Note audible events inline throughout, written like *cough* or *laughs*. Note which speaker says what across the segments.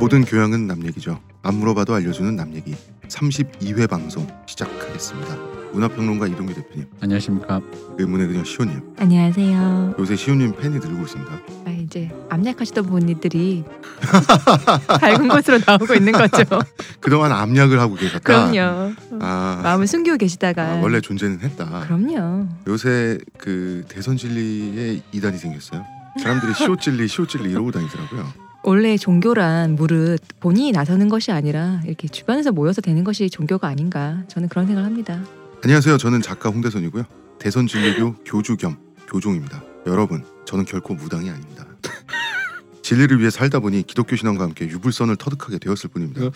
Speaker 1: 모든 교양은 남 얘기죠. 안 물어봐도 알려주는 남 얘기 32회 방송 시작하겠습니다. 문화평론가 이동규 대표님,
Speaker 2: 안녕하십니까.
Speaker 1: 의문의 그녀 시호님.
Speaker 3: 안녕하세요.
Speaker 1: 요새 시호님 팬이 늘고 있습니다.
Speaker 3: 아, 이제 암약하시던 분들이 *laughs* 밝은 곳으로 나오고 있는 거죠.
Speaker 1: 그동안 암약을 하고 계셨다.
Speaker 3: 그럼요.
Speaker 1: 아,
Speaker 3: 마음을 숨기고 계시다가
Speaker 1: 아, 원래 존재는 했다.
Speaker 3: 그럼요.
Speaker 1: 요새 그 대선 진리의 이단이 생겼어요. 사람들이 시호 진리, 시호 진리 이러고 다니더라고요.
Speaker 3: 원래 종교란 무릇 본인이 나서는 것이 아니라 이렇게 주변에서 모여서 되는 것이 종교가 아닌가 저는 그런 생각을 합니다.
Speaker 1: 안녕하세요. 저는 작가 홍대선이고요. 대선 진리교 교주 겸 교종입니다. 여러분, 저는 결코 무당이 아닙니다. *laughs* 진리를 위해 살다 보니 기독교 신앙과 함께 유불선을 터득하게 되었을 뿐입니다.
Speaker 2: 그,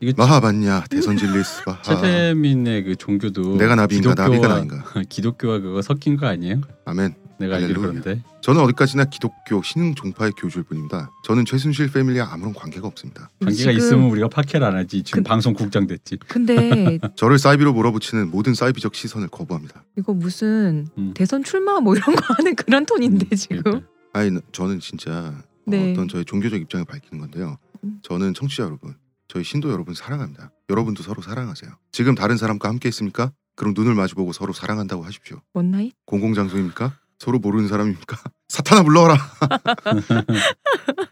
Speaker 2: 이게
Speaker 1: 마하봤냐 대선 진리스바.
Speaker 2: 최재민의 그 종교도
Speaker 1: 내가 나비인가 나비가
Speaker 2: 기독교와-
Speaker 1: 나인가.
Speaker 2: *laughs* 기독교와 그거 섞인 거 아니에요?
Speaker 1: 아멘.
Speaker 2: 내가 알기로
Speaker 1: 할렐루야.
Speaker 2: 그런데
Speaker 1: 저는 어디까지나 기독교 신흥 종파의 교주일 뿐입니다. 저는 최순실 패밀리와 아무런 관계가 없습니다.
Speaker 2: 관계가
Speaker 3: 지금-
Speaker 2: 있으면 *laughs* 우리가 파케를 안 하지. 지금
Speaker 3: 그-
Speaker 2: 방송 국장 됐지.
Speaker 3: 근데
Speaker 1: 저를 사이비로 몰아붙이는 모든 사이비적 시선을 거부합니다.
Speaker 3: 이거 무슨
Speaker 2: 음.
Speaker 3: 대선 출마 뭐 이런 거 하는 그런 톤인데 지금.
Speaker 2: 그러니까.
Speaker 1: 아니 저는 진짜
Speaker 3: 네.
Speaker 1: 어떤 저의 종교적 입장을 밝히는 건데요.
Speaker 3: 음.
Speaker 1: 저는 청취자 여러분, 저희 신도 여러분 사랑합니다. 여러분도 서로 사랑하세요. 지금 다른 사람과 함께 있습니까? 그럼 눈을 마주보고 서로 사랑한다고 하십시오.
Speaker 3: 원나잇?
Speaker 1: 공공장소입니까? 서로 모르는 사람입니까? *laughs* 사탄아 불러와라.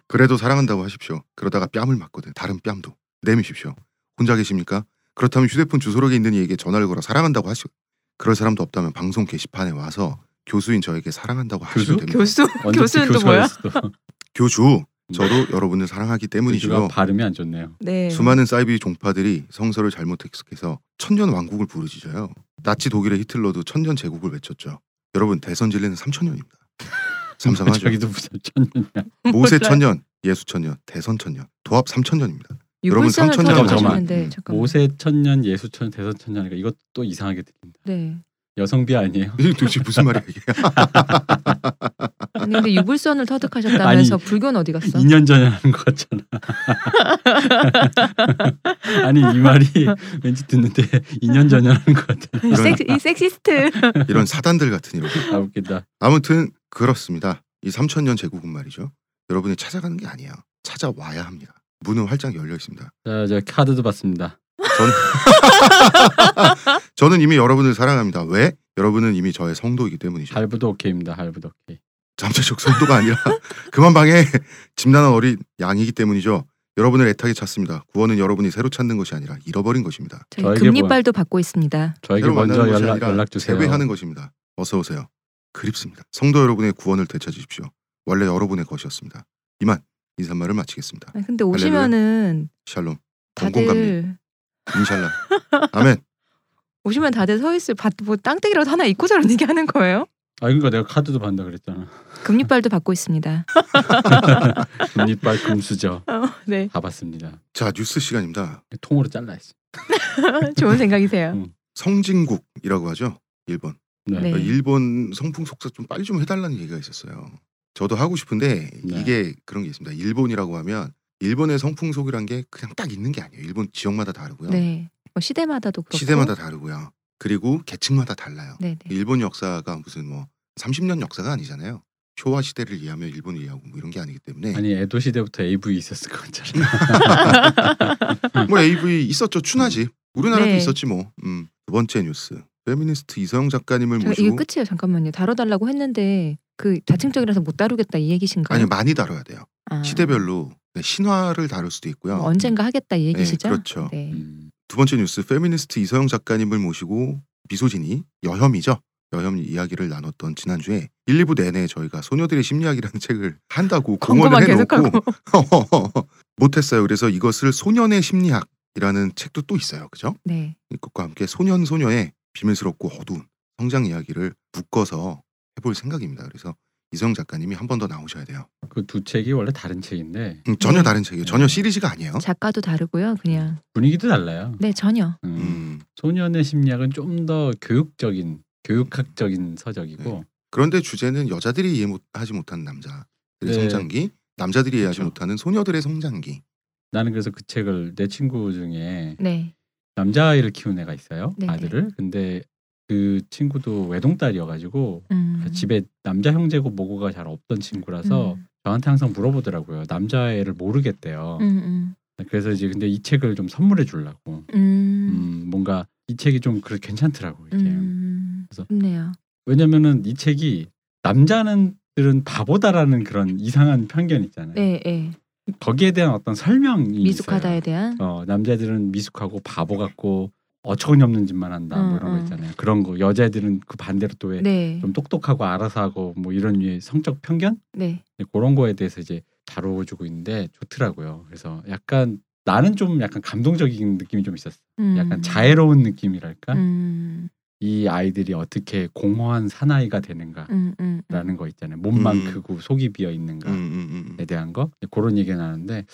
Speaker 1: 그래도 사랑한다고 하십시오. 그러다가 뺨을 맞거든. 다른 뺨도 내미십시오. 혼자 계십니까? 그렇다면 휴대폰 주소록에 있는 이에게 전화를 걸어 사랑한다고 하시고 그럴 사람도 없다면 방송 게시판에 와서 교수인 저에게 사랑한다고
Speaker 2: 교수?
Speaker 1: 하시면 됩니다.
Speaker 3: 교수
Speaker 2: 언제
Speaker 3: 교수는 또 뭐야?
Speaker 2: 교수였어?
Speaker 1: 교수 저도 여러분을 사랑하기 때문이지요.
Speaker 2: 교수가 발음이 안 좋네요.
Speaker 3: 네.
Speaker 1: 수많은 사이비 종파들이 성서를 잘못 해석해서 천년 왕국을 부르짖어요. 나치 독일의 히틀러도 천년 제국을 외쳤죠. 여러분 대선 진리는 3천년입니다. *laughs* 삼삼하죠.
Speaker 2: 자기도 무섭잖아요.
Speaker 1: 모세
Speaker 3: 몰라요.
Speaker 1: 천년, 예수 천년, 대선 천년, 도합 3천년입니다. 여러분
Speaker 3: 유불선을
Speaker 1: 성천년
Speaker 3: 터득하셨는데
Speaker 2: 잠깐만. 뭐
Speaker 3: 잠깐.
Speaker 2: 모세 천년, 예수 천, 대선 천년이니까 그러니까 이것도 또 이상하게 들린다.
Speaker 3: 네.
Speaker 2: 여성비 아니에요?
Speaker 1: *laughs* 이게 도대체 무슨 말이야 이게?
Speaker 3: 아니 근데 유불선을 터득하셨다면서 불교는 어디 갔어?
Speaker 2: 2년 전에 하는 것
Speaker 3: *laughs*
Speaker 2: 같잖아. 아니 이 말이 왠지 듣는데 2년 전에 하는 것 같아.
Speaker 1: 이런,
Speaker 3: 섹스, 이 섹시스트.
Speaker 1: 이런 사단들 같은 이런.
Speaker 2: 아 웃기다.
Speaker 1: 아무튼 그렇습니다. 이 3천년 제국은 말이죠. 여러분이 찾아가는 게 아니에요. 찾아와야 합니다. 문은 활짝 열려 있습니다.
Speaker 2: 자, 저 카드도 봤습니다.
Speaker 1: 저는 *laughs* 저는 이미 여러분을 사랑합니다. 왜? 여러분은 이미 저의 성도이기 때문이죠.
Speaker 2: 할부도 오케이입니다. 할부도 오케이.
Speaker 1: 잠재적 성도가 아니라 *laughs* 그만 방해 짐나는 어린 양이기 때문이죠. 여러분을 애타게 찾습니다. 구원은 여러분이 새로 찾는 것이 아니라 잃어버린 것입니다.
Speaker 3: 저희
Speaker 2: 저에게
Speaker 3: 금리빨도 받고 있습니다.
Speaker 2: 저에게
Speaker 1: 새로
Speaker 2: 먼저
Speaker 1: 만나는 것이
Speaker 2: 연락
Speaker 1: 아니라
Speaker 2: 연락 주세요.
Speaker 1: 재회하는 것입니다. 어서 오세요. 그립습니다. 성도 여러분의 구원을 되찾으십시오. 원래 여러분의 것이었습니다. 이만 인사말을 마치겠습니다.
Speaker 3: 아니, 근데 오시면은
Speaker 1: 샬롬. 공공감리.
Speaker 3: 다들
Speaker 2: *laughs*
Speaker 1: 인샬라. 아멘.
Speaker 3: 오시면 다들 서 있을 밭, 뭐 땅땡이라도 하나 입고 자는 얘기 하는 거예요?
Speaker 2: 아 그러니까 내가 카드도 받는다 그랬잖아.
Speaker 3: 금리빨도 받고 있습니다.
Speaker 2: 금리빨 금수저
Speaker 3: 어, 네,
Speaker 2: 다 봤습니다.
Speaker 1: 자 뉴스 시간입니다.
Speaker 2: 통으로 잘라야지.
Speaker 3: *laughs* 좋은
Speaker 1: 음.
Speaker 3: 생각이세요.
Speaker 1: 성진국이라고 하죠. 일본.
Speaker 2: 네.
Speaker 3: 네.
Speaker 1: 어, 일본 성풍 속사 좀 빨리 좀 해달라는 얘기가 있었어요. 저도 하고 싶은데
Speaker 2: 네.
Speaker 1: 이게 그런 게 있습니다. 일본이라고 하면 일본의 성풍 속이란 게 그냥 딱 있는 게 아니에요. 일본 지역마다 다르고요.
Speaker 3: 네, 뭐 시대마다도 그렇고.
Speaker 1: 시대마다 다르고요. 그리고 계층마다 달라요.
Speaker 3: 네, 네.
Speaker 1: 일본 역사가 무슨 뭐 30년 역사가 아니잖아요. 쇼와 시대를 이해하며 일본을 이해하고 뭐 이런 게 아니기 때문에
Speaker 2: 아니 에도 시대부터 AV 있었을 것
Speaker 1: *laughs*
Speaker 2: 같잖아.
Speaker 1: 뭐 AV 있었죠. 춘하지. 우리나라도
Speaker 3: 네.
Speaker 1: 있었지 뭐. 음. 두 번째 뉴스. 페미니스트 이서영 작가님을
Speaker 3: 저 이거
Speaker 1: 모시고
Speaker 3: 끝이에요. 잠깐만요. 다뤄달라고 했는데 그 다층적이라서 못 다루겠다 이 얘기신가요?
Speaker 1: 아니 많이 다뤄야 돼요.
Speaker 3: 아,
Speaker 1: 시대별로 네, 신화를 다룰 수도 있고요.
Speaker 3: 뭐 언젠가 하겠다 이 얘기시죠?
Speaker 1: 네, 그렇죠.
Speaker 3: 네.
Speaker 2: 음.
Speaker 1: 두 번째 뉴스 페미니스트 이서영 작가님을 모시고 미소진이 여혐이죠. 여혐 이야기를 나눴던 지난주에 1, 2부 내내 저희가 소녀들의 심리학이라는 *laughs* 책을 한다고
Speaker 3: 광고만
Speaker 1: 공언을 해놓고
Speaker 3: 계속하고.
Speaker 1: *laughs* 못했어요. 그래서 이것을 소년의 심리학이라는 책도 또 있어요. 그죠?
Speaker 3: 네.
Speaker 1: 이것과 함께 소년 소녀의 비밀스럽고 어두운 성장 이야기를 묶어서 해볼 생각입니다. 그래서 이서영 작가님이 한 번 더 나오셔야 돼요.
Speaker 2: 그 두 책이 원래 다른 책인데
Speaker 1: 음, 전혀
Speaker 3: 네.
Speaker 1: 다른 책이에요. 전혀
Speaker 2: 네.
Speaker 1: 시리즈가 아니에요.
Speaker 3: 작가도 다르고요. 그냥
Speaker 2: 분위기도 달라요.
Speaker 3: 네 전혀.
Speaker 2: 음.
Speaker 1: 음.
Speaker 2: 소년의 심리학은 좀 더 교육적인 교육학적인
Speaker 1: 네.
Speaker 2: 서적이고
Speaker 1: 그런데 주제는 여자들이 이해 못하지 못하는 남자들의
Speaker 2: 네.
Speaker 1: 성장기, 남자들이 이해하지
Speaker 2: 그렇죠.
Speaker 1: 못하는 소녀들의 성장기.
Speaker 2: 나는 그래서 그 책을 내 친구 중에
Speaker 3: 네.
Speaker 2: 남자아이를 키우는 애가 있어요
Speaker 3: 네네.
Speaker 2: 아들을 근데 그 친구도 외동딸이어가지고
Speaker 3: 음.
Speaker 2: 집에 남자 형제고 그 모고가 잘 없던 친구라서
Speaker 3: 음.
Speaker 2: 저한테 항상 물어보더라고요. 남자애를 모르겠대요.
Speaker 3: 음,
Speaker 2: 그래서 이제 근데 이 책을 좀 선물해 주려고.
Speaker 3: 음. 음.
Speaker 2: 음, 뭔가 이 책이 좀 그렇게 괜찮더라고 이게.
Speaker 3: 음.
Speaker 2: 그래서-
Speaker 3: 좋네요.
Speaker 2: 왜냐면은 이 책이 남자는들은 바보다라는 그런 이상한 편견 있잖아요.
Speaker 3: 네, 네.
Speaker 2: 거기에 대한 어떤 설명이
Speaker 3: 미숙하다에
Speaker 2: 있어요.
Speaker 3: 대한
Speaker 2: 어, 남자들은 미숙하고 바보 같고 어처구니없는 짓만 한다
Speaker 3: 음,
Speaker 2: 뭐 이런
Speaker 3: 음.
Speaker 2: 거 있잖아요. 그런 거 여자들은 그 반대로 또 왜 좀
Speaker 3: 네,
Speaker 2: 똑똑하고 알아서 하고 뭐 이런 류의 성적 편견
Speaker 3: 네.
Speaker 2: 네, 그런 거에 대해서 이제 다뤄주고 있는데 좋더라고요. 그래서 약간 나는 좀 약간 감동적인 느낌이 좀 있었어.
Speaker 3: 음.
Speaker 2: 약간 자애로운 느낌이랄까.
Speaker 3: 음,
Speaker 2: 이 아이들이 어떻게 공허한 사나이가 되는가라는
Speaker 3: 음, 음, 음.
Speaker 2: 거 있잖아요. 몸만
Speaker 1: 음.
Speaker 2: 크고 속이 비어
Speaker 1: 음,
Speaker 2: 있는가에
Speaker 1: 음, 음.
Speaker 2: 대한 거 그런 얘기가 나는데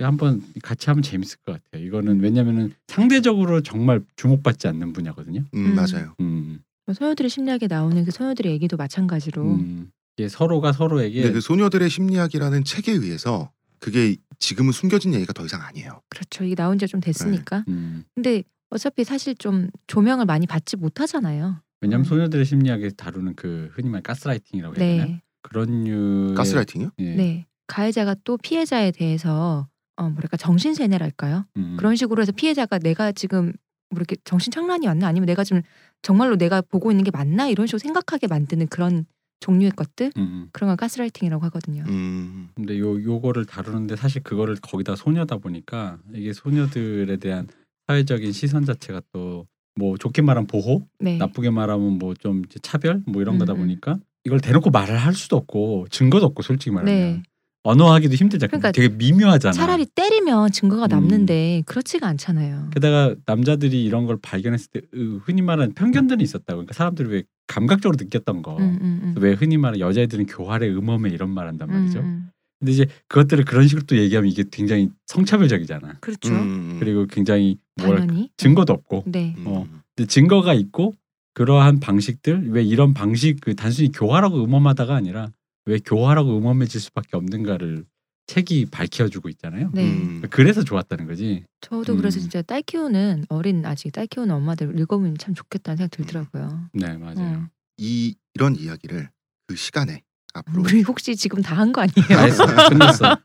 Speaker 2: 한번 같이 하면 재밌을 것 같아요. 이거는 왜냐면은 상대적으로 정말 주목받지 않는 분야거든요.
Speaker 1: 음, 맞아요.
Speaker 2: 음,
Speaker 3: 소녀들의 뭐 심리학에 나오는 그 소녀들의 얘기도 마찬가지로
Speaker 2: 음. 이게 서로가 서로에게
Speaker 1: 근데 그 소녀들의 심리학이라는 책에 의해서 그게 지금은 숨겨진 얘기가 더 이상 아니에요.
Speaker 3: 그렇죠. 이게 나온 지 좀 됐으니까.
Speaker 2: 음,
Speaker 3: 근데 어차피 사실 좀 조명을 많이 받지 못하잖아요.
Speaker 2: 왜냐면
Speaker 3: 음.
Speaker 2: 소녀들의 심리학에서 다루는 그 흔히 말하는 가스라이팅이라고 해야 되나요?
Speaker 3: 네,
Speaker 2: 그런 유
Speaker 1: 가스라이팅이요?
Speaker 2: 예.
Speaker 3: 네. 가해자가 또 피해자에 대해서 어 뭐랄까 정신 세뇌랄까요?
Speaker 2: 음.
Speaker 3: 그런 식으로 해서 피해자가 내가 지금 뭐 이렇게 정신 착란이 왔나 아니면 내가 지금 정말로 내가 보고 있는 게 맞나 이런 식으로 생각하게 만드는 그런 종류의 것들
Speaker 2: 음.
Speaker 3: 그런 걸 가스라이팅이라고 하거든요.
Speaker 2: 네.
Speaker 1: 음,
Speaker 2: 근데 요 요거를 다루는데 사실 그거를 거기다 소녀다 보니까 이게 소녀들에 대한 사회적인 시선 자체가 또 뭐 좋게 말하면 보호,
Speaker 3: 네.
Speaker 2: 나쁘게 말하면 뭐 좀 차별 뭐 이런 거다
Speaker 3: 음, 음.
Speaker 2: 보니까 이걸 대놓고 말을 할 수도 없고 증거도 없고 솔직히 말하면
Speaker 3: 네.
Speaker 2: 언어하기도 힘들잖아.
Speaker 3: 그러니까
Speaker 2: 되게 미묘하잖아.
Speaker 3: 차라리 때리면
Speaker 2: 음.
Speaker 3: 증거가 남는데 그렇지가 않잖아요.
Speaker 2: 게다가 남자들이 이런 걸 발견했을 때 으, 흔히 말하는 편견들이 있었다고. 그러니까 사람들이 왜 감각적으로 느꼈던 거.
Speaker 3: 음, 음, 음.
Speaker 2: 왜 흔히 말하는 여자애들은 교활해 음험해 이런 말한단 말이죠.
Speaker 3: 음, 음.
Speaker 2: 근데 이제 그것들을 그런 식으로 또 얘기하면 이게 굉장히 성차별적이잖아.
Speaker 3: 그렇죠.
Speaker 1: 음, 음,
Speaker 2: 그리고 굉장히 뭐랄까
Speaker 3: 당연히.
Speaker 2: 증거도 없고
Speaker 3: 네.
Speaker 1: 음,
Speaker 2: 어. 근데 증거가 있고 그러한 방식들 왜 이런 방식 그 단순히 교활하고 음험하다가 아니라 왜 교활하고 음험해질 수밖에 없는가를 책이 밝혀주고 있잖아요.
Speaker 3: 네.
Speaker 1: 음.
Speaker 2: 그래서 좋았다는 거지.
Speaker 3: 저도 그래서
Speaker 2: 음.
Speaker 3: 진짜 딸 키우는 어린 아직 딸 키우는 엄마들 읽어보면 참 좋겠다는 생각 들더라고요.
Speaker 2: 네 맞아요.
Speaker 3: 음.
Speaker 1: 이 이런 이야기를 그 시간에 앞으로
Speaker 3: 우리 혹시 지금 다 한 거 아니에요?
Speaker 2: 다 했어
Speaker 3: *laughs*
Speaker 2: 끝났어.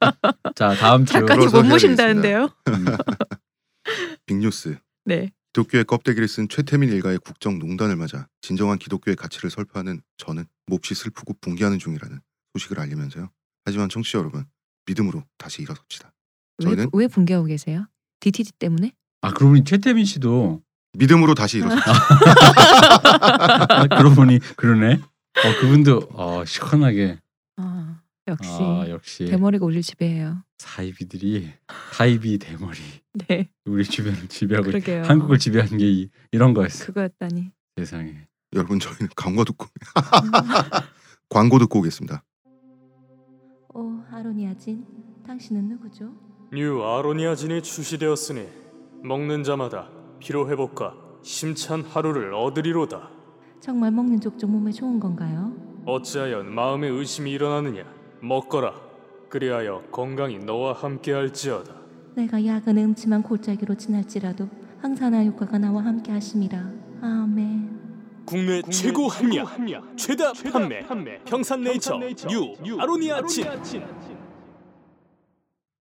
Speaker 2: 자 다음 주
Speaker 3: 작가님 못
Speaker 1: 그런
Speaker 3: 모신다는데요?
Speaker 2: 음,
Speaker 1: 빅뉴스
Speaker 3: 네.
Speaker 1: 기독교의 껍데기를 쓴 최태민 일가의 국정농단을 맞아 진정한 기독교의 가치를 설파하는 저는 몹시 슬프고 분개하는 중이라는 소식을 알리면서요. 하지만 청취자 여러분 믿음으로 다시 일어섭시다.
Speaker 3: 왜,
Speaker 1: 저희는
Speaker 3: 왜 붕괴하고 계세요? DTD 때문에?
Speaker 2: 아 그러고 보니 최태민 씨도
Speaker 1: 믿음으로 다시 일어섭시다.
Speaker 3: *laughs*
Speaker 2: 아, 그러고 보니 그러네. 어 그분도 어 시원하게
Speaker 3: 아, 역시
Speaker 2: 아 역시
Speaker 3: 대머리가 울릴 지배예요.
Speaker 2: 사이비들이 사이비 대머리
Speaker 3: 네,
Speaker 2: 우리 주변을 지배하고 있-
Speaker 3: 그러게요.
Speaker 2: 한국을 지배하는 게 이, 이런 거였어
Speaker 3: *laughs* 그거였다니.
Speaker 2: 세상에
Speaker 1: 여러분 저희는 광고 듣고 광고 듣고 오겠습니다.
Speaker 3: 오 어, 아로니아진, 당신은 누구죠?
Speaker 4: 뉴 아로니아진이 출시되었으니 먹는 자마다 피로 회복과 심찬 하루를 얻으리로다.
Speaker 3: 정말 먹는 족족 몸에 좋은 건가요?
Speaker 4: 어찌하여 마음에 의심이 일어나느냐? 먹거라. 그리하여 건강이 너와 함께할지어다.
Speaker 5: 내가 야근의 음침한 골짜기로 지날지라도 항산화 효과가 나와 함께 하심이라. 아멘.
Speaker 4: 국내, 최고 함량, 최다, 판매, 평산네이처, 뉴, 아로니아진.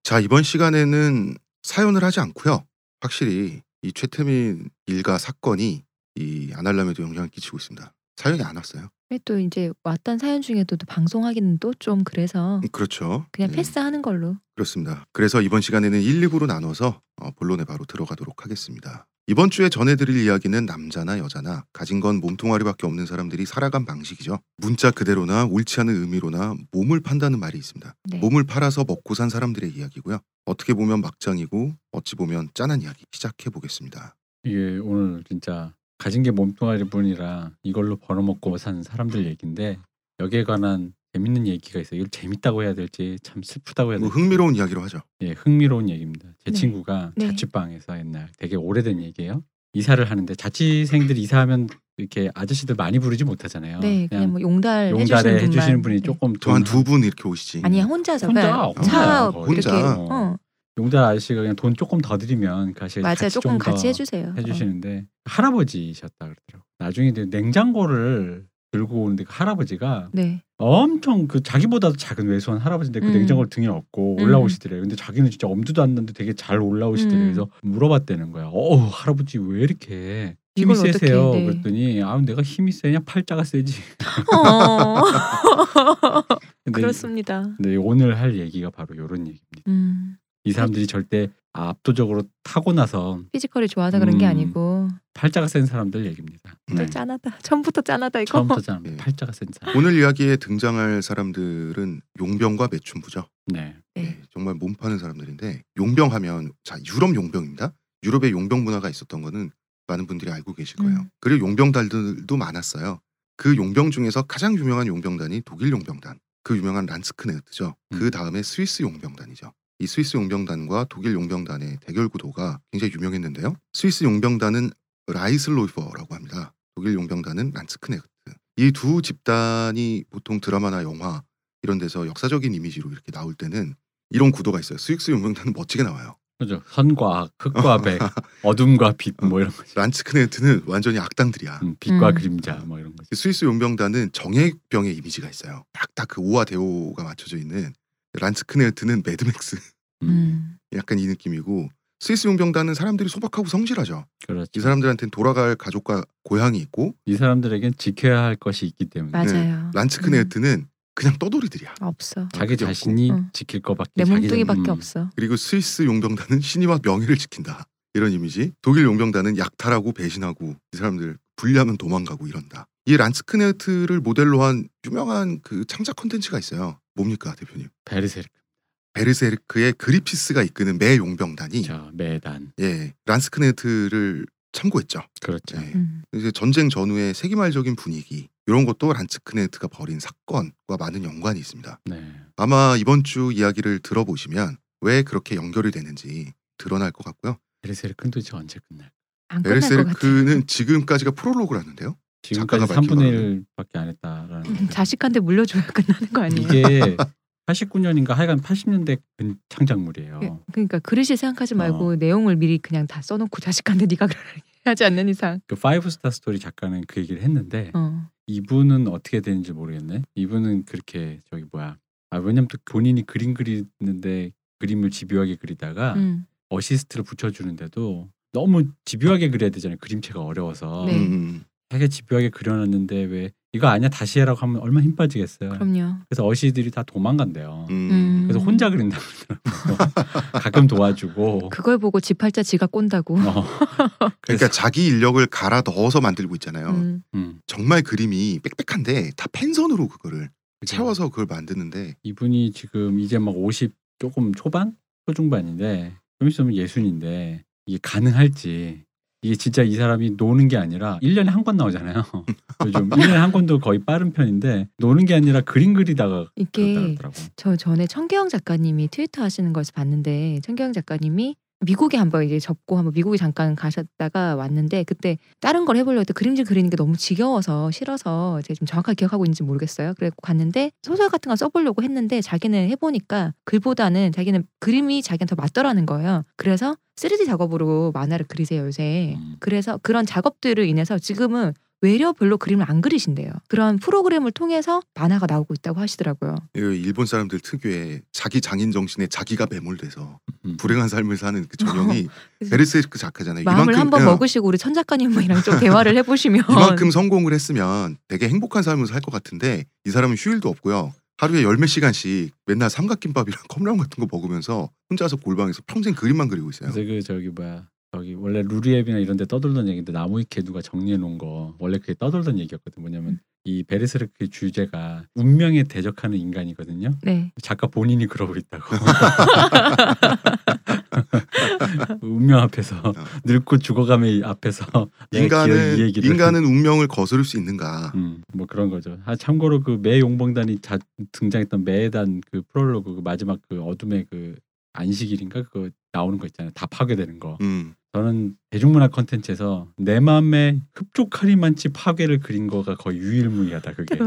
Speaker 1: 자 이번 시간에는 사연을 하지 않고요. 확실히 이 최태민 일가 사건이 이 아날람에도 영향을 끼치고 있습니다. 사연이 안 왔어요.
Speaker 3: 네, 또 이제 왔던 사연 중에도 또 방송하기는 또 좀 그래서
Speaker 1: 그렇죠.
Speaker 3: 그냥
Speaker 2: 음.
Speaker 1: 네.
Speaker 3: 패스하는 걸로.
Speaker 1: 그렇습니다. 그래서 이번 시간에는 1, 2부로 나눠서 어, 본론에 바로 들어가도록 하겠습니다. 이번 주에 전해드릴 이야기는 남자나 여자나 가진 건 몸통아리밖에 없는 사람들이 살아간 방식이죠. 문자 그대로나 옳지 않은 의미로나 몸을 판다는 말이 있습니다.
Speaker 3: 네.
Speaker 1: 몸을 팔아서 먹고 산 사람들의 이야기고요. 어떻게 보면 막장이고 어찌 보면 짠한 이야기 시작해 보겠습니다.
Speaker 2: 이게 오늘 진짜 가진 게 몸뚱아리 뿐이라 이걸로 벌어먹고 산 사람들 얘기인데 여기에 관한 재밌는 얘기가 있어요 이걸 재밌다고 해야 될지 참 슬프다고 해야
Speaker 1: 뭐
Speaker 2: 될지
Speaker 1: 흥미로운 이야기로 하죠.
Speaker 2: 예, 흥미로운 얘기입니다 제
Speaker 3: 네.
Speaker 2: 친구가
Speaker 3: 네.
Speaker 2: 자취방에서 옛날 되게 오래된 얘기예요 이사를 하는데 자취생들이 이사하면 이렇게 아저씨들 많이 부르지 못하잖아요
Speaker 3: 네, 그냥 뭐 용달,
Speaker 2: 용달에
Speaker 3: 해주시는,
Speaker 2: 해주시는
Speaker 3: 분만.
Speaker 2: 분이
Speaker 3: 네.
Speaker 2: 조금 돈
Speaker 1: 또한 두 분 이렇게 오시지. 네.
Speaker 3: 아니야 혼자서
Speaker 2: 혼자,
Speaker 3: 그냥
Speaker 2: 혼자,
Speaker 3: 차
Speaker 2: 거의.
Speaker 3: 이렇게
Speaker 1: 혼자.
Speaker 3: 어,
Speaker 2: 용달 아저씨가 그냥 돈 조금 더 드리면 그 아저씨가
Speaker 3: 맞아 요
Speaker 2: 같이
Speaker 3: 조금
Speaker 2: 좀더
Speaker 3: 같이 해주세요. 어.
Speaker 2: 해주시는데 할아버지셨다 그러더라고. 나중에 이제 냉장고를 들고 오는데 그 할아버지가
Speaker 3: *laughs* 네.
Speaker 2: 엄청 그 자기보다도 작은 외소한 할아버지인데 그
Speaker 3: 음.
Speaker 2: 냉장고를 등에 업고
Speaker 3: 음.
Speaker 2: 올라오시더래요. 근데 자기는 진짜 엄두도 안 났는데 되게 잘 올라오시더래요.
Speaker 3: 음.
Speaker 2: 그래서 물어봤다는 거야. 어 할아버지 왜 이렇게 힘이
Speaker 3: 이걸 어떻게,
Speaker 2: 세세요?
Speaker 3: 네.
Speaker 2: 그랬더니 아 내가 힘이 세냐 팔자가 세지. *laughs*
Speaker 3: 네. 어,
Speaker 2: 근데
Speaker 3: 그렇습니다.
Speaker 2: 근데 오늘 할 얘기가 바로 이런 얘기입니다.
Speaker 3: 음,
Speaker 2: 이 사람들이 절대 압도적으로 타고나서
Speaker 3: 피지컬이 좋아서 그런 게
Speaker 2: 음.
Speaker 3: 아니고
Speaker 2: 팔자가 센 사람들 얘기입니다.
Speaker 3: 또
Speaker 1: 네.
Speaker 3: 짠하다. 음. 처음부터 짠하다 이거.
Speaker 2: 처음부터 사람
Speaker 1: 예.
Speaker 2: 팔자가 센 사람.
Speaker 1: 오늘 이야기에 등장할 사람들은 용병과 매춘부죠.
Speaker 2: 네.
Speaker 3: 네.
Speaker 1: 예, 정말 몸 파는 사람들인데 용병하면 자 유럽 용병입니다. 유럽의 용병 문화가 있었던 거는 많은 분들이 알고 계실 거예요.
Speaker 3: 음.
Speaker 1: 그리고 용병단들도 많았어요. 그 용병 중에서 가장 유명한 용병단이 독일 용병단, 그 유명한 란츠크네흐트죠.
Speaker 2: 음.
Speaker 1: 그 다음에 스위스 용병단이죠. 이 스위스 용병단과 독일 용병단의 대결 구도가 굉장히 유명했는데요. 스위스 용병단은 라이슬로이퍼라고 합니다. 독일 용병단은 란츠크네흐트. 이 두 집단이 보통 드라마나 영화 이런 데서 역사적인 이미지로 이렇게 나올 때는 이런 구도가 있어요. 스위스 용병단은 멋지게 나와요.
Speaker 2: 그죠. 선과 악, 흑과
Speaker 1: *laughs*
Speaker 2: 백, 어둠과 빛 뭐 이런 거죠.
Speaker 1: 란츠크네트는 완전히 악당들이야.
Speaker 2: 음, 빛과
Speaker 3: 음.
Speaker 2: 그림자 뭐 이런 거죠.
Speaker 1: 스위스 용병단은 정예병의 이미지가 있어요. 딱딱 그 오와 대오가 맞춰져 있는 란츠크네트는 매드맥스 *laughs*
Speaker 2: 음,
Speaker 3: 음.
Speaker 1: 약간 이 느낌이고 스위스 용병단은 사람들이 소박하고 성실하죠.
Speaker 2: 그렇죠.
Speaker 1: 이 사람들한테는 돌아갈 가족과 고향이 있고
Speaker 2: 이 사람들에겐 지켜야 할 것이 있기 때문에
Speaker 3: 맞아요.
Speaker 1: 란츠크네트는 그냥 떠돌이들이야.
Speaker 3: 음, 없어.
Speaker 2: 자기
Speaker 1: 그게 없고.
Speaker 2: 자신이
Speaker 3: 응.
Speaker 2: 지킬 것밖에
Speaker 3: 내
Speaker 2: 자기
Speaker 3: 몸뚱이밖에
Speaker 2: 자신- 음.
Speaker 3: 없어.
Speaker 1: 그리고 스위스 용병단은 신의와 명예를 지킨다. 이런 이미지. 독일 용병단은 약탈하고 배신하고 이 사람들 불리하면 도망가고 이런다. 이 란츠크네트를 모델로 한 유명한 그 창작 컨텐츠가 있어요. 뭡니까 대표님?
Speaker 2: 베르세르크,
Speaker 1: 음. 베르세르크의 그리피스가 이끄는 매 용병단이
Speaker 2: 저 매단
Speaker 1: 예 란츠크네트를 참고했죠.
Speaker 2: 그렇죠.
Speaker 1: 예.
Speaker 3: 음.
Speaker 1: 이제 전쟁 전후의 세기말적인 분위기 이런 것도 란츠크네트가 벌인 사건과 많은 연관이 있습니다.
Speaker 2: 네.
Speaker 1: 아마 이번 주 이야기를 들어보시면 왜 그렇게 연결이 되는지 드러날 것 같고요.
Speaker 2: 베르세르크는 도대체 언제 끝날?
Speaker 3: 안 음, 끝날 것 같아.
Speaker 1: 베르세르크는 지금까지가 프롤로그라는데요.
Speaker 2: 지금까지
Speaker 1: 작가가
Speaker 2: 3분의 1밖에 안 했다라는.
Speaker 3: 음,
Speaker 2: 거죠.
Speaker 3: 자식한테 물려줘야 끝나는 거 아니에요?
Speaker 2: 이게 89년인가 하여간 80년대 근 창작물이에요.
Speaker 3: 그- 그러니까 그릇이
Speaker 2: 어.
Speaker 3: 생각하지 말고 내용을 미리 그냥 다 써놓고 자식한테 네가 *laughs* 하지 않는 이상.
Speaker 2: 그 파이브 스타 스토리 작가는 그 얘기를 했는데
Speaker 3: 어.
Speaker 2: 이분은 어떻게 되는지 모르겠네. 이분은 그렇게 저기 뭐야. 아 왜냐면 또 본인이 그림 그리는데 그림을 집요하게 그리다가
Speaker 3: 음.
Speaker 2: 어시스트를 붙여주는데도 너무 집요하게 그려야 되잖아요. 그림체가 어려워서
Speaker 3: 네.
Speaker 1: 음,
Speaker 2: 되게 집요하게 그려놨는데 왜 이거 아니야 다시 해라고 하면 얼마 나힘 빠지겠어요.
Speaker 3: 그럼요.
Speaker 2: 그래서 어시들이 다 도망간대요.
Speaker 1: 음,
Speaker 3: 음.
Speaker 2: 그래서 혼자 그린다 그러더라고요.
Speaker 1: *laughs*
Speaker 2: 가끔 도와주고.
Speaker 3: 그걸 보고 집 팔자 지가 꼰다고.
Speaker 2: 어,
Speaker 1: 그러니까
Speaker 2: 그래서-
Speaker 1: 자기 인력을 갈아 넣어서 만들고 있잖아요.
Speaker 3: 음.
Speaker 2: 음.
Speaker 1: 정말 그림이 빽빽한데 다 펜선으로 그거를
Speaker 3: 네.
Speaker 2: 그죠.
Speaker 1: 채워서 그걸 만드는데
Speaker 2: 이분이 지금 이제 막 50 조금 초반 그 초중반인데 좀 있으면 예순인데 이게 가능할지 이게 진짜 이 사람이 노는 게 아니라 1년에 한 권 나오잖아요. 요즘 1년에 한 권도 거의 빠른 편인데 노는 게 아니라 그림 그리다가
Speaker 3: 이게
Speaker 2: 그러더라고.
Speaker 3: 저 전에 청경 작가님이 트위터 하시는 것을 봤는데 청경 작가님이 미국에 한번 이제 접고 한번 미국에 잠깐 가셨다가 왔는데 그때 다른 걸 해보려고 했 그림질 그리는 게 너무 지겨워서 싫어서 제가 좀 정확하게 기억하고 있는지 모르겠어요. 그래서 갔는데 소설 같은 거 써보려고 했는데 자기는 해보니까 글보다는 자기는 그림이 자기한테 더 맞더라는 거예요. 그래서 3D 작업으로 만화를 그리세요 요새.
Speaker 2: 음.
Speaker 3: 그래서 그런 작업들을 인해서 지금은 외려별로 그림을 안 그리신대요. 그런 프로그램을 통해서 만화가 나오고 있다고 하시더라고요.
Speaker 1: 이 일본 사람들 특유의 자기 장인 정신에 자기가 매몰돼서
Speaker 2: 음.
Speaker 1: 불행한 삶을 사는 그 전형이
Speaker 3: *laughs* 그래서
Speaker 1: 베르세르크 작가잖아요.
Speaker 3: 마음을 한번
Speaker 1: 예,
Speaker 3: 먹으시고 우리 천 작가님이랑 좀 대화를 해보시면
Speaker 1: 이만큼 성공을 했으면 되게 행복한 삶을 살 것 같은데 이 사람은 휴일도 없고요. 하루에 열 몇 시간씩 맨날 삼각김밥이랑 *laughs* 컵라면 같은 거 먹으면서 혼자서 골방에서 평생 그림만 그리고 있어요.
Speaker 2: 그래서 그 저기 뭐야 저기 원래 루리앱이나 이런 데 떠돌던 얘기인데 나무위키에 누가 정리해 놓은 거 원래 그게 떠돌던 얘기였거든 뭐냐면 이 베르세르크의 주제가 운명에 대적하는 인간이거든요
Speaker 3: *laughs* 네
Speaker 2: 작가 본인이 그러고 있다고 *laughs* 운명
Speaker 1: 어.
Speaker 2: 앞에서 늙고 죽어감의 이 앞에서 내 네, 기억이 이
Speaker 1: 인간은
Speaker 2: 얘기를
Speaker 1: 인간은 운명을 거스를 수 있는가?
Speaker 2: 음, 뭐 그런 거죠. 아, 참고로 그 매 용봉단이 자- 등장했던 매단 그 프롤로그 그 마지막 그 어둠의 그 안식일인가 그거 나오는 거 있잖아요. 다 파괴되는 거.
Speaker 1: 음.
Speaker 2: 저는 대중문화 컨텐츠에서 내 마음에 흡족하리만치 파괴를 그린 거가 거의 유일무이하다 그게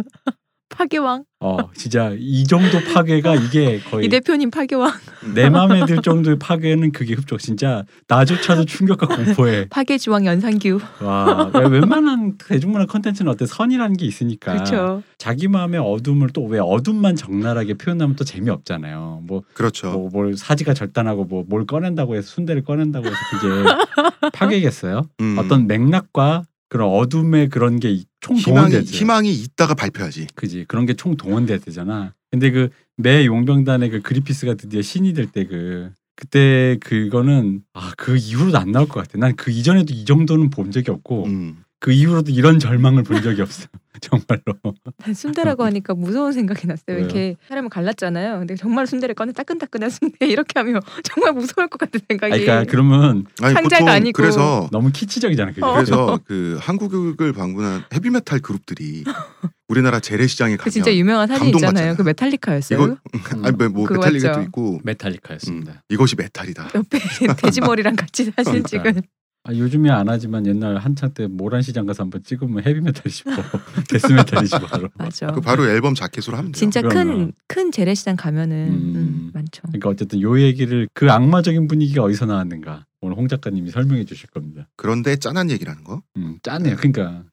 Speaker 3: 파괴왕.
Speaker 2: 어, 진짜 이 정도 파괴가 이게 거의
Speaker 3: *laughs* 이 대표님 파괴왕.
Speaker 2: 내 마음에 들 정도의 파괴는 그게 흡족. 진짜 나조차도 충격과 공포에.
Speaker 3: 파괴주왕 연상규.
Speaker 2: 와, 야, 웬만한 대중문화 콘텐츠는 어때? 선이라는 게 있으니까.
Speaker 3: 그렇죠.
Speaker 2: 자기 마음의 어둠을 또 왜 어둠만 적나라하게 표현하면 또 재미없잖아요. 뭐
Speaker 1: 그렇죠.
Speaker 2: 뭐 뭘 사지가 절단하고 뭐 뭘 꺼낸다고 해서 순대를 꺼낸다고 해서 그게 파괴겠어요?
Speaker 1: 음,
Speaker 2: 어떤 맥락과 그런 어둠의 그런 게 총
Speaker 1: 희망이,
Speaker 2: 동원되죠.
Speaker 1: 희망이 있다가 발표하지.
Speaker 2: 그지 그런 게 총 동원돼야 되잖아. 근데 그 매 용병단의 그 그리피스가 드디어 신이 될 때 그 그때 그거는 아 그 이후로도 안 나올 것 같아. 난 그 이전에도 이 정도는 본 적이 없고
Speaker 1: 음.
Speaker 2: 그 이후로도 이런 절망을 본 적이 없어. *laughs* 정말로.
Speaker 3: 난 순대라고
Speaker 2: *laughs*
Speaker 3: 하니까 무서운 생각이 났어요.
Speaker 2: 왜요?
Speaker 3: 이렇게 사람을 갈랐잖아요. 근데 정말 순대를 꺼내 따끈따끈한 순대 이렇게 하면 *laughs* 정말 무서울 것 같은
Speaker 2: 아,
Speaker 3: 생각이.
Speaker 2: 그러니까 그러면
Speaker 1: 아니
Speaker 3: 창자가
Speaker 1: 보통
Speaker 3: 아니고.
Speaker 1: 그래서
Speaker 2: 너무 키치적이잖아. 그게.
Speaker 1: 그래서 그 한국을 방문한 헤비메탈 그룹들이 우리나라 재래시장에
Speaker 3: 그
Speaker 1: 가면
Speaker 3: 진짜 유명한 사진
Speaker 1: 감동
Speaker 3: 있잖아요.
Speaker 1: 받잖아요.
Speaker 3: 그 메탈리카였어요.
Speaker 1: 이거-
Speaker 2: 음,
Speaker 1: 아니 뭐
Speaker 3: 그거
Speaker 1: 메탈리가도
Speaker 3: 맞죠? 어.
Speaker 1: 있고
Speaker 2: 메탈리카였습니다.
Speaker 1: 이것이 메탈이다.
Speaker 2: *laughs*
Speaker 3: 옆에 돼지 머리랑 같이 사진
Speaker 2: 그러니까.
Speaker 3: 찍은
Speaker 2: 아, 요즘에 안 하지만 옛날 한창 때 모란 시장 가서 한번 찍으면 헤비메탈이 싶어 *laughs* 데스메탈이 싶어 그러니까 바로.
Speaker 3: 맞아.
Speaker 1: 그 바로 앨범 자켓으로 하면 돼요.
Speaker 3: 진짜 큰
Speaker 2: 그러면.
Speaker 3: 큰 재래시장 가면은
Speaker 2: 음.
Speaker 3: 음, 많죠.
Speaker 2: 그러니까 어쨌든 요 얘기를 그 악마적인 분위기가 어디서 나왔는가 오늘 홍 작가님이 설명해 주실 겁니다.
Speaker 1: 그런데 짠한 얘기라는 거.
Speaker 2: 음, 짠해요. 그러니까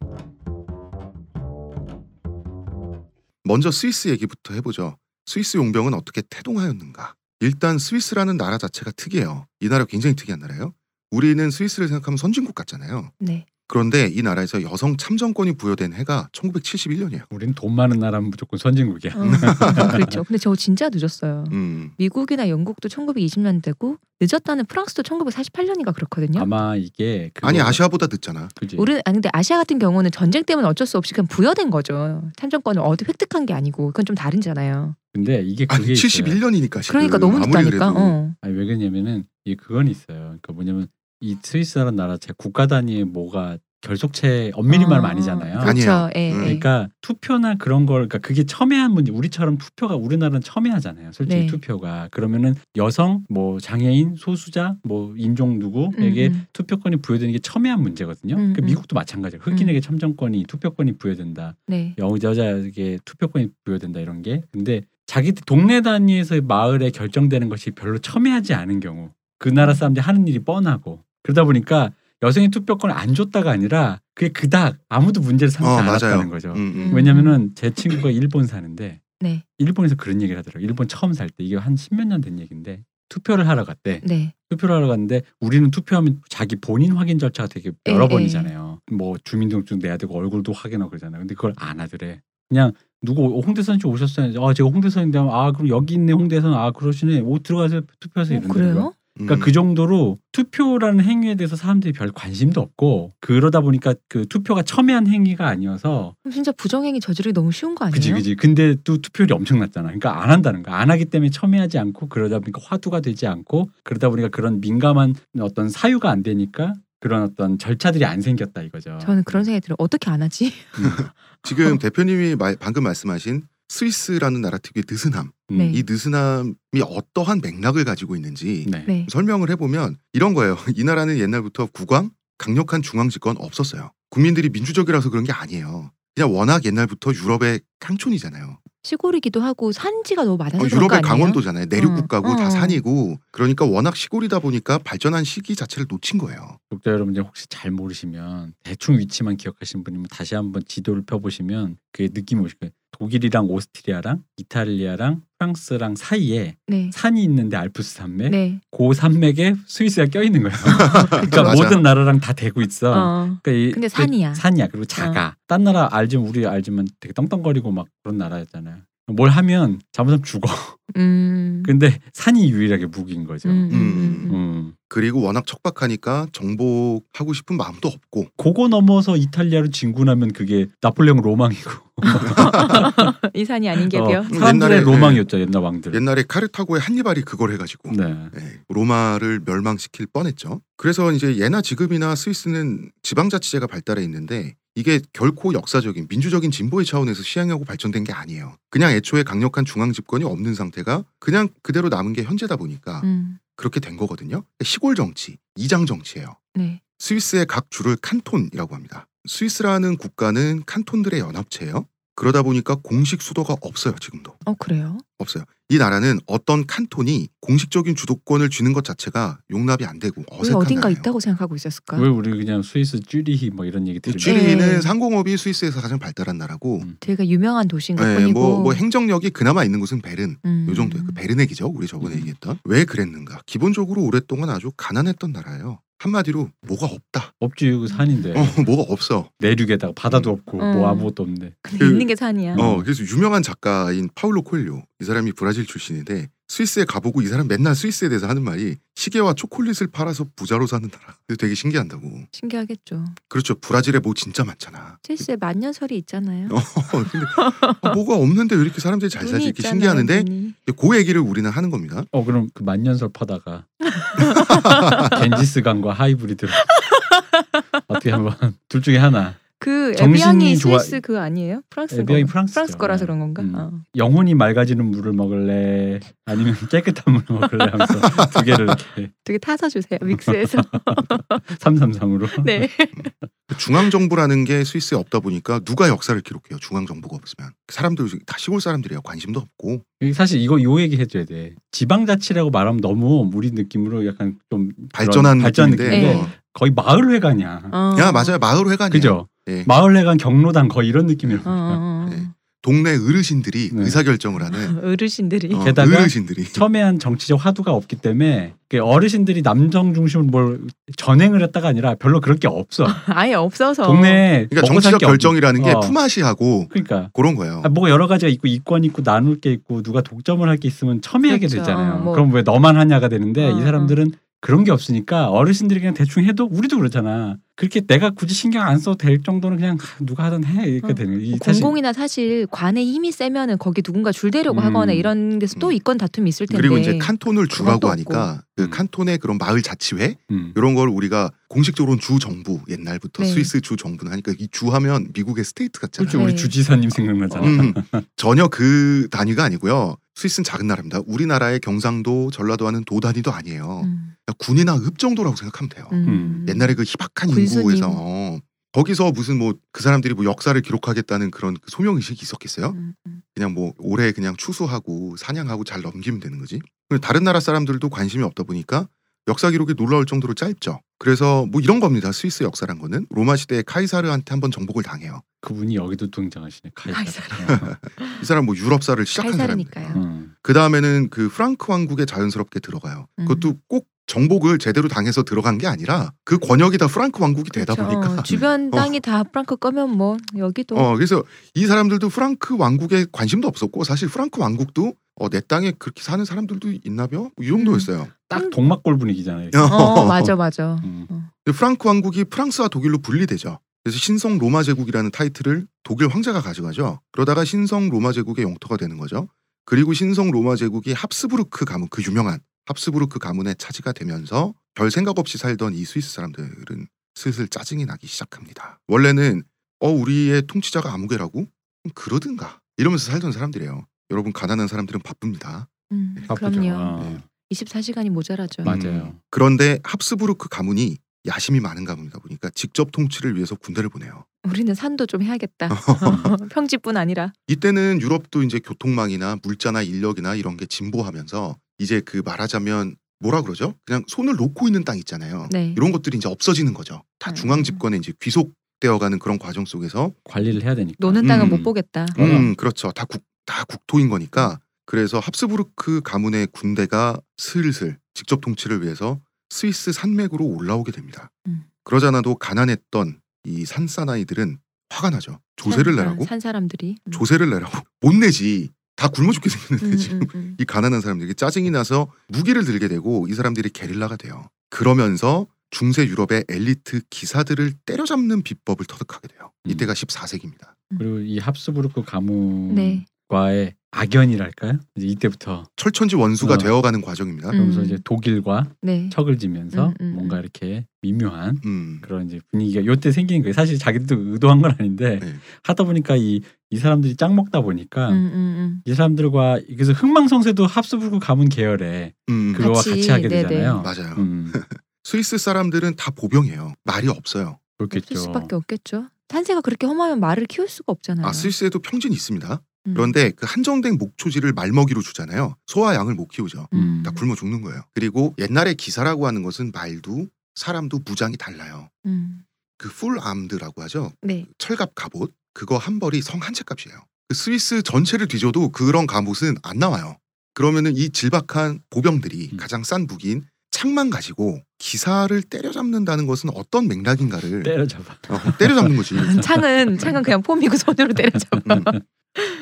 Speaker 1: 먼저 스위스 얘기부터 해보죠. 스위스 용병은 어떻게 태동하였는가? 일단 스위스라는 나라 자체가 특이해요. 이 나라 굉장히 특이한 나라예요. 우리는 스위스를 생각하면 선진국 같잖아요.
Speaker 3: 네.
Speaker 1: 그런데 이 나라에서 여성 참정권이 부여된 해가 1971년이에요.
Speaker 2: 우리는 돈 많은 나라는 무조건 선진국이야.
Speaker 3: 어, 그렇죠. 근데 저 진짜 늦었어요.
Speaker 1: 음,
Speaker 3: 미국이나 영국도 1920년대고 늦었다는 프랑스도 1948년인가
Speaker 1: 네.
Speaker 3: 그렇거든요.
Speaker 2: 아마 이게 그거-
Speaker 1: 아니 아시아보다 늦잖아.
Speaker 2: 그지?
Speaker 3: 우리 아니 근데 아시아 같은 경우는 전쟁 때문에 어쩔 수 없이 그냥 부여된 거죠. 참정권을 어디 획득한 게 아니고 그건 좀 다른잖아요.
Speaker 2: 근데 이게
Speaker 1: 아니
Speaker 2: 그게 있어요.
Speaker 1: 71년이니까 지금
Speaker 3: 그러니까 너무
Speaker 1: 아무리
Speaker 3: 늦다니까.
Speaker 1: 그래도
Speaker 3: 어.
Speaker 2: 아니 왜 그러냐면은 이 그건 있어요. 그러니까 뭐냐면 이 스위스라는 나라 제 국가 단위의 뭐가 결속체 엄밀히
Speaker 3: 아,
Speaker 2: 말하면 아니잖아요.
Speaker 1: 아니에요.
Speaker 3: 그렇죠. 예,
Speaker 1: 음.
Speaker 3: 예.
Speaker 2: 그러니까 투표나 그런 걸 그러니까 그게 첨예한 문제 우리처럼 투표가 우리나라는 첨예하잖아요 솔직히
Speaker 3: 네.
Speaker 2: 투표가 그러면은 여성 뭐 장애인 소수자 뭐 인종 누구에게
Speaker 3: 음, 음.
Speaker 2: 투표권이 부여되는 게 첨예한 문제거든요
Speaker 3: 음,
Speaker 2: 그
Speaker 3: 음.
Speaker 2: 미국도 마찬가지예요 흑인에게 참정권이 투표권이 부여된다
Speaker 3: 네.
Speaker 2: 여- 여자에게 투표권이 부여된다 이런 게 근데 자기 동네 단위에서의 마을에 결정되는 것이 별로 첨예하지 않은 경우 그 나라 사람들이 하는 일이 뻔하고 그러다 보니까 여성의 투표권을 안 줬다가 아니라 그게 그닥 아무도 문제를 삼지
Speaker 1: 어,
Speaker 2: 않았다는
Speaker 1: 맞아요.
Speaker 2: 거죠.
Speaker 1: 음, 음.
Speaker 2: 왜냐면은 제 친구가 일본 사는데
Speaker 3: 네.
Speaker 2: 일본에서 그런 얘기를 하더라고요. 일본 처음 살 때 이게 한 십몇 년 된 얘기인데 투표를 하러 갔대.
Speaker 3: 네.
Speaker 2: 투표를 하러 갔는데 우리는 투표하면 자기 본인 확인 절차가 되게 여러
Speaker 3: 에,
Speaker 2: 번이잖아요. 뭐 주민등록증 내야 되고 얼굴도 확인하고 그러잖아요. 근데 그걸 안 하더래. 그냥 누구 홍대선 씨 오셨어요? 아 제가 홍대선인데 아 그럼 여기 있네 홍대선 아 그러시네. 오 들어가서 투표하세요.
Speaker 3: 어,
Speaker 2: 이런다고요.
Speaker 3: 그래요?
Speaker 1: 음.
Speaker 2: 그러니까 그 정도로 투표라는 행위에 대해서 사람들이 별 관심도 없고 그러다 보니까 그 투표가 첨예한 행위가 아니어서
Speaker 3: 그럼 진짜 부정행위 저지르기 너무 쉬운 거 아니에요?
Speaker 2: 그지 그지. 근데 또 투표율이 엄청났잖아. 그러니까 안 한다는 거. 안 하기 때문에 첨예하지 않고 그러다 보니까 화두가 되지 않고 그러다 보니까 그런 민감한 어떤 사유가 안 되니까 그런 어떤 절차들이 안 생겼다 이거죠.
Speaker 3: 저는 그런 생각이 들어요. 어떻게
Speaker 2: *laughs*
Speaker 3: 안 하지?
Speaker 1: 음. 지금 대표님이 말- 방금 말씀하신 스위스라는 나라 특유의 느슨함,
Speaker 2: 음,
Speaker 3: 네.
Speaker 1: 이 느슨함이 어떠한 맥락을 가지고 있는지
Speaker 2: 네.
Speaker 3: 네.
Speaker 1: 설명을 해보면 이런 거예요. *laughs* 이 나라는 옛날부터 국왕, 강력한 중앙 집권 없었어요. 국민들이 민주적이라서 그런 게 아니에요. 그냥 워낙 옛날부터 유럽의 깡촌이잖아요.
Speaker 3: 시골이기도 하고 산지가 너무
Speaker 1: 어,
Speaker 3: 많아서 네, 그런 거
Speaker 1: 유럽의
Speaker 3: 아니에요?
Speaker 1: 강원도잖아요. 내륙 국가고
Speaker 3: 어, 어.
Speaker 1: 다 산이고 그러니까 워낙 시골이다 보니까 발전한 시기 자체를 놓친 거예요.
Speaker 2: 독자 여러분들 혹시 잘 모르시면 대충 위치만 기억하시는 분이면 다시 한번 지도를 펴보시면 그게 느낌이 오실 거예요. 독일이랑 오스트리아랑 이탈리아랑 프랑스랑 사이에
Speaker 3: 네.
Speaker 2: 산이 있는데 알프스 산맥,
Speaker 3: 네.
Speaker 2: 그 산맥에 스위스가 껴 있는
Speaker 3: *laughs*
Speaker 2: 거예요. 그러니까
Speaker 1: 맞아.
Speaker 2: 모든 나라랑 다 대고 있어.
Speaker 3: 어.
Speaker 2: 그러니까 이-
Speaker 3: 근데
Speaker 2: 그
Speaker 3: 산이야. 어.
Speaker 2: 산이야. 그리고 작아. 딴 나라 알지만 우리 알지만 되게 떵떵거리고 막 그런 나라였잖아요. 뭘 하면 잘못하면 죽어. *laughs*
Speaker 3: 음.
Speaker 2: 근데 산이 유일하게 무기인 거죠.
Speaker 3: 음,
Speaker 2: 음.
Speaker 3: 음, 음, 음.
Speaker 1: 그리고 워낙 척박하니까 정복하고 싶은 마음도 없고
Speaker 2: 그거 넘어서 이탈리아로 진군하면 그게 나폴레옹 로망이고
Speaker 1: 음.
Speaker 3: 이 산이 아닌 게
Speaker 2: 어,
Speaker 3: 돼요.
Speaker 1: 옛날에,
Speaker 2: 사람들의
Speaker 1: 네.
Speaker 2: 로망이었죠 옛날 왕들.
Speaker 1: 옛날에 카르타고의 한니발이 그걸 해가지고
Speaker 2: 네.
Speaker 1: 예, 로마를 멸망시킬 뻔했죠. 그래서 이제 예나 지금이나 스위스는 지방자치제가 발달해 있는데 이게 결코 역사적인 민주적인 진보의 차원에서 시행하고 발전된 게 아니에요. 그냥 애초에 강력한 중앙 집권이 없는 상태가 그냥 그대로 남은 게 현재다 보니까
Speaker 3: 음.
Speaker 1: 그렇게 된 거거든요. 시골 정치, 이장 정치예요.
Speaker 3: 네.
Speaker 1: 스위스의 각 주를 칸톤이라고 합니다. 스위스라는 국가는 칸톤들의 연합체예요. 그러다 보니까 공식 수도가 없어요 지금도
Speaker 3: 어 그래요?
Speaker 1: 없어요. 이 나라는 어떤 칸톤이 공식적인 주도권을 쥐는 것 자체가 용납이 안 되고
Speaker 3: 왜
Speaker 1: 어색한
Speaker 3: 어딘가
Speaker 1: 나라예요.
Speaker 3: 있다고 생각하고 있었을까?
Speaker 2: 왜 우리 그냥 스위스 쥐리히 뭐 이런 얘기 들으면
Speaker 1: 취리히는
Speaker 3: 네.
Speaker 1: 상공업이 스위스에서 가장 발달한 나라고
Speaker 2: 음.
Speaker 3: 되게 유명한 도시인 것
Speaker 1: 예,
Speaker 3: 뿐이고
Speaker 1: 뭐, 뭐 행정력이 그나마 있는 곳은 베른
Speaker 3: 그러니까. 음.
Speaker 1: 요 정도예요. 그 베른의 기적 우리 저번에
Speaker 2: 음.
Speaker 1: 얘기했던 왜 그랬는가 기본적으로 오랫동안 아주 가난했던 나라예요. 한마디로 뭐가 없다.
Speaker 2: 없지 이거
Speaker 3: 네.
Speaker 2: 산인데
Speaker 1: 어, 뭐가 없어.
Speaker 2: 내륙에다가 바다도 없고
Speaker 3: 음.
Speaker 2: 뭐 아무것도 없는데
Speaker 3: 근데
Speaker 1: 그-
Speaker 3: 있는 게 산이야.
Speaker 1: 어, 그래서 유명한 작가인 파울로 콜료 이 사람이 브라질 출신인데 스위스에 가보고 이 사람 맨날 스위스에 대해서 하는 말이 시계와 초콜릿을 팔아서 부자로 사는 나라. 그래서 되게 신기한다고.
Speaker 3: 신기하겠죠.
Speaker 1: 그렇죠. 브라질에 뭐 진짜 많잖아. *laughs*
Speaker 3: 스위스에 만년설이 있잖아요.
Speaker 1: 어, 근데 아, 뭐가 없는데 왜 이렇게 사람들이 잘
Speaker 3: 눈이
Speaker 1: 살지 이렇게
Speaker 3: 있잖아요,
Speaker 1: 신기하는데
Speaker 3: 눈이.
Speaker 1: 이제 그 얘기를 우리는 하는 겁니다.
Speaker 2: 어 그럼 그 만년설 파다가 겐지스강과 하이브리드 어떻게 한번 *laughs* 둘 중에 하나
Speaker 3: 그
Speaker 2: 정신이
Speaker 3: 에비앙이
Speaker 2: 좋아-
Speaker 3: 스위스 그 아니에요? 프랑스
Speaker 2: 에비앙이
Speaker 3: 거.
Speaker 2: 프랑스죠.
Speaker 3: 프랑스 거라서
Speaker 2: 네.
Speaker 3: 그런 건가?
Speaker 2: 음.
Speaker 3: 어.
Speaker 2: 영혼이 맑아지는 물을 먹을래 아니면 *laughs* 깨끗한 물을 먹을래 하면서 두 개를 이렇게
Speaker 3: 되게 타서 주세요. 믹스해서.
Speaker 2: *laughs* 삼삼삼으로
Speaker 3: 네.
Speaker 1: 그러니까 중앙 정부라는 게 스위스에 없다 보니까 누가 역사를 기록해요. 중앙 정부가 없으면 사람들 다 시골 사람들이야 관심도 없고
Speaker 2: 이게 사실 이거 요 얘기 해줘야 돼 지방자치라고 말하면 너무 우리 느낌으로 약간 좀
Speaker 1: 발전한
Speaker 2: 발전
Speaker 1: 느낌인데
Speaker 3: 느낌인데.
Speaker 1: 어.
Speaker 2: 거의 마을회관이야
Speaker 3: 네. 어.
Speaker 1: 야 맞아요 마을 회관이야.
Speaker 2: 그죠
Speaker 1: 예.
Speaker 2: 마을회관 경로당 거의 이런 느낌이라고
Speaker 3: 어, 어, 어.
Speaker 1: 네. 동네 어르신들이
Speaker 2: 네.
Speaker 1: 의사 결정을 하는
Speaker 3: 어르신들이.
Speaker 1: 어,
Speaker 2: 게다가
Speaker 1: 어르신들이
Speaker 2: 첨예한 정치적 화두가 없기 때문에 그 어르신들이 남성 중심으로 뭘 전행을 했다가 아니라 별로 그럴 게 없어.
Speaker 3: *laughs* 아예 없어서.
Speaker 2: 동네
Speaker 1: 그러니까
Speaker 2: 먹고 살
Speaker 1: 정치적
Speaker 2: 게
Speaker 1: 결정이라는 게
Speaker 2: 어.
Speaker 1: 품앗이하고
Speaker 2: 그러니까
Speaker 1: 그런 거예요.
Speaker 2: 아, 뭐가 여러 가지가 있고 이권 있고 나눌 게 있고 누가 독점을 할 게 있으면 첨예하게
Speaker 3: 그렇죠.
Speaker 2: 되잖아요.
Speaker 3: 어, 뭐.
Speaker 2: 그럼 왜 너만 하냐가 되는데
Speaker 3: 어,
Speaker 2: 이 사람들은 그런 게 없으니까 어르신들이 그냥 대충 해도 우리도 그렇잖아. 그렇게 내가 굳이 신경 안 써도 될 정도는 그냥 하, 누가 하든 해 이렇게
Speaker 3: 어.
Speaker 2: 되는 거. 이 사실
Speaker 3: 공공이나 사실 관에 힘이 세면은 거기 누군가 줄대려고
Speaker 2: 음.
Speaker 3: 하거나 이런 데서 또
Speaker 1: 음.
Speaker 3: 이권 다툼이 있을 텐데.
Speaker 1: 그리고 이제 칸톤을 주라고
Speaker 3: 그것도
Speaker 1: 하니까 그
Speaker 2: 음.
Speaker 1: 칸톤의 그런 마을 자치회
Speaker 2: 음.
Speaker 1: 이런 걸 우리가 공식적으로는 주 정부 옛날부터
Speaker 3: 네.
Speaker 1: 스위스 주 정부는 하니까 이 주하면 미국의 스테이트 같잖아요.
Speaker 2: 그렇죠. 우리
Speaker 3: 네.
Speaker 2: 주지사님 생각나잖아.
Speaker 1: 음,
Speaker 2: *laughs*
Speaker 1: 전혀 그 단위가 아니고요. 스위스는 작은 나라입니다. 우리나라의 경상도, 전라도 하는 도 단위도 아니에요.
Speaker 3: 음.
Speaker 1: 그냥 군이나 읍 정도라고 생각하면 돼요.
Speaker 3: 음.
Speaker 1: 옛날에 그 희박한
Speaker 3: 군수님.
Speaker 1: 인구에서 어, 거기서 무슨 뭐 그 사람들이 뭐 역사를 기록하겠다는 그런 그 소명 의식이 있었겠어요?
Speaker 3: 음, 음.
Speaker 1: 그냥 뭐 올해 그냥 추수하고 사냥하고 잘 넘기면 되는 거지. 근데 다른 나라 사람들도 관심이 없다 보니까 역사 기록이 놀라울 정도로 짧죠. 그래서 뭐 이런 겁니다. 스위스 역사란 거는 로마 시대의 카이사르한테 한번 정복을 당해요.
Speaker 2: 그분이 여기도 등장하시네. 그렇죠. 카이사.
Speaker 1: 이 사람 뭐 유럽사를 시작한 사람이에요.
Speaker 3: 칼살이니까요.
Speaker 2: 음.
Speaker 1: 그 다음에는 그 프랑크 왕국에 자연스럽게 들어가요.
Speaker 3: 음.
Speaker 1: 그것도 꼭 정복을 제대로 당해서 들어간 게 아니라 그 권역이 다 프랑크 왕국이 되다
Speaker 3: 그렇죠.
Speaker 1: 보니까
Speaker 3: 어, 주변 땅이 다 프랑크 거면 뭐 여기도
Speaker 1: 어, 그래서 이 사람들도 프랑크 왕국에 관심도 없었고 사실 프랑크 왕국도 어, 내 땅에 그렇게 사는 사람들도 있나벼 뭐 이 정도였어요.
Speaker 3: 음.
Speaker 2: 딱 동막골 분위기잖아요.
Speaker 3: 어, 맞아 맞아.
Speaker 2: 음.
Speaker 1: 근데 프랑크 왕국이 프랑스와 독일로 분리되죠. 그래서 신성 로마 제국이라는 타이틀을 독일 황제가 가져가죠. 그러다가 신성 로마 제국의 영토가 되는 거죠. 그리고 신성 로마 제국이 합스부르크 가문 그 유명한 합스부르크 가문의 차지가 되면서 별 생각 없이 살던 이 스위스 사람들은 슬슬 짜증이 나기 시작합니다. 원래는 어 우리의 통치자가 아무개라고 그럼 그러든가 이러면서 살던 사람들이에요. 여러분 가난한 사람들은 바쁩니다.
Speaker 3: 음,
Speaker 1: 네.
Speaker 2: 바쁘죠.
Speaker 3: 그럼요.
Speaker 2: 어,
Speaker 3: 24시간이 모자라죠.
Speaker 2: 맞아요.
Speaker 1: 그런데 합스부르크 가문이 야심이 많은 가문이다 보니까 직접 통치를 위해서 군대를 보내요.
Speaker 3: 우리는 산도 좀 해야겠다.
Speaker 1: 어.
Speaker 3: *laughs* 음. 평지뿐 아니라.
Speaker 1: 이때는 유럽도 이제 교통망이나 물자나 인력이나 이런 게 진보하면서 이제 그 말하자면 뭐라 그러죠? 그냥 손을 놓고 있는 땅 있잖아요.
Speaker 3: 네.
Speaker 1: 이런 것들이 이제 없어지는 거죠. 다
Speaker 3: 음.
Speaker 1: 중앙 집권에 이제 귀속되어가는 그런 과정 속에서
Speaker 2: 관리를 해야 되니까.
Speaker 3: 노는 땅은
Speaker 1: 음.
Speaker 3: 못 보겠다.
Speaker 1: 음 그렇죠. 다 국 다 국토인 거니까 그래서 합스부르크 가문의 군대가 슬슬 직접 통치를 위해서 스위스 산맥으로 올라오게 됩니다.
Speaker 3: 음.
Speaker 1: 그러자나도 가난했던 이 산사나이들은 화가 나죠. 조세를
Speaker 3: 산- 음,
Speaker 1: 내라고?
Speaker 3: 산 사람들이. 음.
Speaker 1: 조세를 내라고? 못 내지. 다 굶어 죽게 생겼는데
Speaker 3: 음,
Speaker 1: 지금
Speaker 3: 음, 음.
Speaker 1: 이 가난한 사람들에게 짜증이 나서 무기를 들게 되고 이 사람들이 게릴라가 돼요. 그러면서 중세 유럽의 엘리트 기사들을 때려잡는 비법을 터득하게 돼요.
Speaker 2: 음.
Speaker 1: 이때가 14세기입니다.
Speaker 2: 그리고 이 합스부르크
Speaker 3: 네.
Speaker 2: 가문과의 악연이랄까요? 이제 이때부터
Speaker 1: 철천지 원수가
Speaker 2: 어.
Speaker 1: 되어가는 과정입니다.
Speaker 3: 음.
Speaker 2: 그러면서 이제 독일과
Speaker 3: 네.
Speaker 2: 척을 지면서
Speaker 3: 음, 음,
Speaker 2: 뭔가
Speaker 3: 음.
Speaker 2: 이렇게 미묘한
Speaker 1: 음.
Speaker 2: 그런 이제 분위기가 요때 생기는 거예요. 사실 자기들도 의도한 건 아닌데
Speaker 1: 네.
Speaker 2: 하다 보니까 이, 이 사람들이 짝 먹다 보니까
Speaker 3: 음, 음,
Speaker 2: 이 사람들과 그래서 흥망성쇠도 합스부르크 가문 계열에
Speaker 1: 음.
Speaker 2: 그거와 같이,
Speaker 3: 같이,
Speaker 2: 하게
Speaker 3: 네네.
Speaker 2: 되잖아요.
Speaker 1: 맞아요.
Speaker 2: 음,
Speaker 1: *laughs* 스위스 사람들은 다 보병이에요. 말이 없어요.
Speaker 3: 음.
Speaker 2: 그렇겠죠.
Speaker 3: 수밖에 없겠죠. 탄세가 그렇게 험하면 말을 키울 수가 없잖아요.
Speaker 1: 아 스위스에도 평진이 있습니다.
Speaker 3: 음.
Speaker 1: 그런데 그 한정된 목초지를 말먹이로 주잖아요. 소와 양을 못 키우죠.
Speaker 2: 음.
Speaker 1: 다 그러니까 굶어 죽는 거예요. 그리고 옛날에 기사라고 하는 것은 말도 사람도 무장이 달라요.
Speaker 3: 음.
Speaker 1: 그 풀암드라고 하죠.
Speaker 3: 네.
Speaker 1: 철갑 갑옷 그거 한 벌이 성 한 채 값이에요. 그 스위스 전체를 뒤져도 그런 갑옷은 안 나와요. 그러면은 이 질박한 보병들이
Speaker 2: 음.
Speaker 1: 가장 싼 무기인 창만 가지고 기사를 때려잡는다는 것은 어떤 맥락인가를
Speaker 2: 때려잡아.
Speaker 1: 어, 때려잡는 거지.
Speaker 3: 음, 창은 창은 그냥
Speaker 1: *laughs*
Speaker 3: 폼이고 손으로 때려잡아.
Speaker 1: 음.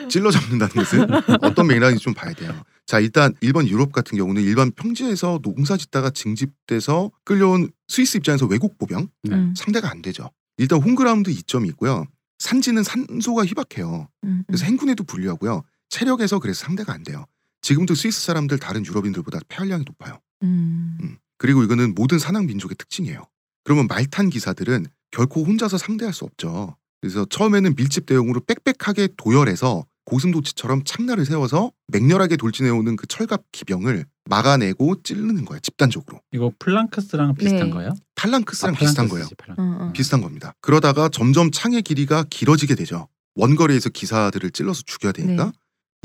Speaker 1: 찔러 잡는다는 것은 어떤 맥락인지 좀 봐야 돼요. 자, 일단 일본 유럽 같은 경우는 일반 평지에서 농사 짓다가 징집돼서 끌려온 스위스 입장에서 외국 보병
Speaker 2: 네.
Speaker 3: 음,
Speaker 1: 상대가 안 되죠. 일단 홈그라운드 이점이 있고요. 산지는 산소가 희박해요.
Speaker 3: 음,
Speaker 1: 그래서 행군에도 불리하고요. 체력에서 그래서 상대가 안 돼요. 지금도 스위스 사람들 다른 유럽인들보다 폐활량이 높아요.
Speaker 3: 음.
Speaker 1: 음. 그리고 이거는 모든 산악 민족의 특징이에요. 그러면 말탄 기사들은 결코 혼자서 상대할 수 없죠. 그래서 처음에는 밀집 대용으로 빽빽하게 도열해서 고슴도치처럼 창날을 세워서 맹렬하게 돌진해오는 그 철갑 기병을 막아내고 찌르는 거예요. 집단적으로.
Speaker 2: 이거 플랑크스랑 비슷한
Speaker 3: 네.
Speaker 2: 거예요? 아,
Speaker 1: 팔랑크스랑 비슷한 거예요.
Speaker 2: 플랑크스지, 플랑크스.
Speaker 3: 어, 어.
Speaker 1: 비슷한 겁니다. 그러다가 점점 창의 길이가 길어지게 되죠. 원거리에서 기사들을 찔러서 죽여야 되니까
Speaker 3: 네.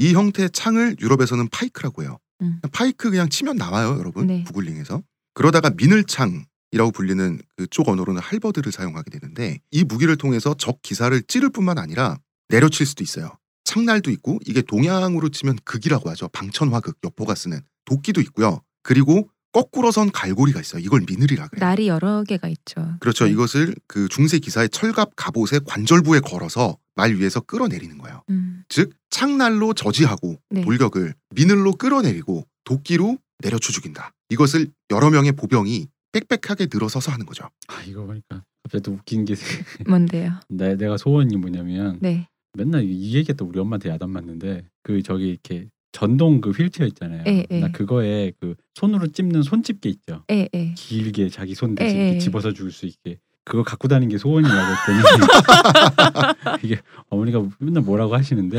Speaker 1: 이 형태의 창을 유럽에서는 파이크라고 해요.
Speaker 3: 음.
Speaker 1: 파이크 그냥 치면 나와요, 여러분.
Speaker 3: 네.
Speaker 1: 구글링에서. 그러다가 미늘창이라고 불리는 그쪽 언어로는 할버드를 사용하게 되는데 이 무기를 통해서 적 기사를 찌를 뿐만 아니라 내려칠 수도 있어요. 창날도 있고 이게 동양으로 치면 극이라고 하죠. 방천화극 여포가 쓰는 도끼도 있고요. 그리고 거꾸로선 갈고리가 있어요. 이걸 미늘이라 그래요.
Speaker 3: 날이 여러 개가 있죠.
Speaker 1: 그렇죠.
Speaker 3: 네.
Speaker 1: 이것을 그 중세 기사의 철갑 갑옷의 관절부에 걸어서 말 위에서 끌어내리는 거예요.
Speaker 3: 음,
Speaker 1: 즉 창날로 저지하고
Speaker 3: 네.
Speaker 1: 돌격을 미늘로 끌어내리고 도끼로 내려쳐 죽인다. 이것을 여러 명의 보병이 빽빽하게 늘어서서 하는 거죠.
Speaker 2: 아 이거 보니까 갑자기 또 웃긴 게 *laughs* 생각이
Speaker 3: 뭔데요?
Speaker 2: 나- 내가 소원이 뭐냐면
Speaker 3: 네.
Speaker 2: 맨날 이 얘기했다 우리 엄마한테 야단 맞는데 그 저기 이렇게 전동 그 휠체어 있잖아요.
Speaker 3: 예, 예.
Speaker 2: 나 그거에 그 손으로 찝는 손집게 있죠.
Speaker 3: 예, 예.
Speaker 2: 길게 자기 손 대신
Speaker 3: 예,
Speaker 2: 이렇게
Speaker 3: 예.
Speaker 2: 집어서 줄 수 있게 그거 갖고 다니는 게 소원이라고 했더니 이게 어머니가 *laughs* 맨날 뭐라고 하시는데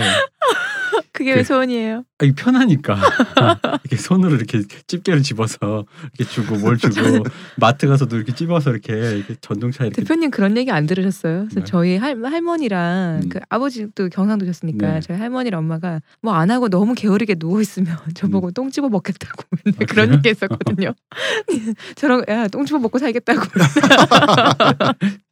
Speaker 3: 그게
Speaker 2: 그-
Speaker 3: 왜 소원이에요?
Speaker 2: 아, 이게 편하니까 *laughs* 이렇게 손으로 이렇게 집게를 집어서 이렇게 주고 뭘
Speaker 3: *laughs*
Speaker 2: 주고 마트 가서도 이렇게 집어서 이렇게, 이렇게 전동차에 이렇게
Speaker 3: 대표님 그런 얘기 안 들으셨어요? 그래서
Speaker 2: 네.
Speaker 3: 저희 할, 할머니랑
Speaker 2: 음.
Speaker 3: 그 아버지도 경상도셨으니까
Speaker 2: 네.
Speaker 3: 저희 할머니랑 엄마가 뭐 안 하고 너무 게으르게 누워 있으면 *laughs* 저보고 똥 집어 먹겠다고 *laughs* 맨날
Speaker 2: 음. 아,
Speaker 3: 그런
Speaker 2: 그래요?
Speaker 3: 얘기 했었거든요. *laughs* 저랑 야똥 집어 먹고
Speaker 2: *laughs*
Speaker 3: 살겠다고.
Speaker 2: 아,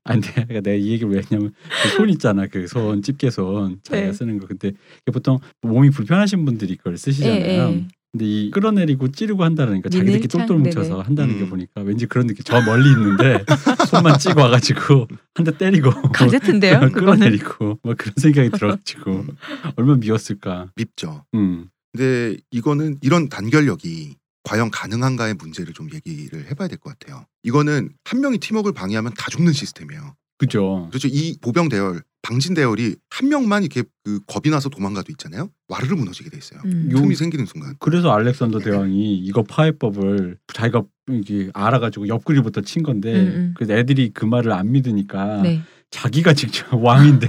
Speaker 2: 안 돼. 그러니까 내가 이 얘기를 왜 했냐면 그손 있잖아. 그 손, 집게 손 자기가
Speaker 3: 네.
Speaker 2: 쓰는 거. 근데 이게 보통 몸이 불편하신 분들이 그걸 쓰시잖아요. 뭐
Speaker 3: 예, 예.
Speaker 2: 근데 이 끌어내리고 찌르고 한다니까 자기들끼리
Speaker 3: 밀밀창,
Speaker 2: 똘똘 뭉쳐서
Speaker 3: 네네.
Speaker 2: 한다는 게
Speaker 1: 음.
Speaker 2: 보니까 왠지 그런 느낌. 저 멀리 있는데 *laughs* 손만 찍어 와가지고 한 대 때리고
Speaker 3: *laughs* 가제트인데요. 그거는
Speaker 2: 끌어내리고 뭐 그런 생각이
Speaker 3: 음.
Speaker 2: 들어가지고 얼마나 미웠을까.
Speaker 1: 음, 밉죠.
Speaker 2: 음.
Speaker 1: 근데 이거는 이런 단결력이 과연 가능한가의 문제를 좀 얘기를 해봐야 될 것 같아요. 이거는 한 명이 팀워크를 방해하면 다 죽는 시스템이에요.
Speaker 2: 그죠.
Speaker 1: 그렇죠. 이 보병 대열, 방진 대열이 한 명만 이렇게 그 겁이 나서 도망가도 있잖아요. 와르르 무너지게 돼 있어요.
Speaker 3: 음.
Speaker 2: 요-
Speaker 1: 틈이 생기는 순간.
Speaker 2: 그래서 알렉산더 대왕이 이거 파해법을 자기가 이게 알아가지고 옆구리부터 친 건데
Speaker 3: 음, 음.
Speaker 2: 그 애들이 그 말을 안 믿으니까
Speaker 3: 네.
Speaker 2: 자기가 직접 *laughs* 왕인데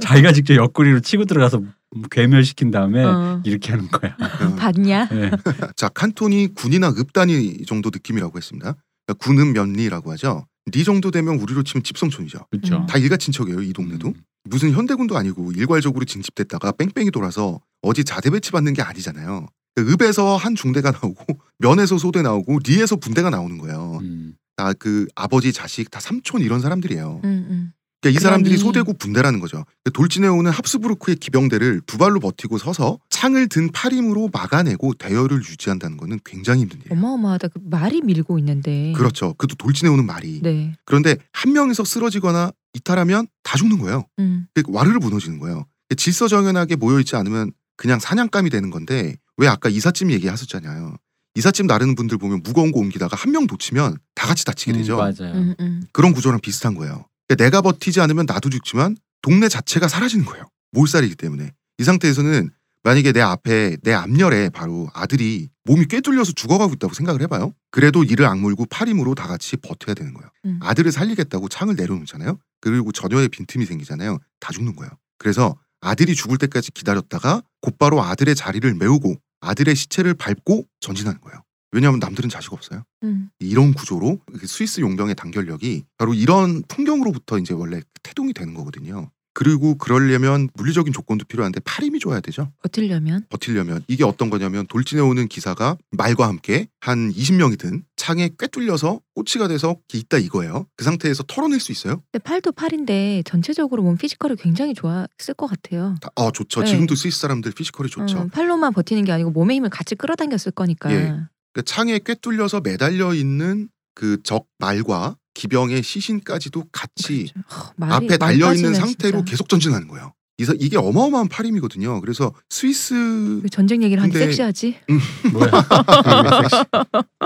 Speaker 2: 자기가 직접 옆구리로 치고 들어가서 괴멸시킨 다음에
Speaker 3: 어.
Speaker 2: 이렇게 하는 거야.
Speaker 3: 봤냐?
Speaker 2: 네.
Speaker 1: 자, 칸톤이 군이나 읍단위 정도 느낌이라고 했습니다. 그러니까 군은 면리라고 하죠. 리 정도 되면 우리로 치면 집성촌이죠.
Speaker 2: 그렇죠.
Speaker 3: 음.
Speaker 1: 다 일가 친척이에요, 이 동네도. 어,
Speaker 2: 음.
Speaker 1: 무슨 현대군도 아니고 일괄적으로 징집됐다가 뺑뺑이 돌아서 어디 자대 배치받는 게 아니잖아요. 그러니까 읍에서 한 중대가 나오고 *laughs* 면에서 소대 나오고 리에서 분대가 나오는 거예요.
Speaker 2: 음.
Speaker 1: 다 그 아버지 자식 다 삼촌 이런 사람들이에요.
Speaker 3: 음, 음.
Speaker 1: 그러니까 이 사람들이
Speaker 3: 그러니.
Speaker 1: 소대고 분대라는 거죠. 그러니까 돌진해 오는 합스부르크의 기병대를 두 발로 버티고 서서 창을 든 팔힘으로 막아내고 대열을 유지한다는 거는 굉장히 힘든 일이에요.
Speaker 3: 어마어마하다. 그 말이 밀고 있는데.
Speaker 1: 그렇죠. 그도 돌진해 오는 말이.
Speaker 3: 네.
Speaker 1: 그런데 한 명에서 쓰러지거나 이탈하면 다 죽는 거예요.
Speaker 3: 음.
Speaker 1: 그러니까 와르르 무너지는 거예요. 그러니까 질서정연하게 모여 있지 않으면 그냥 사냥감이 되는 건데 왜 아까 이삿짐 얘기하셨잖아요. 이삿짐 나르는 분들 보면 무거운 거 옮기다가 한 명 놓치면 다 같이 다치게 되죠.
Speaker 2: 음, 맞아요.
Speaker 3: 음, 음.
Speaker 1: 그런 구조랑 비슷한 거예요. 그러니까 내가 버티지 않으면 나도 죽지만 동네 자체가 사라지는 거예요. 몰살이기 때문에 이 상태에서는 만약에 내 앞에 내 앞열에 바로 아들이 몸이 꿰뚫려서 죽어가고 있다고 생각을 해봐요. 그래도 이를 악물고 팔힘으로 다 같이 버텨야 되는 거예요.
Speaker 3: 음.
Speaker 1: 아들을 살리겠다고 창을 내려놓잖아요. 그리고 전혀의 빈틈이 생기잖아요. 다 죽는 거예요. 그래서 아들이 죽을 때까지 기다렸다가 곧바로 아들의 자리를 메우고 아들의 시체를 밟고 전진하는 거예요. 왜냐하면 남들은 자식 없어요.
Speaker 3: 음.
Speaker 1: 이런 구조로 그 스위스 용병의 단결력이 바로 이런 풍경으로부터 이제 원래 태동이 되는 거거든요. 그리고 그러려면 물리적인 조건도 필요한데 팔힘이 좋아야 되죠.
Speaker 3: 버틸려면
Speaker 1: 버틸려면 이게 어떤 거냐면 돌진해 오는 기사가 말과 함께 한 20명이 든 창에 꿰뚫려서 꼬치가 돼서 있다 이거예요. 그 상태에서 털어낼 수 있어요?
Speaker 3: 근데 팔도 팔인데 전체적으로 몸 피지컬이 굉장히 좋았을 것 같아요.
Speaker 1: 다- 어 좋죠.
Speaker 3: 네.
Speaker 1: 지금도 스위스 사람들 피지컬이 좋죠.
Speaker 3: 음, 팔로만 버티는 게 아니고 몸의 힘을 같이 끌어당겼을 거니까. 그렇죠.
Speaker 1: 예. 그 창에 꿰뚫려서 매달려 있는 그 적 말과 기병의 시신까지도 같이
Speaker 3: 그렇죠. 허, 말이-
Speaker 1: 앞에
Speaker 3: 말
Speaker 1: 달려 있는
Speaker 3: 빠지면
Speaker 1: 상태로
Speaker 3: 진짜.
Speaker 1: 계속 전진하는 거예요. 그래서 이게 어마어마한 팔임이거든요. 그래서 스위스
Speaker 3: 왜 전쟁 얘기를 하니
Speaker 1: 근데-
Speaker 3: 섹시하지?
Speaker 2: *laughs* 뭐야?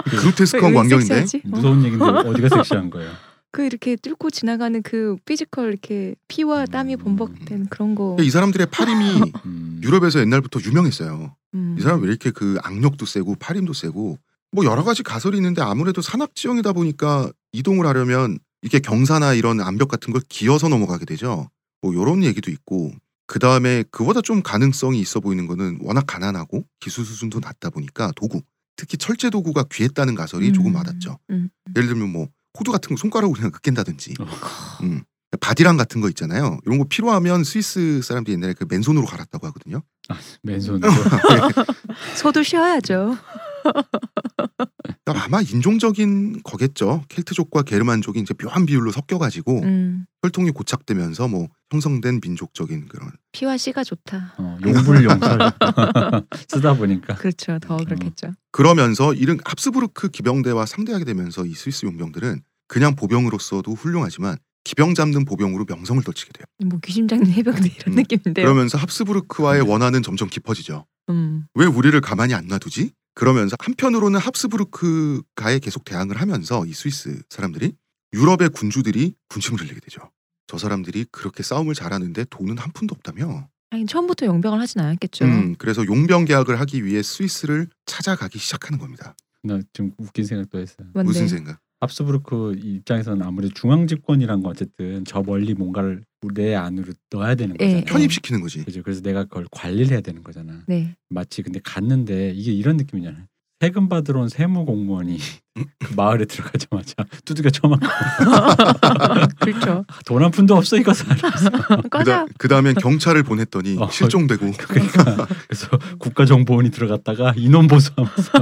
Speaker 1: 그로테스크한
Speaker 3: 왜
Speaker 1: 광경인데
Speaker 3: 섹시하지? 어?
Speaker 2: 무서운 *laughs* 얘기인데 어디가 섹시한 거예요?
Speaker 3: 그 이렇게 뚫고 지나가는 그 피지컬 이렇게 피와 땀이
Speaker 2: 음.
Speaker 3: 범벅된 그런 거.
Speaker 1: 이 사람들의 팔임이
Speaker 3: 아.
Speaker 2: 음.
Speaker 1: 유럽에서 옛날부터 유명했어요.
Speaker 3: 음.
Speaker 1: 이 사람 왜 이렇게 그 악력도 세고 팔힘도 세고 뭐 여러 가지 가설이 있는데 아무래도 산악 지형이다 보니까 이동을 하려면 이게 경사나 이런 암벽 같은 걸 기어서 넘어가게 되죠. 뭐 이런 얘기도 있고 그 다음에 그보다 좀 가능성이 있어 보이는 거는 워낙 가난하고 기술 수준도 낮다 보니까 도구 특히 철제 도구가 귀했다는 가설이
Speaker 3: 음.
Speaker 1: 조금 와닿죠.
Speaker 3: 음.
Speaker 1: 예를 들면 뭐 코드 같은 거 손가락으로 그냥 으깬다든지
Speaker 2: 어.
Speaker 1: 음. 바디랑 같은 거 있잖아요. 이런 거 필요하면 스위스 사람들이 옛날에 그 맨손으로 갈았다고 하거든요.
Speaker 2: 맨손으로 *laughs*
Speaker 3: 저도 쉬어야죠.
Speaker 1: 그러니까 아마 인종적인 거겠죠. 켈트족과 게르만족이 이제 묘한 비율로 섞여가지고
Speaker 3: 음.
Speaker 1: 혈통이 고착되면서 뭐 형성된 민족적인 그런
Speaker 3: 피와 씨가 좋다.
Speaker 2: 어, 용불 용설 *laughs* 쓰다 보니까
Speaker 3: 그렇죠.
Speaker 1: 어.
Speaker 3: 더 그렇겠죠.
Speaker 1: 그러면서 이런 합스부르크 기병대와 상대하게 되면서 이 스위스 용병들은 그냥 보병으로서도 훌륭하지만 기병 잡는 보병으로 명성을 떨치게 돼요.
Speaker 3: 뭐 귀심 잡는 해병대
Speaker 1: 음.
Speaker 3: 이런 느낌인데요.
Speaker 1: 그러면서 합스부르크와의 원한은 점점 깊어지죠.
Speaker 3: 음.
Speaker 1: 왜 우리를 가만히 안 놔두지? 그러면서 한편으로는 합스부르크가에 계속 대항을 하면서 이 스위스 사람들이 유럽의 군주들이 군침을 흘리게 되죠. 저 사람들이 그렇게 싸움을 잘하는데 돈은 한 푼도 없다며.
Speaker 3: 하긴 처음부터 용병을 하진 않았겠죠.
Speaker 1: 음, 그래서 용병 계약을 하기 위해 스위스를 찾아가기 시작하는 겁니다.
Speaker 2: 나 지금 웃긴 생각도 했어요.
Speaker 3: 뭔데?
Speaker 1: 무슨 생각?
Speaker 2: 합스부르크 입장에서는 아무래도 중앙 집권이란 건 어쨌든 저 멀리 뭔가를 내 안으로 넣어야 되는
Speaker 3: 예,
Speaker 2: 거잖아요.
Speaker 3: 예.
Speaker 1: 편입시키는 거지.
Speaker 2: 그죠. 그래서 내가 그걸 관리를 해야 되는 거잖아.
Speaker 3: 네.
Speaker 2: 마치 근데 갔는데 이게 이런 느낌이잖아요. 세금 받으러 온 세무 공무원이 *laughs* 그 마을에 들어가자마자 두드겨 쳐맞고
Speaker 1: *laughs*
Speaker 3: 그렇죠.
Speaker 2: 돈 한 푼도 없어 이거 사라.
Speaker 3: 꺼져.
Speaker 1: 그 다음엔 경찰을 보냈더니
Speaker 2: 어,
Speaker 1: 실종되고
Speaker 2: *laughs* 그러니까 그래서 국가정보원이 들어갔다가 인원 보수하면서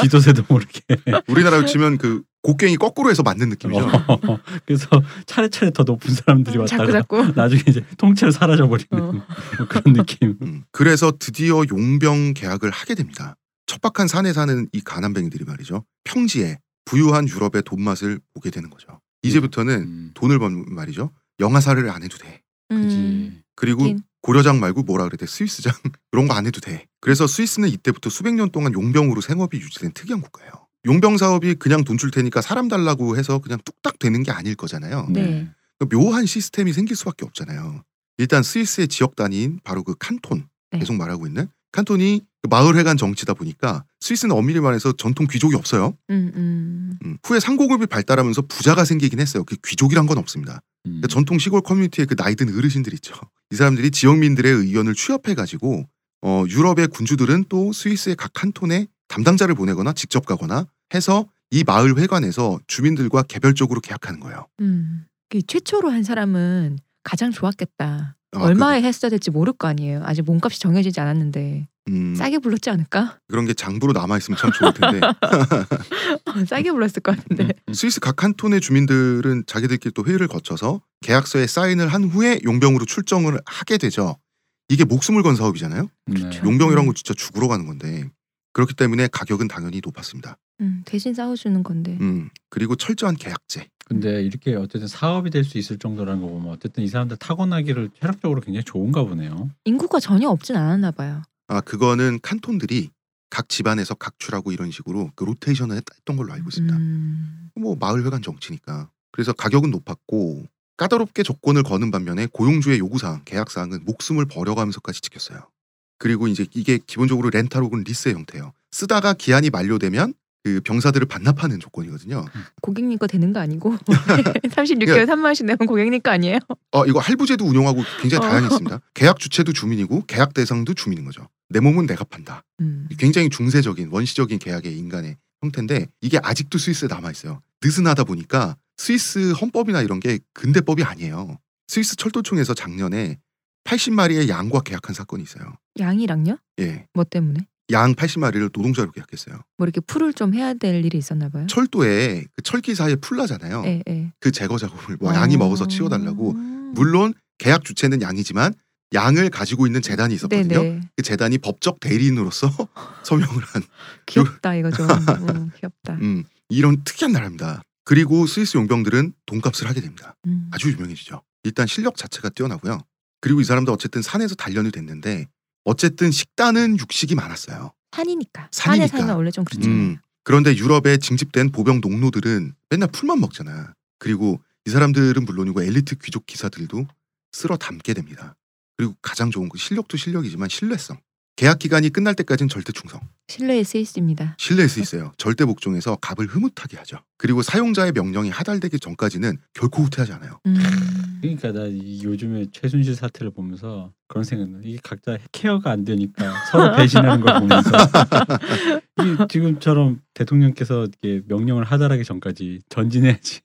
Speaker 2: *laughs* 쥐도새도 모르게
Speaker 1: 우리나라로 치면 그 곡괭이 거꾸로 해서 맞는 느낌이죠.
Speaker 2: 어, 그래서 차례차례 더 높은 사람들이 왔다가
Speaker 3: 음, 자꾸 자꾸.
Speaker 2: 나중에 이제 통째로 사라져 버리는
Speaker 3: 어.
Speaker 2: 뭐 그런 느낌.
Speaker 1: 음, 그래서 드디어 용병 계약을 하게 됩니다. 척박한 산에 사는 이 가난뱅이들이 말이죠. 평지에 부유한 유럽의 돈맛을 보게 되는 거죠. 이제부터는
Speaker 2: 음,
Speaker 1: 돈을 벌면 말이죠. 영화사를 안 해도 돼.
Speaker 3: 음.
Speaker 2: 그지.
Speaker 1: *laughs* 그리고
Speaker 3: 하긴.
Speaker 1: 고려장 말고 뭐라 그래 돼 스위스장 *laughs* 그런 거 안 해도 돼. 그래서 스위스는 이때부터 수백 년 동안 용병으로 생업이 유지된 특이한 국가예요. 용병 사업이 그냥 돈 줄 테니까 사람 달라고 해서 그냥 뚝딱 되는 게 아닐 거잖아요.
Speaker 3: 네.
Speaker 1: 그 묘한 시스템이 생길 수밖에 없잖아요. 일단 스위스의 지역 단위인 바로 그 칸톤
Speaker 3: 네.
Speaker 1: 계속 말하고 있는 칸톤이 그 마을회관 정치다 보니까 스위스는 엄밀히 말해서 전통 귀족이 없어요.
Speaker 3: 음, 음.
Speaker 1: 음, 후에 상공업이 발달하면서 부자가 생기긴 했어요. 그 귀족이란 건 없습니다.
Speaker 2: 음.
Speaker 1: 그러니까 전통 시골 커뮤니티의 그 나이든 어르신들 있죠. 이 사람들이 지역민들의 의견을 취합해가지고 어, 유럽의 군주들은 또 스위스의 각 칸톤에 담당자를 보내거나 직접 가거나 해서 이 마을 회관에서 주민들과 개별적으로 계약하는 거예요.
Speaker 3: 음. 그 최초로 한 사람은 가장 좋았겠다.
Speaker 1: 아,
Speaker 3: 얼마에 했어야 될지 모를 거 아니에요. 아직 몸값이 정해지지 않았는데
Speaker 1: 그, 음,
Speaker 3: 싸게 불렀지 않을까? *laughs*
Speaker 1: 그런 게 장부로 남아 있으면 참 좋을 텐데
Speaker 3: 싸게 불렀을 거 같은데.
Speaker 2: 음,
Speaker 1: 스위스 각 칸톤의 주민들은 자기들끼리 또 회의를 거쳐서 계약서에 사인을 한 후에 용병으로 출정을 하게 되죠. 이게 목숨을 건 사업이잖아요.
Speaker 2: 네.
Speaker 1: 용병이란 건 진짜 죽으러 가는 건데 그렇기 때문에 가격은 당연히 높았습니다.
Speaker 3: 음, 대신 싸워주는 건데.
Speaker 1: 음, 그리고 철저한 계약제.
Speaker 2: 근데 이렇게 어쨌든 사업이 될 수 있을 정도라는 거 보면 어쨌든 이 사람들 타고나기를 체력적으로 굉장히 좋은가 보네요.
Speaker 3: 인구가 전혀 없진 않았나 봐요.
Speaker 1: 아 그거는 칸톤들이 각 집안에서 각출하고 이런 식으로 그 로테이션을 했- 했던 걸로 알고 있습니다.
Speaker 3: 음,
Speaker 1: 뭐 마을 회관 정치니까. 그래서 가격은 높았고 까다롭게 조건을 거는 반면에 고용주의 요구사항, 계약사항은 목숨을 버려가면서까지 지켰어요. 그리고 이제 이게 기본적으로 렌탈 혹은 리스의 형태예요. 쓰다가 기한이 만료되면 그 병사들을 반납하는 조건이거든요.
Speaker 3: 고객님 거 되는
Speaker 1: *laughs*
Speaker 3: 거 아니고 *laughs*
Speaker 1: 예.
Speaker 3: 36개월 3만 원씩 내면 고객님 거 아니에요?
Speaker 1: 어, 이거 할부제도 운영하고 굉장히
Speaker 3: 어.
Speaker 1: 다양했습니다. 계약 주체도 주민이고 계약 대상도 주민인 거죠. 내 몸은 내가 판다.
Speaker 3: 음.
Speaker 1: 굉장히 중세적인 원시적인 계약의 인간의 형태인데 이게 아직도 스위스에 남아 있어요. 느슨하다 보니까 스위스 헌법이나 이런 게 근대법이 아니에요. 스위스 철도청에서 작년에 80마리의 양과 계약한 사건이 있어요.
Speaker 3: 양이랑요?
Speaker 1: 예.
Speaker 3: 뭐 때문에?
Speaker 1: 양 80마리를 노동자로 계약했어요.
Speaker 3: 뭐 이렇게 풀을 좀 해야 될 일이 있었나 봐요.
Speaker 1: 철도에 그 철기 사이에 풀나잖아요.
Speaker 3: 예, 음. 예.
Speaker 1: 그 제거 작업을 뭐 양이
Speaker 3: 아.
Speaker 1: 먹어서 치워달라고. 물론 계약 주체는 양이지만 양을 가지고 있는 재단이 있었거든요.
Speaker 3: 네네.
Speaker 1: 그 재단이 법적 대리인으로서 *laughs* 서명을 한
Speaker 3: 귀엽다
Speaker 1: *laughs*
Speaker 3: 이거 좀. 음, 귀엽다.
Speaker 1: 음, 이런 특이한 나라입니다. 그리고 스위스 용병들은 돈값을 하게 됩니다.
Speaker 3: 음.
Speaker 1: 아주 유명해지죠. 일단 실력 자체가 뛰어나고요. 그리고 이 사람도 어쨌든 산에서 단련이 됐는데 어쨌든 식단은 육식이 많았어요.
Speaker 3: 산이니까. 산에
Speaker 1: 산이니까.
Speaker 3: 살면 원래 좀 그렇죠. 그렇잖아요.
Speaker 1: 음, 그런데 유럽에 징집된 보병 농노들은 맨날 풀만 먹잖아. 그리고 이 사람들은 물론이고 엘리트 귀족 기사들도 쓸어 담게 됩니다. 그리고 가장 좋은 건 실력도 실력이지만 신뢰성. 계약 기간이 끝날 때까지는 절대 충성.
Speaker 3: 실내에 쓰이십니다.
Speaker 1: 신뢰할 수 있어요. 절대 복종해서 갑을 흐뭇하게 하죠. 그리고 사용자의 명령이 하달되기 전까지는 결코 후퇴하지 않아요.
Speaker 3: 음.
Speaker 1: *laughs*
Speaker 2: 그러니까 나이 요즘에 최순실 사태를 보면서 그런 생각은 이게 각자 케어가 안 되니까
Speaker 3: *laughs*
Speaker 2: 서로 배신하는 걸 보면서 *laughs* 이 지금처럼 대통령께서 이렇게 명령을 하달하기 전까지 전진해야지.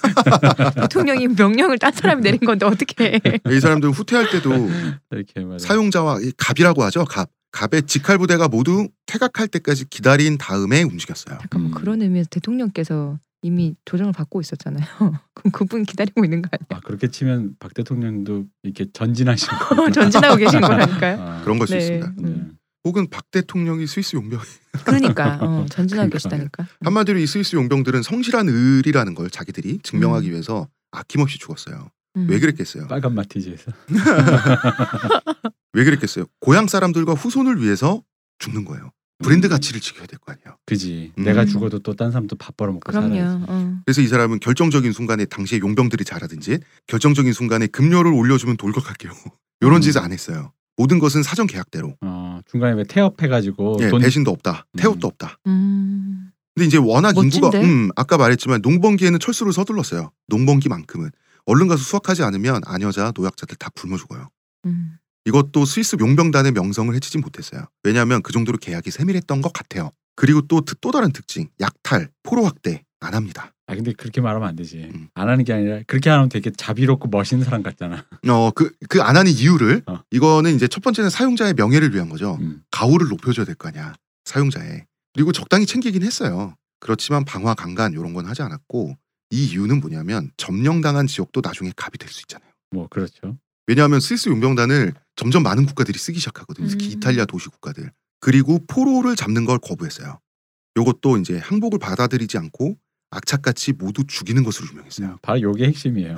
Speaker 2: *laughs*
Speaker 3: 대통령이 명령을 딴 사람이 내린 건데 어떻게
Speaker 1: *laughs*
Speaker 3: 해?
Speaker 1: 이 사람들은 후퇴할 때도
Speaker 2: 이렇게 말해.
Speaker 1: 사용자와 이 갑이라고 하죠. 갑. 갑의 직할 부대가 모두 퇴각할 때까지 기다린 다음에 움직였어요.
Speaker 3: 약간 뭐
Speaker 2: 음.
Speaker 3: 그런 의미에서 대통령께서 이미 조정을 받고 있었잖아요. *laughs* 그럼 그분 기다리고 있는 거
Speaker 2: 아 그렇게 치면 박 대통령도 이렇게
Speaker 3: *laughs*
Speaker 2: 전진하신 거.
Speaker 3: 아니에요? 전진하고 계신 거라니까요.
Speaker 1: *laughs*
Speaker 2: 아,
Speaker 1: 그런 걸 수
Speaker 3: 네.
Speaker 1: 있습니다.
Speaker 2: 네.
Speaker 1: 혹은 박 대통령이 스위스 용병
Speaker 3: 그러니까 어,
Speaker 2: 그러니까요.
Speaker 3: 전진하고 계시다니까.
Speaker 1: 한마디로 이 스위스 용병들은 성실한 을이라는 걸 자기들이 증명하기 위해서 아낌없이 죽었어요.
Speaker 3: 음.
Speaker 1: 왜 그랬겠어요?
Speaker 2: 빨간 마티즈에서.
Speaker 1: 왜 그랬겠어요? 고향 사람들과 후손을 위해서 죽는 거예요. 브랜드 가치를 지켜야 될 거 아니에요.
Speaker 2: 그지.
Speaker 1: 음.
Speaker 2: 내가 죽어도 또 딴 사람도 밥 벌어먹고 살아.
Speaker 3: 그럼요. 어.
Speaker 1: 그래서 이 사람은 결정적인 순간에 당시에 용병들이 잘하든지 결정적인 순간에 급료를 올려주면 돌격할게요. *laughs* 이런
Speaker 2: 음.
Speaker 1: 짓을 안 했어요. 모든 것은 사전 계약대로.
Speaker 2: 어 중간에 왜 태업해가지고
Speaker 1: 예,
Speaker 2: 뭐 돈
Speaker 1: 배신도 없다. 태우도 없다.
Speaker 3: 음.
Speaker 1: 근데 이제 워낙 인구가
Speaker 3: 멋진데?
Speaker 1: 음, 아까 말했지만 농번기에는 철수를 서둘렀어요. 농번기만큼은 얼른 가서 수확하지 않으면 아녀자 노약자들 다 굶어 죽어요.
Speaker 3: 음.
Speaker 1: 이것도 스위스 용병단의 명성을 해치지 못했어요. 왜냐하면 그 정도로 계약이 세밀했던 것 같아요. 그리고 또 또 다른 특징, 약탈, 포로 확대 안 합니다.
Speaker 2: 아 근데 그렇게 말하면 안 되지.
Speaker 1: 음.
Speaker 2: 안 하는 게 아니라 그렇게 하면 되게 자비롭고 멋있는 사람 같잖아.
Speaker 1: 어, 그, 그 안 하는 이유를,
Speaker 2: 어.
Speaker 1: 이거는 이제 첫 번째는 사용자의 명예를 위한 거죠.
Speaker 2: 음.
Speaker 1: 가오를 높여줘야 될 거 아니야, 사용자의. 그리고 적당히 챙기긴 했어요. 그렇지만 방화, 강간, 이런 건 하지 않았고, 이 이유는 뭐냐면, 점령당한 지역도 나중에 갑이 될 수 있잖아요.
Speaker 2: 뭐 그렇죠.
Speaker 1: 왜냐하면 스위스 용병단을 점점 많은 국가들이 쓰기 시작하거든요. 특히
Speaker 3: 음.
Speaker 1: 이탈리아 도시 국가들. 그리고 포로를 잡는 걸 거부했어요. 요것도 이제 항복을 받아들이지 않고 악착같이 모두 죽이는 것으로 유명했어요.
Speaker 2: 바로 요게 핵심이에요.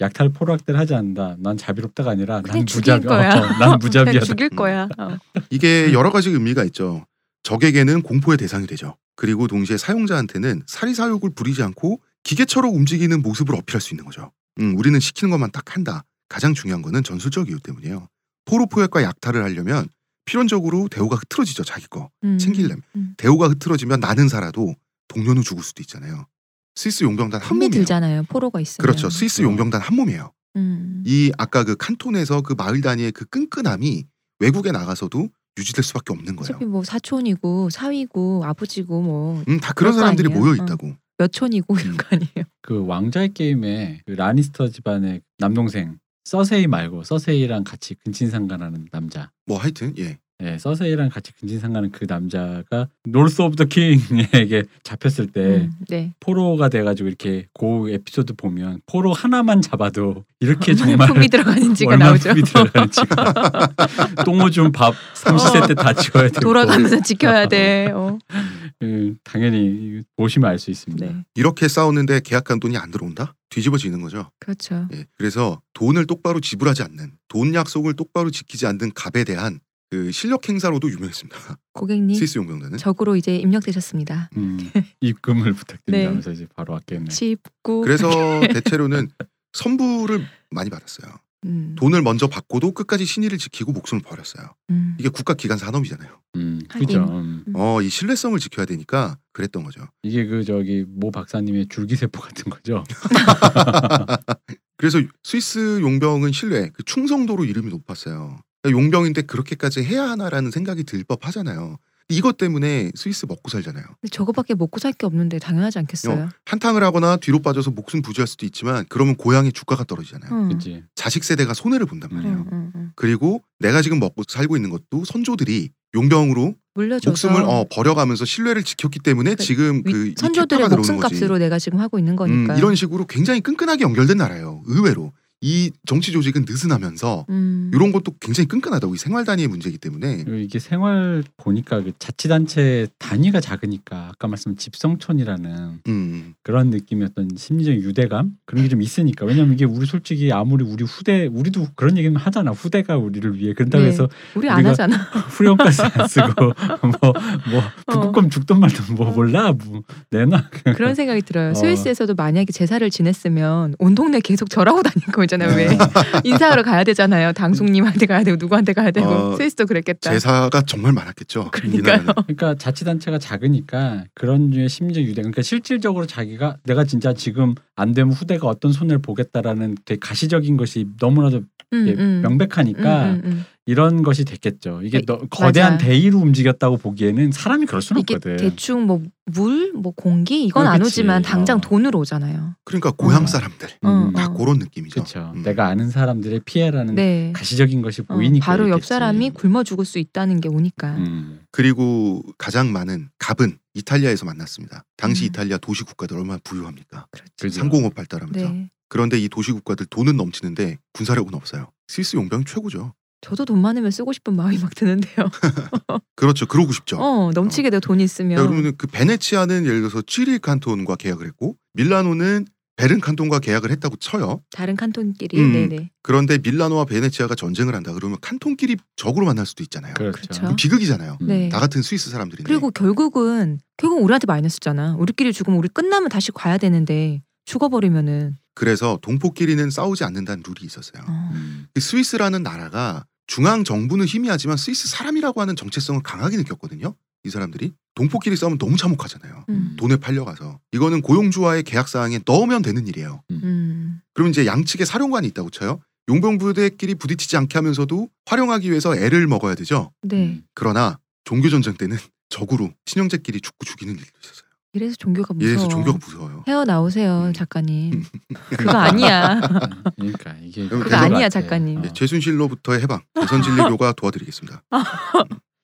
Speaker 2: 약탈 포락들 하지 않는다. 난 자비롭다가 아니라 난
Speaker 3: 그냥
Speaker 2: 무자비.
Speaker 3: 죽일 거야.
Speaker 2: 어, *laughs* 난 무자비하다.
Speaker 3: 아, 그냥 죽일 거야. 어.
Speaker 1: 이게 여러 가지 의미가 있죠. 적에게는 공포의 대상이 되죠. 그리고 동시에 사용자한테는 사리사욕을 부리지 않고 기계처럼 움직이는 모습을 어필할 수 있는 거죠. 음, 우리는 시키는 것만 딱 한다. 가장 중요한 거는 전술적 이유 때문이에요. 포로 포획과 약탈을 하려면 필연적으로 대우가 흐트러지죠. 자기 거
Speaker 3: 음.
Speaker 1: 챙기려면
Speaker 3: 음.
Speaker 1: 대우가 흐트러지면 나는 살아도 동료는 죽을 수도 있잖아요. 스위스 용병단 한
Speaker 3: 흥미
Speaker 1: 몸이에요.
Speaker 3: 들잖아요. 네. 포로가 있으면.
Speaker 1: 그렇죠. 스위스 용병단 한 몸이에요.
Speaker 3: 음.
Speaker 1: 이 아까 그 칸톤에서 그 마을 단위의 그 끈끈함이 외국에 나가서도 유지될 수밖에 없는 거예요.
Speaker 3: 어차피 뭐 사촌이고 사위고 아버지고 뭐 몇
Speaker 1: 음, 다 그런
Speaker 3: 그럴 거
Speaker 1: 사람들이
Speaker 3: 아니에요?
Speaker 1: 모여 있다고.
Speaker 3: 촌이고 이런 거 아니에요.
Speaker 2: 그 왕좌의 게임에 그 라니스터 집안의 남동생 서세이 말고 서세이랑 같이 근친상간하는 남자.
Speaker 1: 뭐 하여튼 예.
Speaker 2: 예, 서세이랑 같이 근친상간하는 그 남자가 노스 오브 더 킹에게 잡혔을 때
Speaker 3: 음, *laughs* 네.
Speaker 2: 포로가 돼가지고 이렇게 그 에피소드 보면 포로 하나만 잡아도 이렇게
Speaker 3: 얼마나
Speaker 2: 정말
Speaker 3: 품이
Speaker 2: *laughs*
Speaker 3: 들어가는지가
Speaker 2: 얼마나
Speaker 3: 나오죠.
Speaker 2: 품이 들어가는지가. 똥오줌 밥 30세 때 다 치워야 되고
Speaker 3: *laughs* 돌아가면서 지켜야 돼. 어.
Speaker 2: 음, 당연히 보시면 알 수 있습니다.
Speaker 3: 네.
Speaker 1: 이렇게 싸우는데 계약한 돈이 안 들어온다? 뒤집어지는 거죠.
Speaker 3: 그렇죠.
Speaker 1: 예. 그래서 돈을 똑바로 지불하지 않는, 돈 약속을 똑바로 지키지 않는 갑에 대한 그 실력 행사로도 유명했습니다.
Speaker 3: 고객님
Speaker 1: 스위스 네. 용병단은.
Speaker 3: 적으로 이제 입력되셨습니다.
Speaker 2: 음, *laughs* 입금을 부탁드린다면서 이제 바로 아꼈네.
Speaker 3: 집고 *laughs*
Speaker 1: 그래서 대체로는 선불을 많이 받았어요.
Speaker 3: 음,
Speaker 1: 돈을 먼저 받고도 끝까지 신의를 지키고 목숨을 버렸어요.
Speaker 3: 음.
Speaker 1: 이게 국가기관 산업이잖아요.
Speaker 2: 음,
Speaker 3: 하긴.
Speaker 2: 그죠. 음.
Speaker 3: 음.
Speaker 1: 어, 이 신뢰성을 지켜야 되니까 그랬던 거죠.
Speaker 2: 이게 그 저기 모 박사님의 줄기세포 같은
Speaker 3: 어.
Speaker 2: 거죠.
Speaker 1: 그래서 스위스 용병은 신뢰, 그 충성도로 이름이 높았어요. 야, 용병인데 그렇게까지 해야 하나라는 생각이 들 법하잖아요. 이것 때문에 스위스 먹고 살잖아요.
Speaker 3: 근데 저거밖에 먹고 살 게 없는데 당연하지 않겠어요?
Speaker 1: 한탕을 하거나 뒤로 빠져서 목숨 부지할 수도 있지만 그러면 고향의 주가가 떨어지잖아요.
Speaker 3: 응.
Speaker 2: 그치.
Speaker 1: 자식 세대가 손해를 본단 말이에요.
Speaker 3: 응, 응, 응.
Speaker 1: 그리고 내가 지금 먹고 살고 있는 것도 선조들이 용병으로
Speaker 3: 물려줘서
Speaker 1: 목숨을 어, 버려가면서 신뢰를 지켰기 때문에
Speaker 3: 그렇죠. 그
Speaker 1: 지금 그
Speaker 3: 위- 선조들의
Speaker 1: 지
Speaker 3: 목숨값으로 내가 지금 하고 있는 거니까.
Speaker 1: 음, 이런 식으로 굉장히 끈끈하게 연결된 나라예요. 의외로 이 정치 조직은 느슨하면서
Speaker 3: 음.
Speaker 1: 이런 것도 굉장히 끈끈하다고 이 생활 단위의 문제이기 때문에
Speaker 2: 그리고 이게 생활 보니까 그 자치단체 단위가 작으니까 아까 말씀 집성촌이라는
Speaker 1: 음,
Speaker 2: 그런 느낌의 어떤 심리적 유대감 그런 게 좀 있으니까 왜냐면 이게 우리 솔직히 아무리 우리 후대 우리도 그런 얘기는 하잖아 후대가 우리를 위해 그런다고
Speaker 3: 네.
Speaker 2: 해서
Speaker 3: 우리 안
Speaker 2: 우리가- *laughs*
Speaker 3: 하잖아.
Speaker 2: 후렴까지 안 쓰고 *laughs* 뭐 뭐 북극곰 죽든 말든 뭐
Speaker 3: 어.
Speaker 2: 몰라 뭐 내놔
Speaker 3: 그런 생각이 들어요.
Speaker 2: 어.
Speaker 3: 스위스에서도 만약에 제사를 지냈으면 온 동네 계속 절하고 *laughs* 다니는 거잖아요.
Speaker 2: 네.
Speaker 3: 왜 인사하러 가야 되잖아요. 당숙님한테 가야 되고 누구한테 가야 되고
Speaker 1: 어,
Speaker 3: 스위스도 그랬겠다.
Speaker 1: 제사가 정말 많았겠죠.
Speaker 3: 그러니까요.
Speaker 1: 이날에는.
Speaker 2: 그러니까 자치단체가 작으니까 그런 류의 심리적 유대 그러니까 실질적으로 자기가 내가 진짜 지금 안 되면 후대가 어떤 손해를 보겠다라는 되게 가시적인 것이 너무나도
Speaker 3: 음,
Speaker 2: 예,
Speaker 3: 음.
Speaker 2: 명백하니까
Speaker 3: 음, 음, 음.
Speaker 2: 이런 것이 됐겠죠. 이게
Speaker 3: 네,
Speaker 2: 너- 거대한
Speaker 3: 맞아요.
Speaker 2: 대의로 움직였다고 보기에는 사람이 그럴 수는
Speaker 3: 이게
Speaker 2: 없거든.
Speaker 3: 대충 뭐 물, 뭐 공기 이건 안
Speaker 2: 그렇겠지.
Speaker 3: 오지만 당장
Speaker 2: 어.
Speaker 3: 돈으로 오잖아요.
Speaker 1: 그러니까 고향
Speaker 2: 어.
Speaker 1: 사람들
Speaker 2: 음,
Speaker 3: 어,
Speaker 1: 다
Speaker 3: 어.
Speaker 1: 그런 느낌이죠.
Speaker 2: 그렇죠.
Speaker 1: 음.
Speaker 2: 내가 아는 사람들의 피해라는
Speaker 3: 네.
Speaker 2: 가시적인 것이
Speaker 3: 어,
Speaker 2: 보이니까
Speaker 3: 바로 옆
Speaker 2: 이랬겠지.
Speaker 3: 사람이 굶어 죽을 수 있다는 게 오니까.
Speaker 2: 아, 음.
Speaker 1: 그리고 가장 많은 갑은 이탈리아에서 만났습니다. 당시
Speaker 3: 음.
Speaker 1: 이탈리아 도시 국가들 얼마나 부유합니까?
Speaker 3: 그렇죠.
Speaker 2: 그죠.
Speaker 1: 상공업 발달하면서.
Speaker 3: 네.
Speaker 1: 그런데 이 도시 국가들 돈은 넘치는데 군사력은 없어요. 스위스 용병 최고죠.
Speaker 3: 저도 돈 많으면 쓰고 싶은 마음이 막 드는데요.
Speaker 1: 그렇죠. 그러고 싶죠.
Speaker 3: 어, 넘치게 돼요. 돈 있으면.
Speaker 1: 자, 그러면 그 베네치아는 예를 들어서 취리 칸톤과 계약을 했고 밀라노는 베른 칸톤과 계약을 했다고 쳐요.
Speaker 3: 다른 칸톤끼리.
Speaker 1: 음.
Speaker 3: 네네.
Speaker 1: 그런데 밀라노와 베네치아가 전쟁을 한다 그러면 칸톤끼리 적으로 만날 수도 있잖아요.
Speaker 3: 그렇죠.
Speaker 1: 비극이잖아요.
Speaker 2: 음.
Speaker 3: 네.
Speaker 1: 다 같은 스위스 사람들인데.
Speaker 3: 그리고 결국은 결국 우리한테 마이너스잖아. 우리끼리 죽으면 우리 끝나면 다시 가야 되는데 죽어버리면은.
Speaker 1: 그래서 동포끼리는 싸우지 않는다는 룰이 있었어요.
Speaker 3: 어.
Speaker 2: 음.
Speaker 1: 이 스위스라는 나라가 중앙 정부는 희미하지만 스위스 사람이라고 하는 정체성을 강하게 느꼈거든요. 이 사람들이 동포끼리 싸우면 너무 참혹하잖아요.
Speaker 3: 음.
Speaker 1: 돈에 팔려가서 이거는 고용주와의 계약 사항에 넣으면 되는 일이에요.
Speaker 3: 음.
Speaker 1: 그럼 이제 양측에 사령관이 있다고 쳐요. 용병 부대끼리 부딪히지 않게 하면서도 활용하기 위해서 애를 먹어야 되죠.
Speaker 3: 네.
Speaker 1: 그러나 종교 전쟁 때는 적으로 친형제끼리 죽고 죽이는 일도 있었어요.
Speaker 3: 이래서 종교가 무서워.
Speaker 1: 이래서 종교가 무서워요.
Speaker 3: 헤어 나오세요,
Speaker 1: 음. *laughs*
Speaker 3: 작가님. 그거 아니야.
Speaker 2: 그러니까 이게
Speaker 1: 그거
Speaker 2: 그런 것
Speaker 1: 아니야,
Speaker 2: 같아.
Speaker 3: 작가님.
Speaker 1: 예, 제순실로부터의 해방,
Speaker 3: *laughs*
Speaker 1: 대선진리교가 도와드리겠습니다.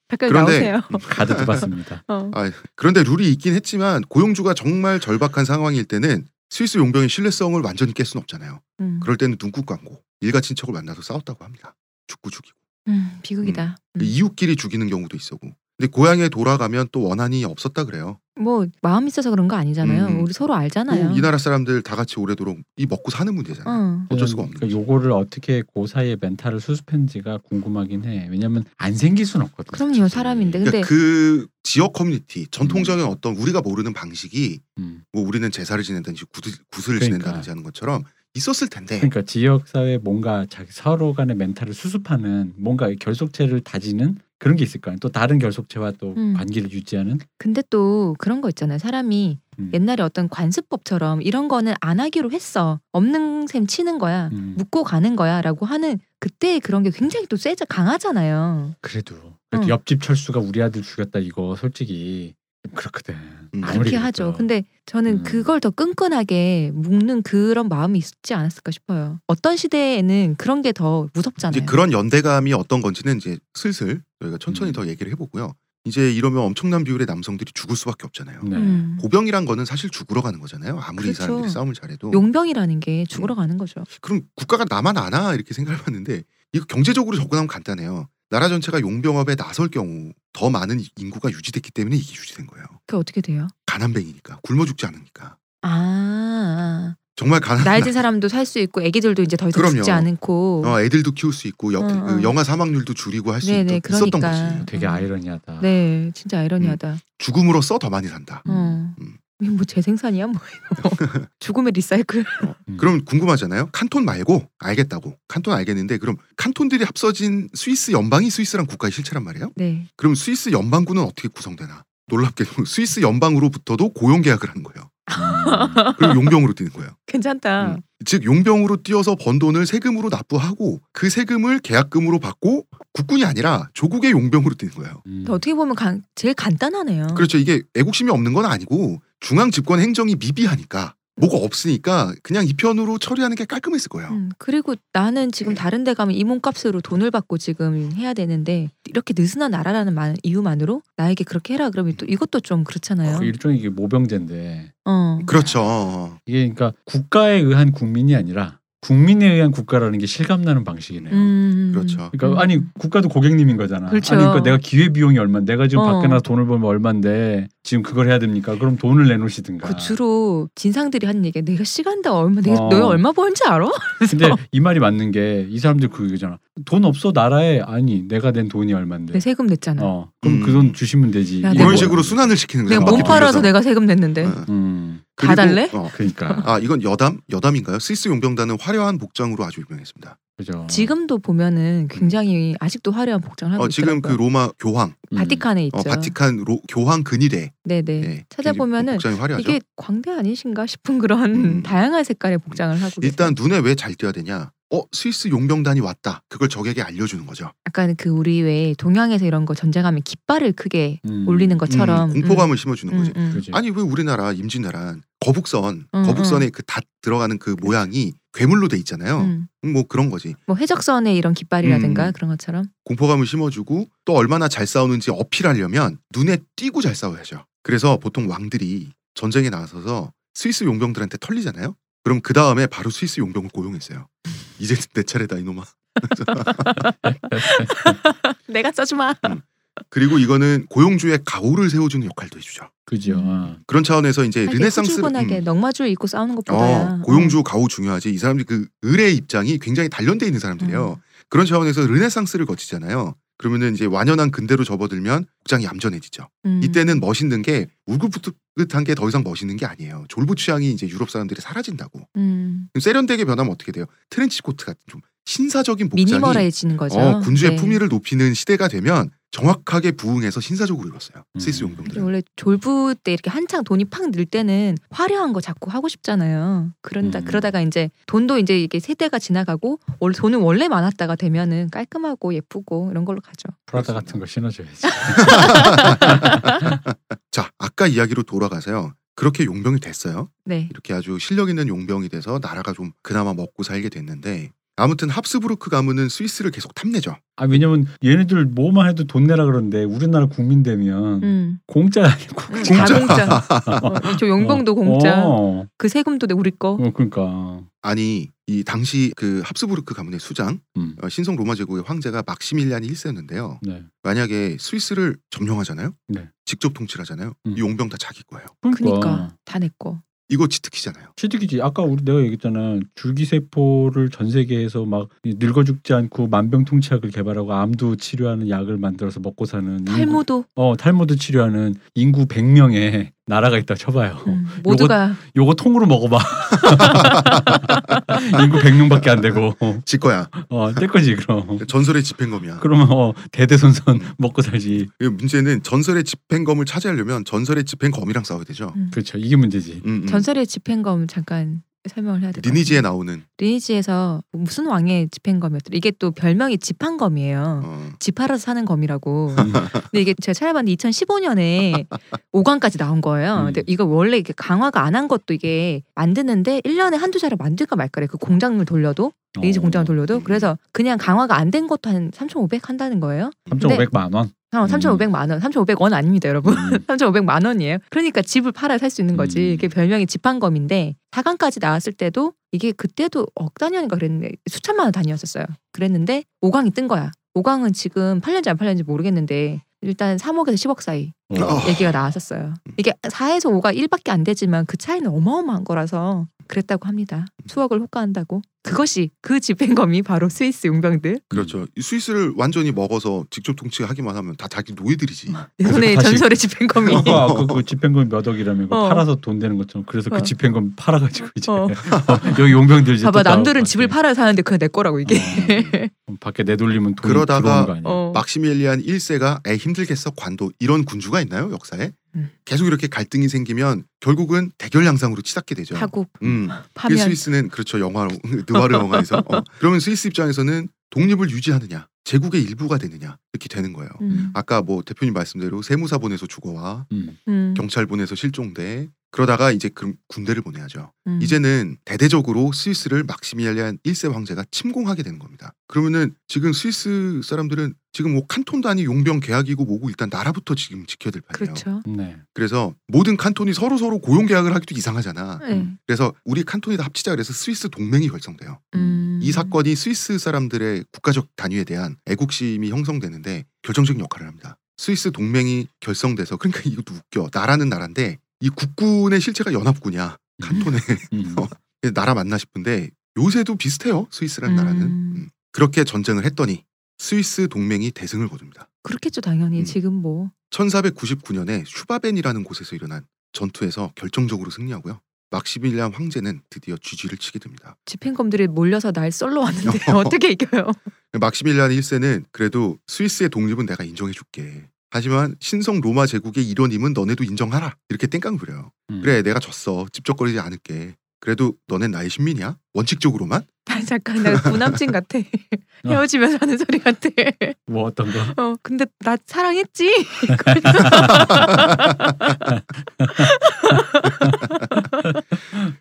Speaker 3: 작가님
Speaker 1: 그런데-
Speaker 3: 아. 나오세요.
Speaker 2: 가드도 봤습니다.
Speaker 3: 어.
Speaker 1: 아, 그런데 룰이 있긴 했지만 고용주가 정말 절박한 상황일 때는 스위스 용병의 신뢰성을 완전히 깰 수는 없잖아요.
Speaker 3: 음.
Speaker 1: 그럴 때는 눈꾹 감고 일가 친척을 만나서 싸웠다고 합니다. 죽고 죽이고
Speaker 3: 음, 비극이다.
Speaker 1: 그
Speaker 3: 음.
Speaker 1: 이웃끼리 죽이는 경우도 있었고. 근데 고향에 돌아가면 또 원한이 없었다 그래요.
Speaker 3: 뭐 마음 있어서 그런 거 아니잖아요.
Speaker 1: 음.
Speaker 3: 우리 서로 알잖아요.
Speaker 1: 또 이 나라 사람들 다 같이 오래도록 이 먹고 사는 문제잖아요.
Speaker 3: 어.
Speaker 1: 어쩔 수가 없는
Speaker 2: 그러니까 요거를 어떻게 그 사이에 멘탈을 수습했는지가 궁금하긴 해. 왜냐면 안 생길 순 없거든.
Speaker 3: 그럼요, 사람인데. 근데
Speaker 1: 그러니까 그 지역 커뮤니티 전통적인 어떤 우리가 모르는 방식이
Speaker 2: 음.
Speaker 1: 뭐 우리는 제사를 지낸다든지 구슬, 구슬을
Speaker 2: 그러니까.
Speaker 1: 지낸다든지 하는 것처럼 있었을 텐데
Speaker 2: 그러니까 지역 사회 뭔가 자기 서로 간의 멘탈을 수습하는 뭔가 결속체를 다지는 그런 게 있을 거 아니야. 또 다른 결속체와 또
Speaker 3: 음.
Speaker 2: 관계를 유지하는
Speaker 3: 근데 또 그런 거 있잖아요. 사람이
Speaker 2: 음.
Speaker 3: 옛날에 어떤 관습법처럼 이런 거는 안 하기로 했어. 없는 셈 치는 거야.
Speaker 2: 음.
Speaker 3: 묻고 가는 거야라고 하는 그때 그런 게 굉장히 또 세자 강하잖아요.
Speaker 2: 그래도 그래도
Speaker 3: 응.
Speaker 2: 옆집 철수가 우리 아들 죽였다 이거 솔직히 그렇거든.
Speaker 1: 음.
Speaker 2: 아무리
Speaker 3: 않게
Speaker 2: 그래도.
Speaker 3: 하죠. 근데 저는
Speaker 2: 음.
Speaker 3: 그걸 더 끈끈하게 묶는 그런 마음이 있지 않았을까 싶어요. 어떤 시대에는 그런 게 더
Speaker 1: 이제
Speaker 2: 네.
Speaker 3: 무섭잖아요.
Speaker 1: 그런 연대감이 어떤 건지는 이제 슬슬 저희가 천천히
Speaker 2: 음.
Speaker 1: 더 얘기를 해보고요. 이제 이러면 엄청난 비율의 남성들이 죽을 수밖에 없잖아요.
Speaker 2: 네.
Speaker 3: 음.
Speaker 1: 보병이란 거는 사실 죽으러 가는 거잖아요. 아무리 이
Speaker 3: 그렇죠.
Speaker 1: 사람들이 싸움을 잘해도
Speaker 3: 용병이라는 게
Speaker 1: 음.
Speaker 3: 죽으러 가는 거죠.
Speaker 1: 그럼 국가가 나만 아나 이렇게 생각해봤는데 이거 경제적으로 접근하면 간단해요. 나라 전체가 용병업에 나설 경우 더 많은 인구가 유지됐기 때문에 이게 유지된 거예요.
Speaker 3: 그게 어떻게 돼요?
Speaker 1: 가난뱅이니까 굶어 죽지 않으니까
Speaker 3: 아,
Speaker 1: 정말 가난.
Speaker 3: 나이든 사람도 살 수 있고 아기들도 이제 더 이상
Speaker 1: 그럼요.
Speaker 3: 죽지 않고.
Speaker 1: 어, 애들도 키울 수 있고 역-
Speaker 3: 어, 어.
Speaker 1: 그 영아 사망률도 줄이고 할 수
Speaker 3: 네네,
Speaker 1: 있었던
Speaker 3: 그러니까.
Speaker 1: 거지.
Speaker 2: 되게
Speaker 3: 음.
Speaker 2: 아이러니하다.
Speaker 3: 네, 진짜 아이러니하다.
Speaker 1: 죽음으로써 더 많이 산다.
Speaker 3: 어.
Speaker 1: 음.
Speaker 3: 이게 뭐 재생산이야 뭐예
Speaker 1: *laughs*
Speaker 3: 죽음의 리사이클.
Speaker 2: 음.
Speaker 1: 그럼 궁금하잖아요. 칸톤 말고 알겠다고. 칸톤 알겠는데 그럼 칸톤들이 합쳐진 스위스 연방이 스위스랑 국가의 실체란 말이에요?
Speaker 3: 네.
Speaker 1: 그럼 스위스 연방군은 어떻게 구성되나? 놀랍게도 *laughs* 스위스 연방으로부터도 고용 계약을 하는 거예요.
Speaker 2: 음.
Speaker 1: 그리고 용병으로 뛰는 거예요.
Speaker 3: 괜찮다.
Speaker 1: 음. 즉 용병으로 뛰어서 번 돈을 세금으로 납부하고 그 세금을 계약금으로 받고 국군이 아니라 조국의 용병으로 뛰는 거예요.
Speaker 3: *laughs*
Speaker 2: 음.
Speaker 3: 어떻게 보면 간- 제일 간단하네요.
Speaker 1: 그렇죠. 이게 애국심이 없는 건 아니고 중앙 집권 행정이 미비하니까 뭐가 없으니까 그냥 이 편으로 처리하는 게 깔끔했을 거예요.
Speaker 3: 음, 그리고 나는 지금 다른 데 가면 이 몸값으로 돈을 받고 지금 해야 되는데 이렇게 느슨한 나라라는 만- 이유만으로 나에게 그렇게 해라 그러면 또 이것도 좀 그렇잖아요.
Speaker 2: 그 일종의 이게 모병제인데
Speaker 3: 어.
Speaker 1: 그렇죠.
Speaker 2: 이게 그러니까 국가에 의한 국민이 아니라 국민에 의한 국가라는 게 실감나는 방식이네요.
Speaker 3: 음.
Speaker 1: 그렇죠.
Speaker 2: 그러니까
Speaker 3: 음.
Speaker 2: 아니 국가도 고객님인 거잖아.
Speaker 3: 그렇죠.
Speaker 2: 아니 그러니까 내가 기회 비용이 얼마? 내가 지금
Speaker 3: 어.
Speaker 2: 밖에 나서 돈을 벌면 얼마인데 지금 그걸 해야 됩니까? 그럼 돈을 내놓으시든가.
Speaker 3: 그 주로 진상들이 하는 얘기야. 내가 시간당 얼마, 내가
Speaker 2: 어.
Speaker 3: 너희 얼마 버는지 알아?
Speaker 1: 네.
Speaker 2: 근데 이 말이 맞는 게 이 사람들 그거잖아. 돈 없어 나라에 아니 내가 낸 돈이 얼마인데.
Speaker 3: 내 세금 냈잖아.
Speaker 2: 어 그럼
Speaker 1: 음.
Speaker 2: 그 돈 주시면 되지.
Speaker 3: 야,
Speaker 2: 이게
Speaker 1: 이런
Speaker 2: 뭐야.
Speaker 1: 식으로 순환을 시키는 거예요.
Speaker 2: 그래서
Speaker 3: 내가 몸
Speaker 2: 막
Speaker 3: 팔아서
Speaker 1: 바퀴 돌려서. 네.
Speaker 3: 내가 세금 냈는데
Speaker 1: 응.
Speaker 2: 음
Speaker 1: 그리고-
Speaker 3: 다 달래?
Speaker 1: 어.
Speaker 3: *laughs*
Speaker 2: 그러니까
Speaker 1: 아 이건 여담 여담인가요? 스위스 용병단은 화려한 복장으로 아주 유명했습니다. 어,
Speaker 2: 그죠.
Speaker 3: 지금도 보면은 굉장히 아직도 화려한 복장을 하고
Speaker 1: 어, 지금 그
Speaker 3: 있더라고요.
Speaker 1: 로마 교황,
Speaker 2: 음.
Speaker 3: 바티칸에 있죠.
Speaker 1: 어, 바티칸 로- 교황 근위대
Speaker 3: 네네.
Speaker 1: 예,
Speaker 3: 찾아보면은
Speaker 1: 굉장히 복장이 화려하죠.
Speaker 3: 이게 광대 아니신가 싶은 그런
Speaker 1: 음.
Speaker 3: *laughs* 다양한 색깔의 복장을 하고
Speaker 1: 일단
Speaker 3: 계세요.
Speaker 1: 눈에 왜 잘 띄어야 되냐? 어 스위스 용병단이 왔다. 그걸 적에게 알려주는 거죠.
Speaker 3: 약간 그 우리 왜 동양에서 이런 거 전쟁하면 깃발을 크게
Speaker 2: 음.
Speaker 3: 올리는
Speaker 1: 음,
Speaker 3: 것처럼
Speaker 1: 공포감을 심어주는
Speaker 3: 음,
Speaker 1: 거지. 그렇죠.
Speaker 3: 음, 음.
Speaker 2: 그지.
Speaker 1: 아니 왜 우리나라 임진왜란 거북선
Speaker 3: 음,
Speaker 1: 거북선에 그 닷 들어가는 그 모양이 괴물로 돼 있잖아요.
Speaker 3: 음.
Speaker 1: 음, 뭐 그런 거지.
Speaker 3: 뭐 해적선의 이런 깃발이라든가
Speaker 1: 음.
Speaker 3: 그런 것처럼
Speaker 1: 공포감을 심어주고 또 얼마나 잘 싸우는지 어필하려면 눈에 띄고 잘 싸워야죠. 그래서 보통 왕들이 전쟁에 나서서 스위스 용병들한테 털리잖아요. 그럼 그 다음에 바로 스위스 용병을 고용했어요. *laughs* 이제 내 차례다 이놈아.
Speaker 3: 내가 써주마.
Speaker 1: 그리고 이거는 고용주의 가오를 세워주는 역할도 해주죠.
Speaker 2: 그죠. 아,
Speaker 3: 음.
Speaker 1: 그런 차원에서 이제 르네상스
Speaker 3: 후줄근하게
Speaker 1: 음.
Speaker 3: 넉마주 입고 싸우는
Speaker 1: 어,
Speaker 3: 것보다야.
Speaker 1: 고용주 가오 중요하지. 이 사람들이 그 을의 입장이 굉장히 단련돼 있는 사람들이에요.
Speaker 3: 음.
Speaker 1: 그런 차원에서 르네상스를 거치잖아요. 그러면은 이제 완연한 근대로 접어들면 복장이 얌전해지죠.
Speaker 3: 음.
Speaker 1: 이때는 멋있는 게 울긋불긋한 게 더 이상 멋있는 게 아니에요. 졸부 취향이 이제 유럽 사람들이 사라진다고.
Speaker 3: 음.
Speaker 1: 그럼 세련되게 변하면 어떻게 돼요? 트렌치 코트 같은 좀 신사적인 복장이
Speaker 3: 미니멀해지는 거죠.
Speaker 1: 어, 군주의
Speaker 3: 네.
Speaker 1: 품위를 높이는 시대가 되면 정확하게 부응해서 신사적으로 입었어요.
Speaker 2: 음.
Speaker 1: 스위스
Speaker 3: 하긴
Speaker 1: 용병들은.
Speaker 3: 원래 졸부 때 이렇게 한창 돈이 팍 늘 때는 화려한 거 자꾸 하고 싶잖아요. 그런다
Speaker 2: 음.
Speaker 3: 그러다가 이제 돈도 이제 이게 세대가 지나가고 원- 돈은 원래 많았다가 되면은 깔끔하고 예쁘고 이런 걸로 가죠.
Speaker 2: 프라다 같은 거 신어줘야지.
Speaker 1: 자, 아까 이야기로 돌아가서요. 그렇게 용병이 됐어요.
Speaker 3: 네.
Speaker 1: 이렇게 아주 실력 있는 용병이 돼서 나라가 좀 그나마 먹고 살게 됐는데 아무튼 합스부르크 가문은 스위스를 계속 탐내죠.
Speaker 2: 아 왜냐면 얘네들 뭐만 해도 돈 내라 그러는데 우리나라 국민 되면
Speaker 3: 음.
Speaker 2: 공짜 아니고
Speaker 3: 다 공짜. 어, 저 용병도 공짜.
Speaker 2: 어,
Speaker 3: 그 세금도 내 우리 거.
Speaker 2: 어, 그러니까.
Speaker 1: 아니 이 당시 그 합스부르크 가문의 수장
Speaker 2: 음.
Speaker 1: 어, 신성 로마 제국의 황제가 막시밀리안 1세였는데요.
Speaker 2: 네.
Speaker 1: 만약에 스위스를 점령하잖아요.
Speaker 2: 네.
Speaker 1: 직접 통치를 하잖아요.
Speaker 2: 음.
Speaker 1: 이 용병 다 자기 거예요.
Speaker 2: 그러니까.
Speaker 3: 그니까 다 내 거.
Speaker 1: 이거 지특히잖아요.
Speaker 2: 취득이지. 아까 우리 내가 얘기했잖아. 줄기세포를 전 세계에서 막 늙어 죽지 않고 만병통치약을 개발하고 암도 치료하는 약을 만들어서 먹고 사는 인구-
Speaker 3: 탈모도
Speaker 2: 어, 탈모도 치료하는 인구 100명의 나라가 있다 어. 쳐봐요.
Speaker 3: 음, 모두가
Speaker 2: 요거 통으로 먹어봐. *laughs* 인구 100명밖에 안 되고.
Speaker 1: 지 거야.
Speaker 2: 어, 뗄 거지 그럼.
Speaker 1: 전설의 집행검이야.
Speaker 2: *laughs* 그러면 어, 대대손손 *laughs* 먹고 살지.
Speaker 1: 이 문제는 전설의 집행검을 차지하려면 전설의 집행검이랑 싸워야 되죠.
Speaker 3: 음.
Speaker 2: 그렇죠. 이게 문제지.
Speaker 1: 음, 음.
Speaker 3: 전설의 집행검 잠깐 설명을 해야 될 것 같아요.
Speaker 1: 리니지에 나오는
Speaker 3: 리니지에서 무슨 왕의 집행검이었더라. 이게 또 별명이 집행검이에요.
Speaker 1: 어,
Speaker 3: 집 팔아서 사는 검이라고.
Speaker 2: *laughs*
Speaker 3: 근데 이게 제가 찾아봤는데 2015년에 5강까지 나온 거예요.
Speaker 2: 음.
Speaker 3: 근데 이거 원래 이게 강화가 안 한 것도 이게 만드는데 1년에 한두 자를 만들까 말까래. 그 공장을 돌려도 레이즈
Speaker 2: 어,
Speaker 3: 공장을 돌려도
Speaker 1: 음.
Speaker 3: 그래서 그냥 강화가 안 된 것도 한 3,500 한다는 거예요.
Speaker 2: 3,500만
Speaker 3: *laughs*
Speaker 2: 원.
Speaker 3: 어, 3,500만 원, 3,500원 아닙니다, 여러분.
Speaker 2: 음.
Speaker 3: 3,500만 원이에요. 그러니까 집을 팔아 살 수 있는 거지.
Speaker 2: 음.
Speaker 3: 이게 별명이 집한검인데 4강까지 나왔을 때도 이게 그때도 억 단위인가 그랬는데 수천만 원 단위였었어요. 그랬는데 5강이 뜬 거야. 5강은 지금 팔렸지 안 팔렸는지 모르겠는데 일단 3억에서 10억 사이
Speaker 1: 어.
Speaker 3: 얘기가 나왔었어요. 이게 4에서 5가 1밖에 안 되지만 그 차이는 어마어마한 거라서 그랬다고 합니다. 수억을 호가한다고. 그것이 그 집행검이 바로 스위스 용병들.
Speaker 2: 아,
Speaker 1: 그렇죠. 이 스위스를 완전히 먹어서 직접 통치하기만 하면 다 자기
Speaker 3: 음.
Speaker 1: 노예들이지.
Speaker 3: 이번에
Speaker 2: 다시-
Speaker 3: 전설의 집행검이.
Speaker 2: 어, 아까 그 집행금 몇 억이라며
Speaker 3: 어.
Speaker 2: 어. 팔아서 돈 되는 것처럼 그래서
Speaker 3: 어.
Speaker 2: 그 집행금 팔아가지고 이제 *laughs*
Speaker 3: 어.
Speaker 2: 어, 여기 용병들 이제
Speaker 3: 봐봐
Speaker 2: 또 나올
Speaker 3: 남들은
Speaker 2: 것
Speaker 3: 집을
Speaker 2: 같아.
Speaker 3: 팔아 사는데 그냥 내 거라고 이게.
Speaker 2: 어, 밖에 내돌리면 돈
Speaker 1: 그러다가-
Speaker 2: 들어오는 거 아니야?
Speaker 3: 어.
Speaker 1: 막시밀리안 1세가 애 힘들겠어 관도 이런 군주가 있나요 역사에?
Speaker 3: 음.
Speaker 1: 계속 이렇게 갈등이 생기면 결국은 대결 양상으로 치닫게 되죠.
Speaker 3: 파국
Speaker 1: 음. 그
Speaker 3: 파면
Speaker 1: *laughs* 스위스는 그렇죠 영화로 느와르 영화에서 어. 그러면 스위스 입장에서는 독립을 유지하느냐 제국의 일부가 되느냐 이렇게 되는 거예요.
Speaker 3: 음.
Speaker 1: 아까 뭐 대표님 말씀대로 세무사 보내서 죽어와
Speaker 2: 음.
Speaker 3: 음.
Speaker 1: 경찰 보내서 실종돼 그러다가 이제 그 군대를 보내야죠.
Speaker 3: 음.
Speaker 1: 이제는 대대적으로 스위스를 막시미리안 1세 황제가 침공하게 되는 겁니다. 그러면은 지금 스위스 사람들은 지금 뭐 칸톤도 아니 용병 계약이고 뭐고 일단 나라부터 지금 지켜야 될 판이에요.
Speaker 3: 그렇죠.
Speaker 2: 네.
Speaker 1: 래서 모든 칸톤이 서로 서로 고용 계약을 하기도 이상하잖아.
Speaker 3: 네.
Speaker 1: 그래서 우리 칸톤이 다 합치자 그래서 스위스 동맹이 결성돼요.
Speaker 3: 음.
Speaker 1: 이 사건이 스위스 사람들의 국가적 단위에 대한 애국심이 형성되는데 결정적인 역할을 합니다. 스위스 동맹이 결성돼서 그러니까 이것도 웃겨. 나라는 나라인데 이 국군의 실체가 연합군이야.
Speaker 3: *laughs*
Speaker 1: 칸톤의
Speaker 2: 음.
Speaker 1: 어. 나라 맞나 싶은데 요새도 비슷해요. 스위스라는
Speaker 3: 음.
Speaker 1: 나라는. 음. 그렇게 전쟁을 했더니 스위스 동맹이 대승을 거둡니다.
Speaker 3: 그렇겠죠 당연히
Speaker 1: 음.
Speaker 3: 지금 뭐
Speaker 1: 1499년에 슈바벤이라는 곳에서 일어난 전투에서 결정적으로 승리하고요. 막시밀리안 황제는 드디어 쥐쥐를 치게 됩니다.
Speaker 3: 집행검들이 몰려서 날 썰러 왔는데
Speaker 1: *laughs*
Speaker 3: 어떻게 이겨요? *laughs*
Speaker 1: 막시밀리안 1세는 그래도 스위스의 독립은 내가 인정해줄게. 하지만 신성 로마 제국의 일원임은 너네도 인정하라. 이렇게 땡깡 부려요.
Speaker 2: 음.
Speaker 1: 그래 내가 졌어. 집적거리지 않을게. 그래도 너넨 나의 신민이야? 원칙적으로만?
Speaker 3: 아니,
Speaker 1: *laughs*
Speaker 3: 잠깐 나 구남친 같아 헤어지면서 하는 소리 같아. *laughs*
Speaker 2: 뭐 어떤 거?
Speaker 3: 어 근데 나 사랑했지. *laughs*
Speaker 1: *laughs*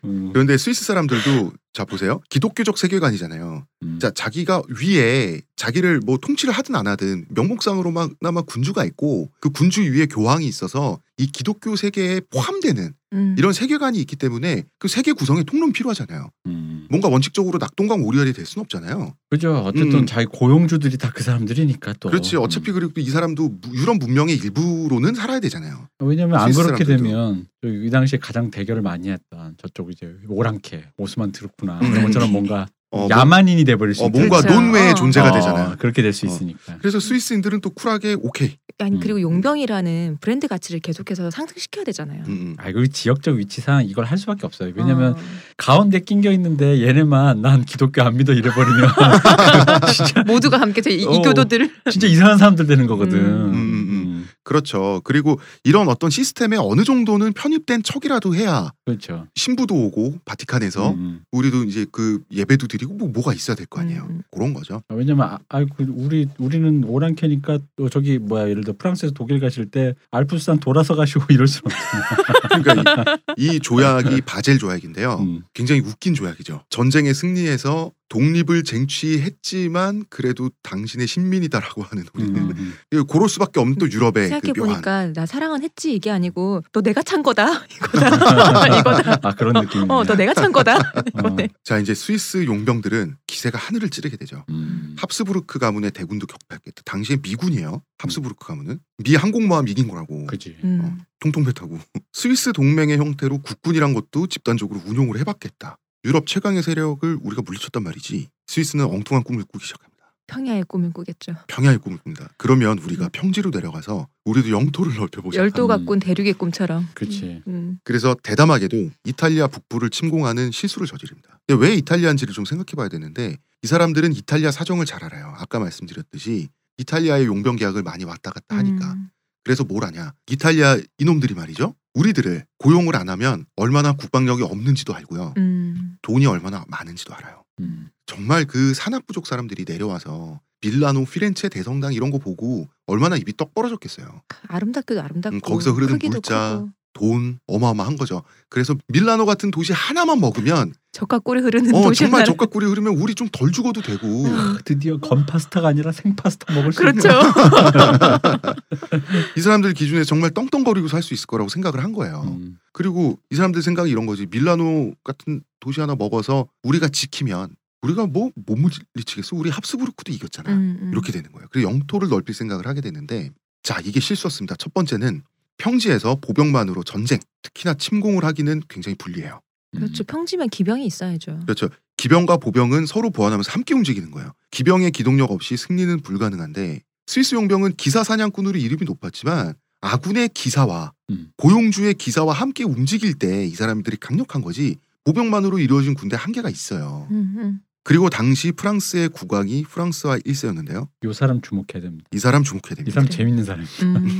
Speaker 2: 음.
Speaker 1: 그런데 스위스 사람들도 자 보세요. 기독교적 세계관이잖아요.
Speaker 2: 음.
Speaker 1: 자 자기가 위에 자기를 뭐 통치를 하든 안 하든 명목상으로만나마 군주가 있고 그 군주 위에 교황이 있어서 이 기독교 세계에 포함되는
Speaker 3: 음.
Speaker 1: 이런 세계관이 있기 때문에 그 세계 구성에 통론 필요하잖아요.
Speaker 2: 음.
Speaker 1: 뭔가 원칙적으로 낙동강 오리알이 될 수는 없잖아요.
Speaker 2: 그죠. 어쨌든
Speaker 1: 음.
Speaker 2: 자기 고용주들이 다 그 사람들이니까 또.
Speaker 1: 그렇지. 어차피
Speaker 2: 음.
Speaker 1: 그리고 이 사람도 무- 유럽 문명의 일부로는 살아야 되잖아요.
Speaker 2: 왜냐면 안
Speaker 1: 스위스
Speaker 2: 그렇게
Speaker 1: 사람들도.
Speaker 2: 되면 저이 당시에 가장 대결을 많이 했던 저쪽 이제 오랑캐 오스만 트루크나
Speaker 1: 음.
Speaker 2: 그런 것처럼 뭔가
Speaker 1: 어,
Speaker 2: 야만인이 돼버릴 수
Speaker 1: 뭐- 어,
Speaker 2: 있는
Speaker 1: 뭔가
Speaker 3: 그렇죠.
Speaker 1: 논외의
Speaker 3: 어.
Speaker 1: 존재가
Speaker 2: 어,
Speaker 1: 되잖아요.
Speaker 2: 그렇게 될 수
Speaker 1: 어.
Speaker 2: 있으니까.
Speaker 1: 그래서 스위스인들은 또 쿨하게 오케이.
Speaker 3: 아니
Speaker 2: 음.
Speaker 3: 그리고 용병이라는 브랜드 가치를 계속해서 상승시켜야 되잖아요.
Speaker 1: 음, 음.
Speaker 2: 아, 그 지역적 위치상 이걸 할 수밖에 없어요. 왜냐면
Speaker 3: 어.
Speaker 2: 가운데 낑겨 있는데 얘네만 난 기독교 안 믿어 이래버리면 *laughs* 진짜
Speaker 3: 모두가 함께 제 이,
Speaker 2: 어.
Speaker 3: 이교도들.
Speaker 1: 네,
Speaker 2: 진짜 이상한 사람들 되는 거거든.
Speaker 3: 음.
Speaker 1: 음, 음. 그렇죠. 그리고 이런 어떤 시스템에 어느 정도는 편입된 척이라도 해야
Speaker 2: 그렇죠.
Speaker 1: 신부도 오고 바티칸에서
Speaker 2: 음.
Speaker 1: 우리도 이제 그 예배도 드리고 뭐 뭐가 있어야 될 거 아니에요.
Speaker 3: 음.
Speaker 1: 그런 거죠.
Speaker 2: 아, 왜냐면 아, 아이고 우리 우리는 오랑캐니까 또 저기 뭐야 예를 들어 프랑스에서 독일 가실 때 알프스산 돌아서 가시고 *laughs* 이럴 수 없어.
Speaker 1: 그러니까 이, 이
Speaker 3: *laughs*
Speaker 1: 조약이 바젤 조약인데요.
Speaker 3: 음.
Speaker 1: 굉장히 웃긴 조약이죠. 전쟁에 승리해서 독립을 쟁취했지만 그래도 당신의 신민이다라고 하는 우리
Speaker 2: 음.
Speaker 1: 는
Speaker 2: 음.
Speaker 1: 고럴 수밖에 없는 또 유럽의
Speaker 3: 생각해
Speaker 1: 그 묘한
Speaker 3: 보니까 나 사랑은 했지 이게 아니고 너 내가 찬 거다 *laughs* 이거다 *laughs* 이거다.
Speaker 2: 아 그런 느낌.
Speaker 3: 어 너 내가 찬 거다 *laughs* 이거네.
Speaker 1: 자 이제 스위스 용병들은 기세가 하늘을 찌르게 되죠. 합스부르크 가문의 대군도 격파했겠다. 당시에 미군이에요. 합스부르크 가문은 미 항공모함 이긴 거라고
Speaker 2: 그지.
Speaker 1: 어.
Speaker 3: 음.
Speaker 1: 통통배 타고 *laughs* 스위스 동맹의 형태로 국군이란 것도 집단적으로 운용을 해봤겠다. 유럽 최강의 세력을 우리가 물리쳤단 말이지. 스위스는 엉뚱한 꿈을 꾸기 시작합니다.
Speaker 3: 평야의 꿈을 꾸겠죠.
Speaker 1: 평야의 꿈을 꿉니다. 그러면 우리가 평지로 내려가서 우리도 영토를 *laughs* 넓혀보자.
Speaker 3: 열도가
Speaker 2: 음.
Speaker 3: 꾼 대륙의 꿈처럼.
Speaker 2: 그렇지.
Speaker 3: 음.
Speaker 1: 그래서 대담하게도 이탈리아 북부를 침공하는 실수를 저지릅니다. 근데 왜 이탈리아인지를 좀 생각해봐야 되는데 이 사람들은 이탈리아 사정을 잘 알아요. 아까 말씀드렸듯이 이탈리아의 용병 계약을 많이 왔다 갔다 하니까.
Speaker 3: 음.
Speaker 1: 그래서 뭘 하냐? 이탈리아 이놈들이 말이죠. 우리들을 고용을 안 하면 얼마나 국방력이 없는지도 알고요.
Speaker 3: 음.
Speaker 1: 돈이 얼마나 많은지도 알아요.
Speaker 2: 음.
Speaker 1: 정말 그 산악부족 사람들이 내려와서 밀라노, 피렌체 대성당 이런 거 보고 얼마나 입이 떡 벌어졌겠어요.
Speaker 3: 아름답기도 아름답고
Speaker 1: 음, 거기서 흐르는
Speaker 3: 크기도
Speaker 1: 물자.
Speaker 3: 크고,
Speaker 1: 돈 어마어마한 거죠. 그래서 밀라노 같은 도시 하나만 먹으면
Speaker 3: 적과 꿀이 흐르는
Speaker 1: 어,
Speaker 3: 음, 도시
Speaker 1: 정말
Speaker 3: 하나.
Speaker 1: 적과 꿀이 흐르면 우리 좀 덜 죽어도 되고
Speaker 3: 음.
Speaker 2: 아, 드디어 건 파스타가 아니라 생 파스타 먹을
Speaker 1: *laughs*
Speaker 2: 수
Speaker 3: 그렇죠.
Speaker 2: 있는.
Speaker 1: 이 사람들 기준에 정말 떵떵거리고 살 수 있을 거라고 생각을 한 거예요.
Speaker 2: 음.
Speaker 1: 그리고 이 사람들 생각이 이런 거지. 밀라노 같은 도시 하나 먹어서 우리가 지키면 우리가 뭐 못 물리치겠어. 우리 합스부르크도 이겼잖아.
Speaker 3: 음, 음.
Speaker 1: 이렇게 되는 거예요. 그리고 영토를 넓힐 생각을 하게 되는데 자 이게 실수였습니다. 첫 번째는 평지에서 보병만으로 전쟁 특히나 침공을 하기는 굉장히 불리해요.
Speaker 2: 음.
Speaker 3: 그렇죠. 평지면 기병이 있어야죠.
Speaker 1: 그렇죠. 기병과 보병은 서로 보완하면서 함께 움직이는 거예요. 기병의 기동력 없이 승리는 불가능한데 스위스 용병은 기사 사냥꾼으로 이름이 높았지만 아군의 기사와
Speaker 2: 음.
Speaker 1: 고용주의 기사와 함께 움직일 때 이 사람들이 강력한 거지 보병만으로 이루어진 군대 한계가 있어요.
Speaker 3: 음, 음.
Speaker 1: 그리고 당시 프랑스의 국왕이 프랑스와 일세였는데요
Speaker 2: 요 사람 주목해야 됩니다.
Speaker 1: 이 사람 주목해야
Speaker 2: 이
Speaker 1: 됩니다.
Speaker 2: 사람
Speaker 3: 그래.
Speaker 2: 재밌는 사람.
Speaker 1: *laughs*
Speaker 3: 음.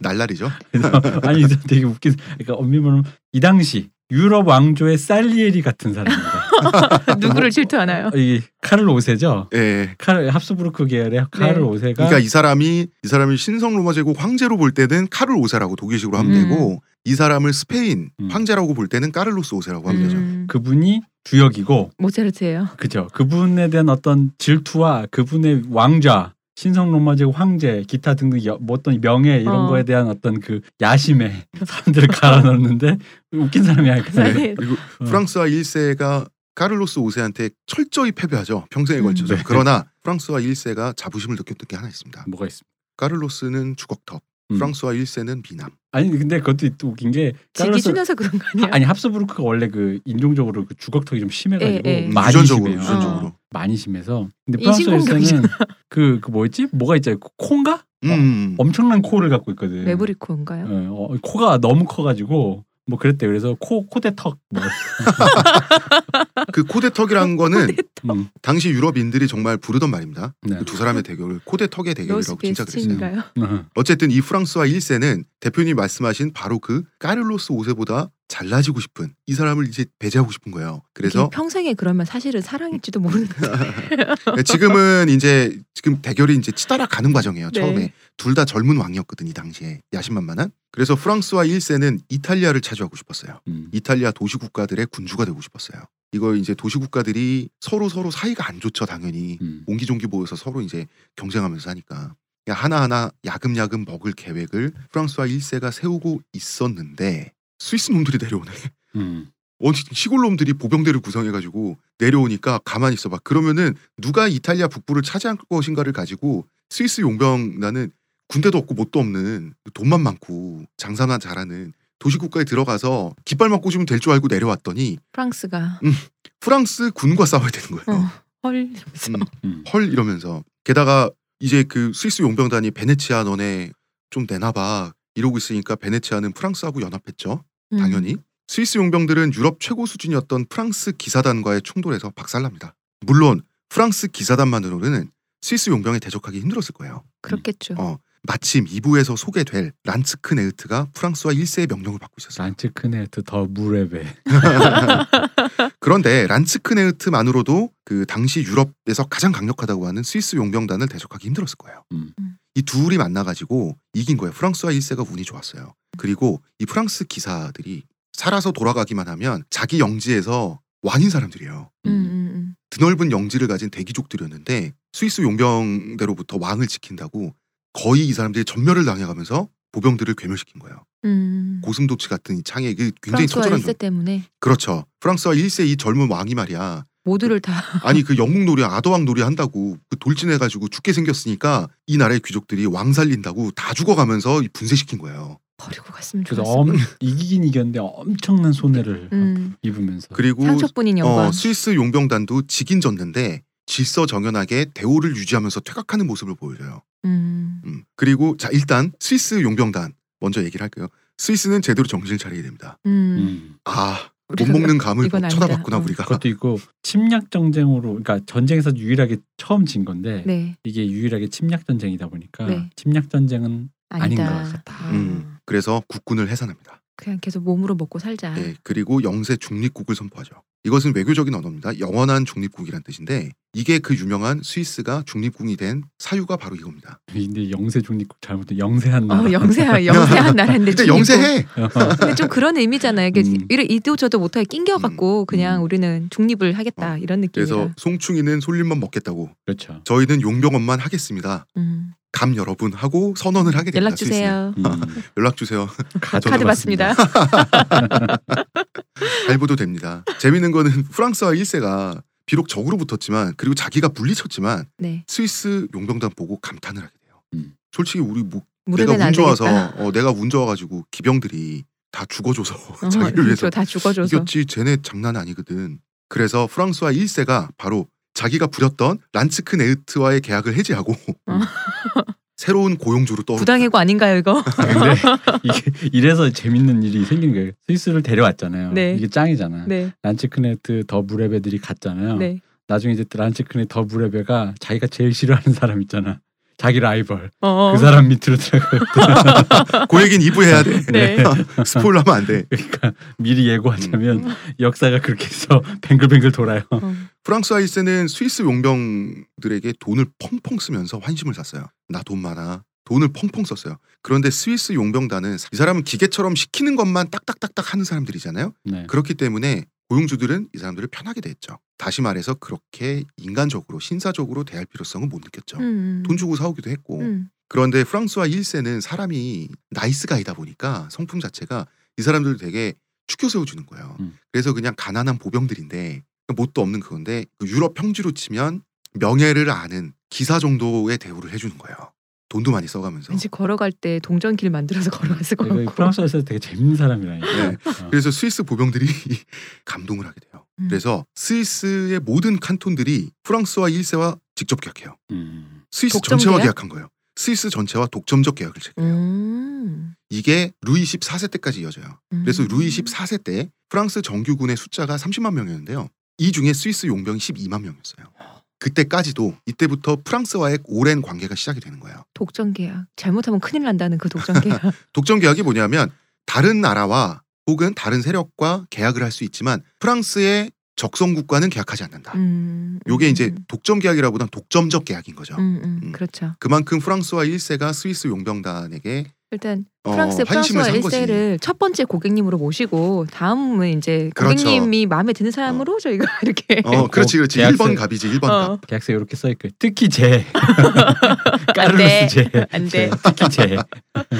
Speaker 1: 날라리죠.
Speaker 2: *laughs* 아니 이 사람 되게 웃긴. 그러니까 엄밀히 말하면 이 당시 유럽 왕조의 살리에리 같은 사람입니다.
Speaker 3: 누구를 질투하나요?
Speaker 2: 이 카를 오세죠.
Speaker 1: 예.
Speaker 2: 카를 합스부르크 계열의 카를
Speaker 3: 네.
Speaker 2: 오세가
Speaker 1: 그러니까 이 사람이 이 사람이 신성 로마 제국 황제로 볼 때는 카를 오세라고 독일식으로 하면
Speaker 3: 음.
Speaker 1: 되고 이 사람을 스페인
Speaker 2: 음.
Speaker 1: 황제라고 볼 때는 까를로스 오세라고 하면 되죠.
Speaker 3: 음,
Speaker 2: 그분이 주역이고
Speaker 3: 모차르트예요.
Speaker 2: 그죠. 그분에 대한 어떤 질투와 그분의 왕좌, 신성 로마 제국 황제, 기타 등등 여, 뭐 어떤 명예 이런
Speaker 3: 어.
Speaker 2: 거에 대한 어떤 그 야심에 사람들을 갈아넣는데 웃긴 사람이 아니까
Speaker 3: 네.
Speaker 1: 그리고
Speaker 2: 어.
Speaker 1: 프랑스와 1세가 까를로스 5세한테 철저히 패배하죠. 평생에
Speaker 3: 음.
Speaker 1: 걸쳐서.
Speaker 2: 네.
Speaker 1: 그러나 프랑스와 1세가 자부심을 느꼈던 게 하나 있습니다.
Speaker 2: 뭐가 있습니다.
Speaker 1: 까를로스는 주걱턱,
Speaker 2: 음.
Speaker 1: 프랑스와 1세는 미남.
Speaker 2: 아니 근데 그것도 또 웃긴 게
Speaker 3: 지기
Speaker 2: 까르로스-
Speaker 3: 순해서 그런 거 아니에요?
Speaker 2: 아니 합스부르크가 원래 그 인종적으로 그 주걱턱이 좀 심해가지고
Speaker 3: 예, 예.
Speaker 2: 음. 많이
Speaker 1: 유전적으로,
Speaker 2: 심해요. 어,
Speaker 1: 유전적으로.
Speaker 2: 많이 심해서 근데
Speaker 3: 인신
Speaker 2: 프랑스에서는 그, 그 뭐였지 뭐가 있잖아요 어. 코- 콩가
Speaker 1: 음.
Speaker 2: 엄청난 코를 갖고 있거든.
Speaker 3: 메브리코인가요?
Speaker 2: 예, 어, 코가 너무 커가지고 뭐 그랬대 그래서 코 코대턱
Speaker 3: *laughs*
Speaker 2: 뭐
Speaker 1: 그
Speaker 2: *laughs*
Speaker 1: 코데턱이라는
Speaker 3: 어,
Speaker 1: 거는
Speaker 2: 음,
Speaker 1: 당시 유럽인들이 정말 부르던 말입니다.
Speaker 2: 네.
Speaker 1: 그두 사람의 대결을 코데턱의 대결이라고 진짜 그랬어요.
Speaker 3: 로스베스틴인가요?
Speaker 2: 음,
Speaker 1: 어쨌든 이 프랑스와 1세는 대표님 말씀하신 바로 그 까를로스 5세보다 잘나지고 싶은 이 사람을 이제 배제하고 싶은 거예요. 그래서
Speaker 3: 평생에 그러면 사실은
Speaker 1: *laughs*
Speaker 3: 사랑일지도 모르는
Speaker 1: 네, 지금은 이제 지금 대결이 이제 치달아 가는 과정이에요.
Speaker 3: 네.
Speaker 1: 처음에 둘 다 젊은 왕이었거든 이 당시에 야심만만한. 그래서 프랑스와 1세는 이탈리아를 차지하고 싶었어요.
Speaker 2: 음.
Speaker 1: 이탈리아 도시 국가들의 군주가 되고 싶었어요. 이걸 이제 도시 국가들이 서로 서로 사이가 안 좋죠 당연히
Speaker 2: 음.
Speaker 1: 옹기종기 모여서 서로 이제 경쟁하면서 하니까 그냥 하나하나 야금야금 먹을 계획을 프랑스와 1세가 세우고 있었는데 스위스 놈들이 내려오네.
Speaker 2: 음.
Speaker 1: 원시 시골 놈들이 보병대를 구성해가지고 내려오니까 가만히 있어봐. 그러면은 누가 이탈리아 북부를 차지할 것인가를 가지고 스위스 용병 나는 군대도 없고 뭣도 없는 돈만 많고 장사만 잘하는 도시국가에 들어가서 깃발만 꽂으면 될 줄 알고 내려왔더니
Speaker 3: 프랑스가
Speaker 1: 프랑스 군과 싸워야 되는 거예요.
Speaker 3: 어, 헐 이러면서
Speaker 1: 음.
Speaker 2: 음.
Speaker 1: 헐 이러면서 게다가 이제 그 스위스 용병단이 베네치아 너네 좀 내놔봐 이러고 있으니까 베네치아는 프랑스하고 연합했죠.
Speaker 3: 음.
Speaker 1: 당연히 스위스 용병들은 유럽 최고 수준이었던 프랑스 기사단과의 충돌에서 박살납니다. 물론 프랑스 기사단만으로는 스위스 용병에 대적하기 힘들었을 거예요.
Speaker 3: 그렇겠죠.
Speaker 1: 어. 마침 2부에서 소개될 란츠크 네흐트가 프랑스와 1세의 명령을 받고 있었어요.
Speaker 2: 란츠크네트 더 무레베
Speaker 1: *laughs* 그런데 란츠크 네흐트만으로도 그 당시 유럽에서 가장 강력하다고 하는 스위스 용병단을 대적하기 힘들었을 거예요.
Speaker 2: 음.
Speaker 3: 음.
Speaker 1: 이 둘이 만나가지고 이긴 거예요. 프랑스와 1세가 운이 좋았어요. 그리고 이 프랑스 기사들이 살아서 돌아가기만 하면 자기 영지에서 왕인 사람들이에요.
Speaker 3: 음, 음, 음.
Speaker 1: 드넓은 영지를 가진 대기족들이었는데 스위스 용병대로부터 왕을 지킨다고 거의 이 사람들이 전멸을 당해가면서 보병들을 괴멸시킨 거예요.
Speaker 3: 음.
Speaker 1: 고슴도치 같은 이 창에 그 굉장히
Speaker 3: 프랑스와
Speaker 1: 처절한
Speaker 3: 일세
Speaker 1: 존-
Speaker 3: 때문에
Speaker 1: 그렇죠. 프랑스와 1세 이 젊은 왕이 말이야.
Speaker 3: 모두를 다 *laughs*
Speaker 1: 아니 그 영국 놀이 아더왕 놀이 한다고 그 돌진해가지고 죽게 생겼으니까 이 나라의 귀족들이 왕 살린다고 다 죽어가면서 이 분쇄시킨 거예요.
Speaker 3: 버리고 갔으면
Speaker 2: 그래서
Speaker 3: 좋겠어.
Speaker 2: 엄, 이기긴 이겼는데 엄청난 손해를
Speaker 3: 음.
Speaker 2: 입으면서
Speaker 1: 그리고
Speaker 3: 상처뿐인 영광.
Speaker 1: 어, 스위스 용병단도 지긴 졌는데 질서정연하게 대오를 유지하면서 퇴각하는 모습을 보여줘요.
Speaker 3: 음.
Speaker 1: 음, 그리고 자 일단 스위스 용병단 먼저 얘기를 할게요. 스위스는 제대로 정신을 차려야 됩니다.
Speaker 3: 음.
Speaker 2: 음.
Speaker 1: 아, 못
Speaker 3: 우리가
Speaker 1: 먹는 감을
Speaker 3: 이건
Speaker 1: 못
Speaker 3: 아니다.
Speaker 1: 쳐다봤구나
Speaker 3: 어.
Speaker 1: 우리가.
Speaker 2: 그것도 있고 침략 전쟁으로 그러니까 전쟁에서 유일하게 처음 진 건데
Speaker 3: 네.
Speaker 2: 이게 유일하게 침략 전쟁이다 보니까
Speaker 3: 네.
Speaker 2: 침략 전쟁은 아닌
Speaker 3: 아니다.
Speaker 2: 것 같다.
Speaker 3: 아,
Speaker 1: 음, 그래서 국군을 해산합니다.
Speaker 3: 그냥 계속 몸으로 먹고 살자.
Speaker 1: 예, 그리고 영세 중립국을 선포하죠. 이것은 외교적인 언어입니다. 영원한 중립국이란 뜻인데 이게 그 유명한 스위스가 중립국이 된 사유가 바로 이겁니다.
Speaker 2: 근데 영세 중립국 잘못해 영세한 나라.
Speaker 1: *laughs*
Speaker 3: 어, 영세한 영세한 나라인데
Speaker 1: 일단
Speaker 3: 네, 중립국. 아, 예.
Speaker 1: 영세해.
Speaker 3: 근데 좀 그런 의미잖아요. 이게
Speaker 2: 음.
Speaker 3: 이래- 이도 저도 못하게 낑겨갖고 그냥
Speaker 1: 음.
Speaker 3: 우리는 중립을 하겠다
Speaker 1: 어.
Speaker 3: 이런 느낌이라.
Speaker 1: 그래서 송충이는 솔잎만 먹겠다고
Speaker 3: *laughs*
Speaker 2: 그렇죠.
Speaker 1: 저희는 용병업만 하겠습니다.
Speaker 3: 음.
Speaker 1: 감 여러분 하고 선언을 하게 됩니다.
Speaker 3: 연락 주세요.
Speaker 2: 음,
Speaker 1: 스위스는. 아, 연락
Speaker 3: *laughs*
Speaker 1: 주세요.
Speaker 3: 카드 받습니다.
Speaker 1: *laughs* 발부도 됩니다. 재밌는 거는 프랑스와 1세가 비록 적으로 붙었지만 그리고 자기가 물리쳤지만
Speaker 3: 네.
Speaker 1: 스위스 용병단 보고 감탄을 하게 돼요.
Speaker 2: 음.
Speaker 1: 솔직히 우리 뭐 내가
Speaker 3: 무릎에
Speaker 1: 운
Speaker 3: 안
Speaker 1: 좋아서
Speaker 3: 되겠다.
Speaker 1: 어, 내가 운 좋아가지고 기병들이 다 죽어줘서
Speaker 3: 어,
Speaker 1: *laughs* 자기를 위해서
Speaker 3: 그렇죠. 다 죽어줘서.
Speaker 1: 이겼지 쟤네 장난 아니거든. 그래서 프랑스와 1세가 바로 자기가 부렸던 란츠크 네흐트와의 계약을 해지하고
Speaker 3: 어.
Speaker 1: *laughs* 새로운 고용주로 떠오르.
Speaker 3: 부당해고 아닌가요
Speaker 1: *laughs*
Speaker 3: 이거?
Speaker 2: 근데 이게 이래서 재밌는 일이 생긴 거예요. 스위스를 데려왔잖아요.
Speaker 3: 네.
Speaker 2: 이게 짱이잖아.
Speaker 3: 네.
Speaker 2: 란츠크네트 더
Speaker 1: 어.
Speaker 2: 무레베들이 갔잖아요.
Speaker 3: 네.
Speaker 2: 나중에 이제 란츠크네 더 무레베가 자기가 제일 싫어하는 사람 있잖아. 자기 라이벌
Speaker 3: 어.
Speaker 2: 그 사람 밑으로 들어가 *laughs*
Speaker 1: 그 얘기는 2부 해야 돼.
Speaker 3: 네.
Speaker 1: *laughs* 스포일러하면 안 돼.
Speaker 2: 그러니까 미리
Speaker 3: 음.
Speaker 2: 예고하자면 역사가 그렇게 해서 *laughs* 뱅글뱅글 돌아요.
Speaker 3: 어.
Speaker 1: 프랑스 아이스는 스위스 용병들에게 돈을 펑펑 쓰면서 환심을 샀어요. 나 돈 많아. 돈을 펑펑 썼어요. 그런데 스위스 용병단은 이 사람은 기계처럼 시키는 것만 딱딱딱딱 하는 사람들이잖아요.
Speaker 2: 네.
Speaker 1: 그렇기 때문에 고용주들은 이 사람들을 편하게 대했죠. 다시 말해서 그렇게 인간적으로 신사적으로 대할 필요성은 못 느꼈죠.
Speaker 3: 음.
Speaker 1: 돈 주고 사오기도 했고
Speaker 3: 음.
Speaker 1: 그런데 프랑스와 1세는 사람이 나이스 가이다 보니까 성품 자체가 이 사람들을 되게 축켜 세워주는 거예요.
Speaker 2: 음.
Speaker 1: 그래서 그냥 가난한 보병들인데 뭣도 없는 그건데 그 유럽 평지로 치면 명예를 아는 기사 정도의 대우를 해주는 거예요. 돈도 많이 써가면서.
Speaker 3: 왠지 걸어갈 때 동전길 만들어서 *laughs* 걸어갔을 것
Speaker 2: 내가 이
Speaker 3: 같고.
Speaker 2: 프랑스에서 되게 재밌는 사람이라니까.
Speaker 1: 네.
Speaker 2: 어.
Speaker 1: 그래서 스위스 보병들이 *laughs* 감동을 하게 돼요.
Speaker 3: 음.
Speaker 1: 그래서 스위스의 모든 칸톤들이 프랑스와 1세와 직접 계약해요.
Speaker 2: 음.
Speaker 1: 스위스
Speaker 3: 독점
Speaker 1: 전체와
Speaker 3: 계약?
Speaker 1: 계약한 거예요. 스위스 전체와 독점적 계약을 체결해요.
Speaker 3: 음.
Speaker 1: 이게 루이 14세 때까지 이어져요.
Speaker 3: 음.
Speaker 1: 그래서 루이 14세 때 프랑스 정규군의 숫자가 30만 명이었는데요. 이 중에 스위스 용병이 12만 명이었어요. 그때까지도 이때부터 프랑스와의 오랜 관계가 시작이 되는 거예요.
Speaker 3: 독점 계약. 잘못하면 큰일 난다는 그 독점 계약.
Speaker 1: *laughs* 독점 계약이 뭐냐면 다른 나라와 혹은 다른 세력과 계약을 할 수 있지만 프랑스의 적성국과는 계약하지 않는다.
Speaker 3: 음.
Speaker 1: 요게 이제
Speaker 3: 음.
Speaker 1: 독점 계약이라보단 독점적 계약인 거죠.
Speaker 3: 음, 음.
Speaker 1: 음.
Speaker 3: 그렇죠.
Speaker 1: 그만큼 프랑스와 1세가 스위스 용병단에게
Speaker 3: 일단
Speaker 1: 어,
Speaker 3: 프랑스
Speaker 1: 환심을
Speaker 3: 프랑스와
Speaker 1: 산 거지.
Speaker 3: 일세를 첫 번째 고객님으로 모시고 다음은 이제
Speaker 1: 그렇죠.
Speaker 3: 고객님이 마음에 드는 사람으로 저희가 *laughs* 이렇게
Speaker 1: 어, 그렇지, 그렇지.
Speaker 2: 계약서-
Speaker 1: 1번 갑이지, 1번
Speaker 3: 어.
Speaker 1: 갑.
Speaker 2: 계약서에 이렇게 써있고 특히
Speaker 3: *laughs*
Speaker 2: 제 까르로스
Speaker 3: 돼.
Speaker 2: 제.
Speaker 3: 안 돼.
Speaker 2: 제. 특히 제.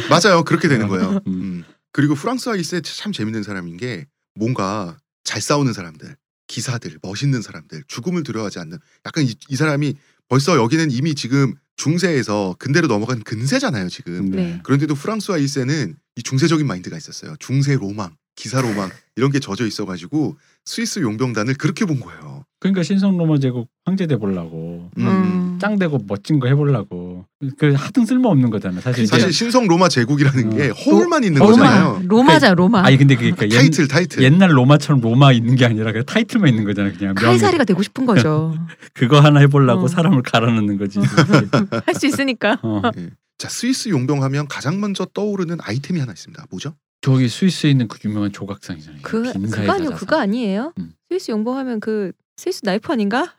Speaker 1: 맞아요. 그렇게 되는 거예요.
Speaker 2: 음.
Speaker 1: 음. 그리고 프랑스와 일세 참 재밌는 사람인 게 뭔가 잘 싸우는 사람들, 기사들, 멋있는 사람들, 죽음을 두려워하지 않는 약간 이, 이 사람이 벌써 여기는 이미 지금 중세에서 근대로 넘어간 근세잖아요, 지금.
Speaker 3: 네.
Speaker 1: 그런데도 프랑스와 일세는 이 중세적인 마인드가 있었어요. 중세 로망, 기사 로망 이런 게 젖어 있어 가지고 스위스 용병단을 그렇게 본 거예요.
Speaker 2: 그러니까 신성 로마 제국 황제 돼 보려고
Speaker 1: 음.
Speaker 2: 짱 되고 멋진 거 해보려고 그 하등 쓸모 없는 거잖아요. 사실 이제
Speaker 1: 사실 신성 로마 제국이라는
Speaker 2: 어.
Speaker 1: 게 허울만 있는
Speaker 2: 허울만.
Speaker 1: 거잖아요.
Speaker 3: 로마자 로마.
Speaker 2: 아니 근데 그게 그러니까 옛,
Speaker 1: 타이틀 타이틀.
Speaker 2: 옛날 로마처럼 로마 있는 게 아니라 그냥 타이틀만 있는 거잖아요. 그냥 명예.
Speaker 3: 카이사리가 되고
Speaker 2: *laughs*
Speaker 3: 싶은 거죠.
Speaker 2: 그거 하나 해보려고
Speaker 3: 어.
Speaker 2: 사람을 갈아넣는 거지.
Speaker 3: 할 수 있으니까. *laughs*
Speaker 2: 어.
Speaker 1: 예. 자, 스위스 용병 하면 가장 먼저 떠오르는 아이템이 하나 있습니다. 뭐죠?
Speaker 2: 저기 스위스에 있는 그 유명한 조각상이잖아요.
Speaker 3: 그
Speaker 2: 빈
Speaker 3: 그거 아니요
Speaker 2: 사이다자상.
Speaker 3: 그거 아니에요?
Speaker 2: 음.
Speaker 3: 스위스 용봉하면 그 스위스
Speaker 2: *laughs*
Speaker 3: 나이프 아닌가?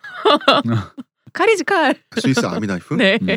Speaker 3: *laughs* 칼이지 칼.
Speaker 1: 스위스 아미나이프?
Speaker 3: 네.
Speaker 2: 음.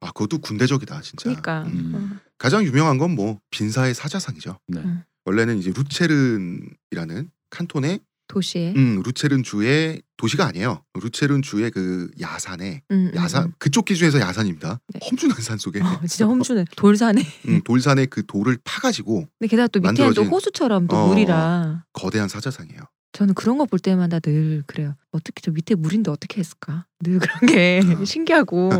Speaker 1: 아, 그것도 군대적이다, 진짜.
Speaker 3: 그러니까.
Speaker 1: 음.
Speaker 2: 음.
Speaker 1: 가장 유명한 건 뭐 빈사의 사자상이죠.
Speaker 2: 네.
Speaker 3: 음.
Speaker 1: 원래는 이제 루체른이라는 칸톤의
Speaker 3: 도시에.
Speaker 1: 음, 루체른 주의 도시가 아니에요. 루체른 주의 그 야산에
Speaker 3: 음, 음,
Speaker 1: 야산
Speaker 3: 음.
Speaker 1: 그쪽 기준에서 야산입니다.
Speaker 3: 네.
Speaker 1: 험준한 산 속에
Speaker 3: 어, 진짜 험준해. 돌산에.
Speaker 1: 음, 돌산에 그 돌을 파가지고
Speaker 3: 근데 게다가 또 밑에는 또
Speaker 1: 만들어진-
Speaker 3: 호수처럼 또
Speaker 1: 어.
Speaker 3: 물이라.
Speaker 1: 거대한 사자상이에요.
Speaker 3: 저는 그런 거 볼 때마다 늘 그래요. 어떻게 저 밑에 물인데 어떻게 했을까? 늘 그런 게
Speaker 1: 음. *laughs*
Speaker 3: *laughs* 신기하고.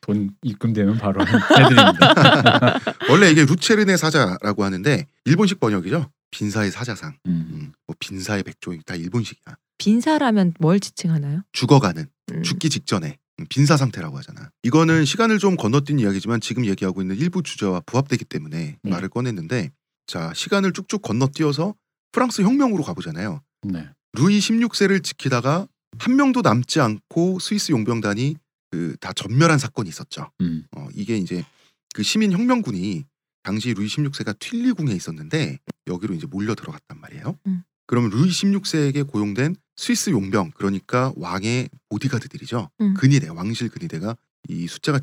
Speaker 2: 돈 입금되면 바로 *laughs* 해드립니다.
Speaker 1: 원래 이게 루체른의 사자라고 하는데 일본식 번역이죠. 빈사의 사자상,
Speaker 2: 음.
Speaker 1: 음, 뭐 빈사의 백조인 다 일본식이야.
Speaker 3: 빈사라면 뭘 지칭하나요?
Speaker 1: 죽어가는
Speaker 3: 음.
Speaker 1: 죽기 직전에 빈사 상태라고 하잖아. 이거는 시간을 좀 건너뛴 이야기지만 지금 얘기하고 있는 일부 주제와 부합되기 때문에
Speaker 3: 네.
Speaker 1: 말을 꺼냈는데 자 시간을 쭉쭉 건너뛰어서 프랑스 혁명으로 가보잖아요.
Speaker 2: 네.
Speaker 1: 루이 16세를 지키다가 한 명도 남지 않고 스위스 용병단이 그 다 전멸한 사건이 있었죠.
Speaker 2: 음.
Speaker 1: 어, 이게 이제 그 시민 혁명군이 당시 루이 16세가 틸리궁에 있었는데 여기로 이제 몰려 들어갔단 말이에요.
Speaker 3: 음.
Speaker 1: 그러면 루이 16세에게 고용된 스위스 용병 그러니까 왕의 보디가드들이죠.
Speaker 3: 음.
Speaker 1: 근위대 왕실 근위대가 이 숫자가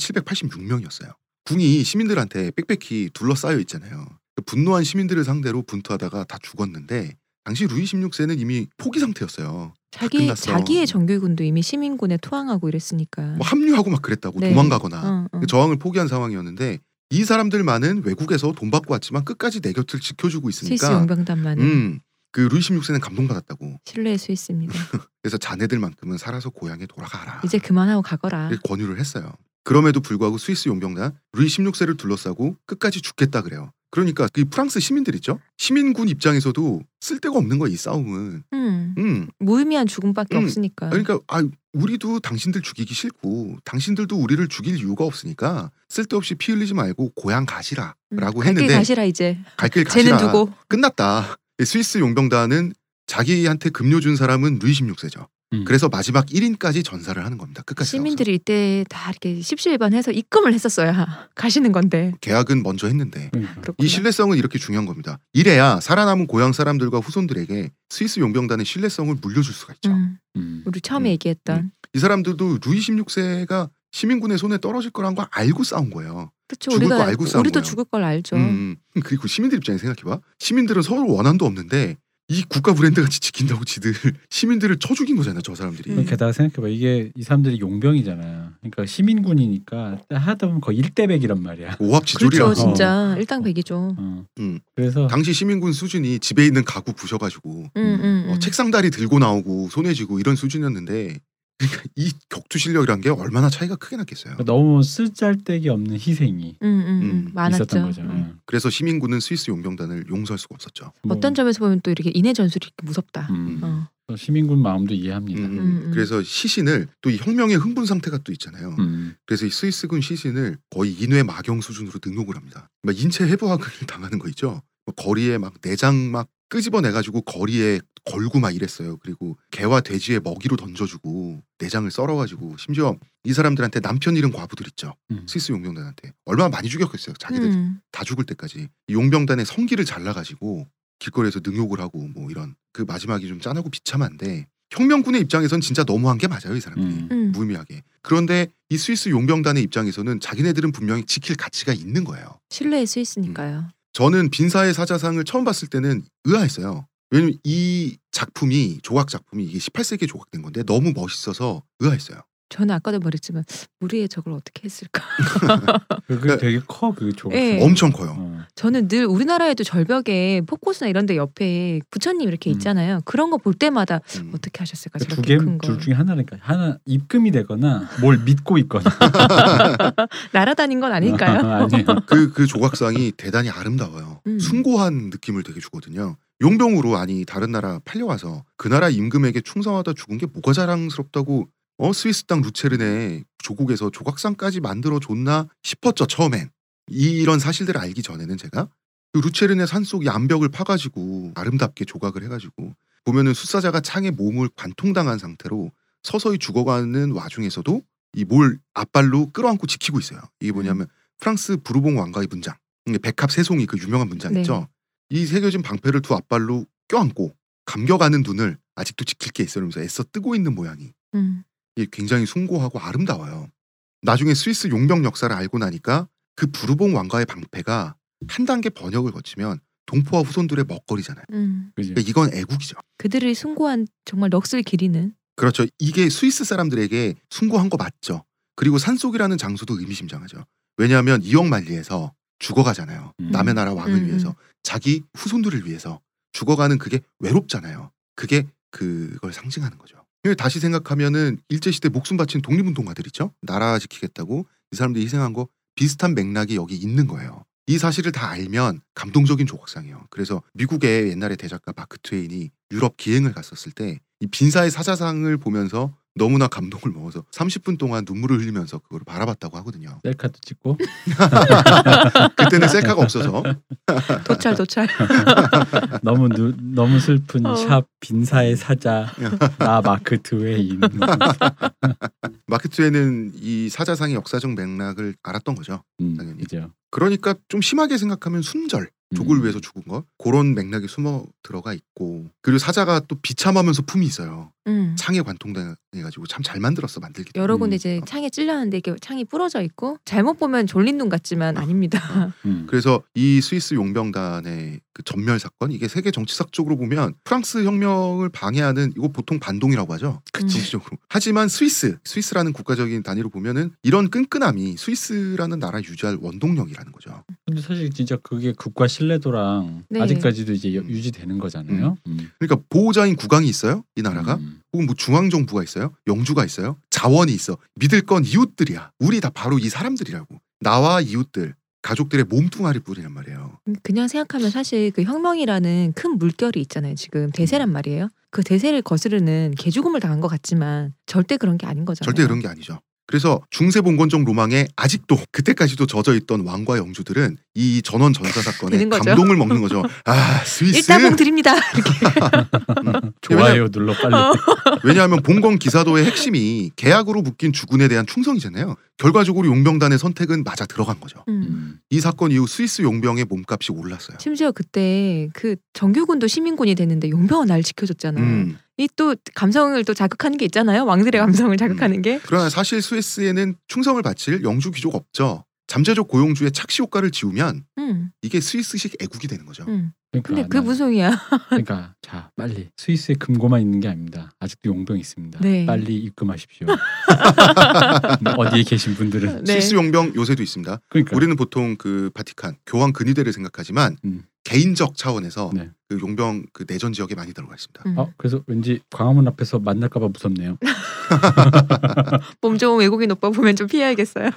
Speaker 1: 786명이었어요. 궁이 시민들한테 빽빽히 둘러싸여 있잖아요. 그 분노한 시민들을 상대로 분투하다가 다 죽었는데 당시 루이 16세는 이미 포기 상태였어요.
Speaker 3: 자기
Speaker 1: 끝났어.
Speaker 3: 자기의 정규군도 이미 시민군에 투항하고 이랬으니까.
Speaker 1: 뭐 합류하고 막 그랬다고
Speaker 3: 음. 네.
Speaker 1: 도망가거나
Speaker 3: 어, 어.
Speaker 1: 그 저항을 포기한 상황이었는데 이 사람들만은 외국에서 돈 받고 왔지만 끝까지 내 곁을 지켜주고
Speaker 3: 스위스
Speaker 1: 있으니까
Speaker 3: 용병단만은
Speaker 1: 음, 그 루이 16세는 감동받았다고 *laughs*
Speaker 3: 신뢰의 스위스입니다.
Speaker 1: 그래서 자네들만큼은 살아서 고향에 돌아가라
Speaker 3: 이제 그만하고 가거라.
Speaker 1: 이렇게 권유를 했어요 그럼에도 불구하고 스위스 용병단 루이 16세를 둘러싸고 끝까지 죽겠다 그래요 그러니까 그 프랑스 시민들 있죠 시민군 입장에서도 쓸데가 없는 거야 이 싸움은
Speaker 3: 음.
Speaker 1: 음
Speaker 3: 무의미한 죽음밖에
Speaker 1: 음.
Speaker 3: 없으니까.
Speaker 1: 그러니까 아 우리도 당신들 죽이기 싫고 당신들도 우리를 죽일 이유가 없으니까 쓸데없이 피 흘리지 말고 고향 가시라라고
Speaker 3: 음. 갈길
Speaker 1: 했는데
Speaker 3: 가시라 이제.
Speaker 1: 갈 길
Speaker 3: 쟤는
Speaker 1: 가시라
Speaker 3: 두고.
Speaker 1: 끝났다. 스위스 용병단은 자기한테 급료 준 사람은 루이 16세죠.
Speaker 2: 음.
Speaker 1: 그래서 마지막 1인까지 전사를 하는 겁니다. 끝까지 나와서.
Speaker 3: 시민들이 이때 다 이렇게 십시일반해서 입금을 했었어야 *laughs* 가시는 건데
Speaker 1: 계약은 먼저 했는데
Speaker 3: 음.
Speaker 2: 그러니까.
Speaker 3: 그렇구나.
Speaker 1: 이 신뢰성은 이렇게 중요한 겁니다. 이래야 살아남은 고향 사람들과 후손들에게 스위스 용병단의 신뢰성을 물려줄 수가 있죠.
Speaker 3: 음,
Speaker 2: 음.
Speaker 3: 우리 처음에
Speaker 1: 음,
Speaker 3: 얘기했던
Speaker 1: 이 사람들도 루이 16세가 시민군의 손에 떨어질 거란 걸 알고 싸운 거예요.
Speaker 3: 그렇죠.
Speaker 1: 죽을
Speaker 3: 우리가
Speaker 1: 거 알고 싸운
Speaker 3: 우리도
Speaker 1: 거예요.
Speaker 3: 죽을 걸 알죠.
Speaker 1: 음, 음. 그리고 시민들 입장에 생각해봐. 시민들은 서로 원한도 없는데 이 국가 브랜드 같이 지킨다고 지들 시민들을 쳐 죽인 거잖아 저 사람들이.
Speaker 3: 음.
Speaker 2: 게다가 생각해봐 이게 이 사람들이 용병이잖아요. 그러니까 시민군이니까 하다 보면 거의 1대100이란 말이야.
Speaker 1: 오합지졸이라고.
Speaker 3: 그렇죠,
Speaker 2: 어.
Speaker 3: 진짜 일당백이죠.
Speaker 2: 어.
Speaker 1: 음.
Speaker 2: 그래서
Speaker 1: 당시 시민군 수준이 집에 있는 가구 부셔가지고
Speaker 3: 음, 음,
Speaker 1: 어,
Speaker 3: 음.
Speaker 1: 책상 다리 들고 나오고 손에 쥐고 이런 수준이었는데 그러니까 이 격투 실력이란 게 얼마나 차이가 크게 났겠어요.
Speaker 2: 너무 쓸잘데기 없는 희생이
Speaker 3: 음, 음,
Speaker 1: 음,
Speaker 3: 음. 많았죠.
Speaker 2: 있었던 거죠.
Speaker 3: 음.
Speaker 2: 음.
Speaker 1: 그래서 시민군은 스위스 용병단을 용서할 수가 없었죠.
Speaker 2: 뭐,
Speaker 3: 어떤 점에서 보면 또 이렇게 인해 전술이 이렇게 무섭다.
Speaker 2: 음.
Speaker 3: 어.
Speaker 2: 또 시민군 마음도 이해합니다.
Speaker 1: 음,
Speaker 3: 음, 음.
Speaker 1: 그래서 시신을 또 이 혁명의 흥분 상태가 또 있잖아요.
Speaker 2: 음.
Speaker 1: 그래서 이 스위스군 시신을 거의 인외 마경 수준으로 능욕을 합니다. 막 인체 해부학을 *laughs* 당하는 거 있죠. 뭐 거리에 막 내장 막 끄집어내가지고 거리에 걸고 막 이랬어요. 그리고 개와 돼지의 먹이로 던져주고 내장을 썰어가지고 심지어 이 사람들한테 남편 잃은 과부들 있죠.
Speaker 2: 음.
Speaker 1: 스위스 용병단한테 얼마나 많이 죽였겠어요. 자기들
Speaker 3: 음.
Speaker 1: 다 죽을 때까지 이 용병단의 성기를 잘라가지고 길거리에서 능욕을 하고 뭐 이런 그 마지막이 좀 짠하고 비참한데 혁명군의 입장에선 진짜 너무한 게 맞아요 이 사람들이
Speaker 2: 음.
Speaker 3: 음.
Speaker 1: 무의미하게 그런데 이 스위스 용병단의 입장에서는 자기네들은 분명히 지킬 가치가 있는 거예요
Speaker 3: 신뢰일 수
Speaker 1: 음.
Speaker 3: 있으니까요.
Speaker 1: 저는 빈사의 사자상을 처음 봤을 때는 의아했어요 왜냐면 이 작품이 조각 작품이 이게 18세기에 조각된 건데 너무 멋있어서 의아했어요
Speaker 3: 저는 아까도 말했지만 우리의 저걸 어떻게 했을까?
Speaker 2: 그게 되게 커 그 조각.
Speaker 3: 예. 네.
Speaker 1: 네. 엄청 커요
Speaker 2: 어.
Speaker 3: 저는 늘 우리나라에도 절벽에 포코스나 이런 데 옆에 부처님
Speaker 2: 음.
Speaker 3: 이렇게 있잖아요. 그런 거 볼 때마다
Speaker 1: 음.
Speaker 3: 어떻게 하셨을까?
Speaker 2: 그러니까
Speaker 3: 저렇게 큰 거.
Speaker 2: 두개둘 중에 하나니까 하나 입금이 되거나 뭘 믿고
Speaker 3: *laughs*
Speaker 2: 있거나
Speaker 3: 날아다닌 건
Speaker 2: *laughs*
Speaker 3: 아닐까요?
Speaker 2: 아니에요.
Speaker 3: *laughs*
Speaker 1: 그, 그 조각상이 대단히 아름다워요.
Speaker 3: 음.
Speaker 1: 숭고한 느낌을 되게 주거든요. 용병으로 아니 다른 나라 팔려와서 그 나라 임금에게 충성하다 죽은 게 뭐가 자랑스럽다고 어 스위스 땅 루체른의 조국에서 조각상까지 만들어 줬나 싶었죠 처음엔 이- 이런 사실들을 알기 전에는 제가 그 루체른의 산속 암벽을 파가지고 아름답게 조각을 해가지고 보면은 숫사자가 창에 몸을 관통당한 상태로 서서히 죽어가는 와중에서도 이 몰 앞발로 끌어안고 지키고 있어요 이게 뭐냐면 프랑스 부르봉 왕가의 문장 이게 백합 세송이 그 유명한 문장
Speaker 3: 네.
Speaker 1: 있죠 이 새겨진 방패를 두 앞발로 껴안고 감겨가는 눈을 아직도 지킬 게 있어 이러면서 애써 뜨고 있는 모양이
Speaker 3: 음.
Speaker 1: 이게 굉장히 숭고하고 아름다워요. 나중에 스위스 용병 역사를 알고 나니까 그 부르봉 왕가의 방패가 한 단계 번역을 거치면 동포와 후손들의 먹거리잖아요.
Speaker 3: 음.
Speaker 2: 그죠.
Speaker 1: 그러니까 이건 애국이죠.
Speaker 3: 그들을 숭고한 정말 넋을 기리는
Speaker 1: 그렇죠. 이게 스위스 사람들에게 숭고한 거 맞죠. 그리고 산속이라는 장소도 의미심장하죠. 왜냐하면 이역 만리에서 죽어가잖아요.
Speaker 2: 음.
Speaker 1: 남의 나라 왕을
Speaker 3: 음,
Speaker 1: 위해서 자기 후손들을 위해서 죽어가는 그게 외롭잖아요. 그게 그걸 상징하는 거죠. 이걸 다시 생각하면은 일제 시대 목숨 바친 독립운동가들 있죠. 나라 지키겠다고 이 사람들이 희생한 거 비슷한 맥락이 여기 있는 거예요. 이 사실을 다 알면 감동적인 조각상이에요. 그래서 미국의 옛날에 대작가 마크 트웨인이 유럽 기행을 갔었을 때 이 빈사의 사자상을 보면서 너무나 감동을 *laughs* 먹어서 30분 동안 눈물을 흘리면서 그걸 바라봤다고 하거든요.
Speaker 2: 셀카도 찍고
Speaker 1: 그때는 셀카가 없어서
Speaker 3: 도찰 도찰.
Speaker 2: 너무 누, 너무 슬픈
Speaker 3: 어.
Speaker 2: 샵
Speaker 1: *laughs*
Speaker 2: 빈사의 사자 나 마크
Speaker 1: 음.
Speaker 2: 트웨인
Speaker 1: 마크 트웨인은 이 사자상의 역사적 맥락을 알았던 거죠.
Speaker 2: 음,
Speaker 1: 당연히.
Speaker 2: 그죠.
Speaker 1: 그러니까 좀 심하게 생각하면 순절 족을
Speaker 2: 음.
Speaker 1: 위해서 죽은 거 그런 맥락이 숨어 들어가 있고 그리고 사자가 또 비참하면서 품이 있어요.
Speaker 3: 음.
Speaker 1: 창에 관통돼가지고 참 잘 만들었어 만들기.
Speaker 3: 여러 군데
Speaker 2: 음.
Speaker 3: 이제 창에 찔렸는데 이게 창이 부러져 있고 잘못 보면 졸린 눈 같지만 아닙니다.
Speaker 2: 음.
Speaker 1: 그래서 이 스위스 용병단의 그 전멸 사건 이게 세계 정치학 쪽으로 보면 프랑스 혁명을 방해하는 이거 보통 반동이라고 하죠.
Speaker 3: 그치.
Speaker 1: 정치적으로. 하지만 스위스 스위스라는 국가적인 단위로 보면은 이런 끈끈함이 스위스라는 나라 유지할 원동력이라는 거죠.
Speaker 2: 근데 사실 진짜 그게 국가 신뢰도랑
Speaker 3: 네.
Speaker 2: 아직까지도 이제 여-
Speaker 1: 음.
Speaker 2: 유지되는 거잖아요. 음.
Speaker 1: 그러니까 보호자인 국왕이 있어요 이 나라가
Speaker 2: 음.
Speaker 1: 혹은 뭐 중앙 정부가 있어요 영주가 있어요 자원이 있어 믿을 건 이웃들이야 우리 다 바로 이 사람들이라고 나와 이웃들 가족들의 몸뚱아리 뿌리란 말이에요.
Speaker 3: 음, 그냥 생각하면 사실 그 혁명이라는 큰 물결이 있잖아요. 지금 대세란 말이에요. 그 대세를 거스르는 개죽음을 당한 것 같지만 절대 그런 게 아닌 거잖아요.
Speaker 1: 절대 그런 게 아니죠. 그래서 중세 봉건적 로망에 아직도 그때까지도 젖어 있던 왕과 영주들은 이 전원 전사 사건에
Speaker 3: 되는 거죠. *laughs*
Speaker 1: 감동을 먹는 거죠. 아 스위스 *laughs*
Speaker 3: 일타봉 드립니다. 이렇게.
Speaker 2: 좋아요 눌러 빨리.
Speaker 3: 어.
Speaker 1: 왜냐하면 봉건 기사도의 핵심이 계약으로 묶인 주군에 대한 충성이잖아요. 결과적으로 용병단의 선택은 맞아 들어간 거죠.
Speaker 3: 음.
Speaker 2: 음.
Speaker 1: 이 사건 이후 스위스 용병의 몸값이 올랐어요.
Speaker 3: 심지어 그때 그 정규군도 시민군이 됐는데 용병은 날 지켜줬잖아. 요
Speaker 1: 음.
Speaker 3: 이 또 감성을 또 자극하는 게 있잖아요. 왕들의 감성을 자극하는 게.
Speaker 1: 그러나 사실 스위스에는 충성을 바칠 영주 귀족 없죠. 잠재적 고용주의 착시 효과를 지우면
Speaker 3: 음,
Speaker 1: 이게 스위스식 애국이 되는 거죠.
Speaker 3: 음.
Speaker 2: 그러니까
Speaker 3: 근데 그게
Speaker 2: 나-
Speaker 3: 무슨 소리야?
Speaker 2: 그러니까 자 빨리 스위스에 금고만 있는 게 아닙니다. 아직도 용병 있습니다.
Speaker 3: 네.
Speaker 2: 빨리 입금하십시오. 뭐 어디에 계신
Speaker 3: *laughs*
Speaker 2: 분들은
Speaker 3: 네.
Speaker 1: 스위스 용병 요새도 있습니다.
Speaker 2: 그러니까
Speaker 1: 우리는 보통 그 바티칸 교황 근위대를 생각하지만
Speaker 2: 음.
Speaker 1: 개인적 차원에서
Speaker 2: 네.
Speaker 1: 그 용병 그 내전 지역에 많이 들어가 있습니다.
Speaker 3: 음.
Speaker 2: 어, 그래서 왠지 광화문 앞에서 만날까봐 무섭네요.
Speaker 3: 몸 좋은 외국인 오빠 보면 좀 피해야겠어요.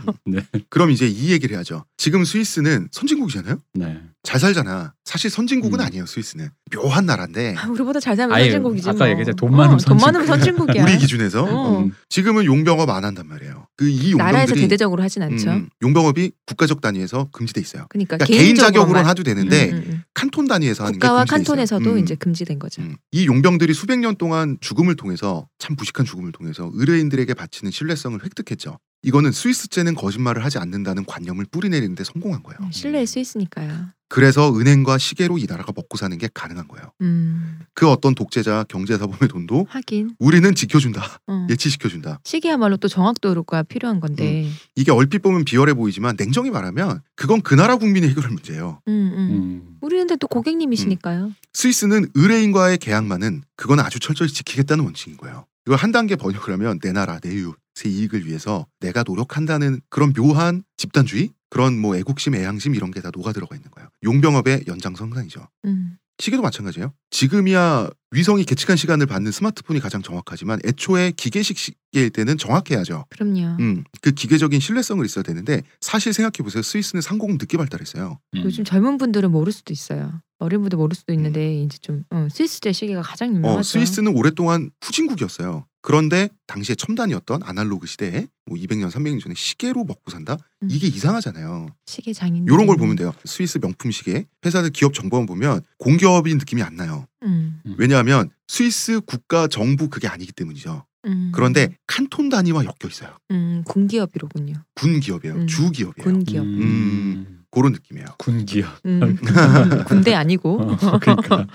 Speaker 1: 그럼 이제 이 얘기를 해야죠. 지금 스위스는 선진국이잖아요.
Speaker 2: 네.
Speaker 1: 잘 살잖아. 사실 선진국은
Speaker 2: 음.
Speaker 1: 아니에요. 스위스는 묘한 나라인데
Speaker 3: 아, 우리보다 잘 살면
Speaker 2: 아예
Speaker 3: 선진국이지.
Speaker 2: 아까
Speaker 3: 뭐.
Speaker 2: 얘기했잖아. 돈 많으면
Speaker 3: 어, 돈 많으면 선진국이야.
Speaker 1: 우리 기준에서
Speaker 3: 어.
Speaker 2: 음.
Speaker 1: 지금은 용병업 안 한단 말이에요. 그 이 용병들이
Speaker 3: 나라에서 대대적으로 하진 않죠.
Speaker 1: 음, 용병업이 국가적 단위에서 금지돼 있어요.
Speaker 3: 그러니까,
Speaker 1: 그러니까 개인
Speaker 3: 개인적으로만.
Speaker 1: 자격으로는 하도 되는데
Speaker 3: 음, 음, 음.
Speaker 1: 칸톤 단위에서 하는
Speaker 3: 국가와
Speaker 1: 게 금지돼
Speaker 3: 칸톤에서도
Speaker 1: 있어요. 음,
Speaker 3: 이제 그렇죠. 금지된 거죠.
Speaker 1: 음. 이 용병들이 수백 년 동안 죽음을 통해서 참 무식한 죽음을 통해서 의뢰인들에게 바치는 신뢰성을 획득했죠. 이거는 스위스제는 거짓말을 하지 않는다는 관념을 뿌리내리는데 성공한 거예요.
Speaker 3: 네, 신뢰일 수 있으니까요.
Speaker 1: 그래서 은행과 시계로 이 나라가 먹고 사는 게 가능한 거예요.
Speaker 3: 음,
Speaker 1: 그 어떤 독재자 경제사범의 돈도
Speaker 3: 하긴
Speaker 1: 우리는 지켜준다.
Speaker 3: 어.
Speaker 1: 예치시켜준다.
Speaker 3: 시기야말로 또 정확도가 필요한 건데.
Speaker 1: 이게 얼핏 보면 비열해 보이지만 냉정히 말하면 그건 그 나라 국민이 해결할 문제예요.
Speaker 3: 음, 음.
Speaker 2: 음.
Speaker 3: 우리는 또 고객님이시니까요.
Speaker 1: 스위스는 의뢰인과의 계약만은 그건 아주 철저히 지키겠다는 원칙인 거예요. 이걸 한 단계 번역을 하면 내 나라, 내 이웃, 제 이익을 위해서 내가 노력한다는 그런 묘한 집단주의? 그런 뭐 애국심, 애향심 이런 게 다 녹아 들어가 있는 거예요. 용병업의 연장선상이죠.
Speaker 3: 음.
Speaker 1: 시계도 마찬가지예요. 지금이야 위성이 계측한 시간을 받는 스마트폰이 가장 정확하지만 애초에 기계식 시계일 때는 정확해야죠.
Speaker 3: 그럼요.
Speaker 1: 음, 그 기계적인 신뢰성을 있어야 되는데 사실 생각해 보세요. 스위스는 상공은 늦게 발달했어요.
Speaker 3: 요즘 젊은 분들은 모를 수도 있어요. 어린 분들 모를 수도 있는데 이제 좀 어, 스위스제 시계가 가장 유명하죠.
Speaker 1: 음. 어, 스위스는 오랫동안 후진국이었어요. 그런데 당시에 첨단이었던 아날로그 시대에 뭐 200년, 300년 전에 시계로 먹고 산다?
Speaker 3: 음.
Speaker 1: 이게 이상하잖아요.
Speaker 3: 시계 장인.
Speaker 1: 이런 걸 보면 돼요. 스위스 명품 시계 회사들 기업 정보만 보면 공기업인 느낌이 안 나요.
Speaker 3: 음,
Speaker 1: 왜냐하면 스위스 국가 정부 그게 아니기 때문이죠.
Speaker 3: 음.
Speaker 1: 그런데 칸톤 단위와 엮여 있어요.
Speaker 3: 음, 군기업이로군요.
Speaker 1: 군 기업이에요.
Speaker 3: 음.
Speaker 1: 주 기업이에요.
Speaker 3: 군기업.
Speaker 2: 음.
Speaker 1: 음. 그런 느낌이에요.
Speaker 2: 군기업.
Speaker 3: 음.
Speaker 1: *laughs*
Speaker 3: 군대 아니고.
Speaker 2: 어, *laughs* 그러니까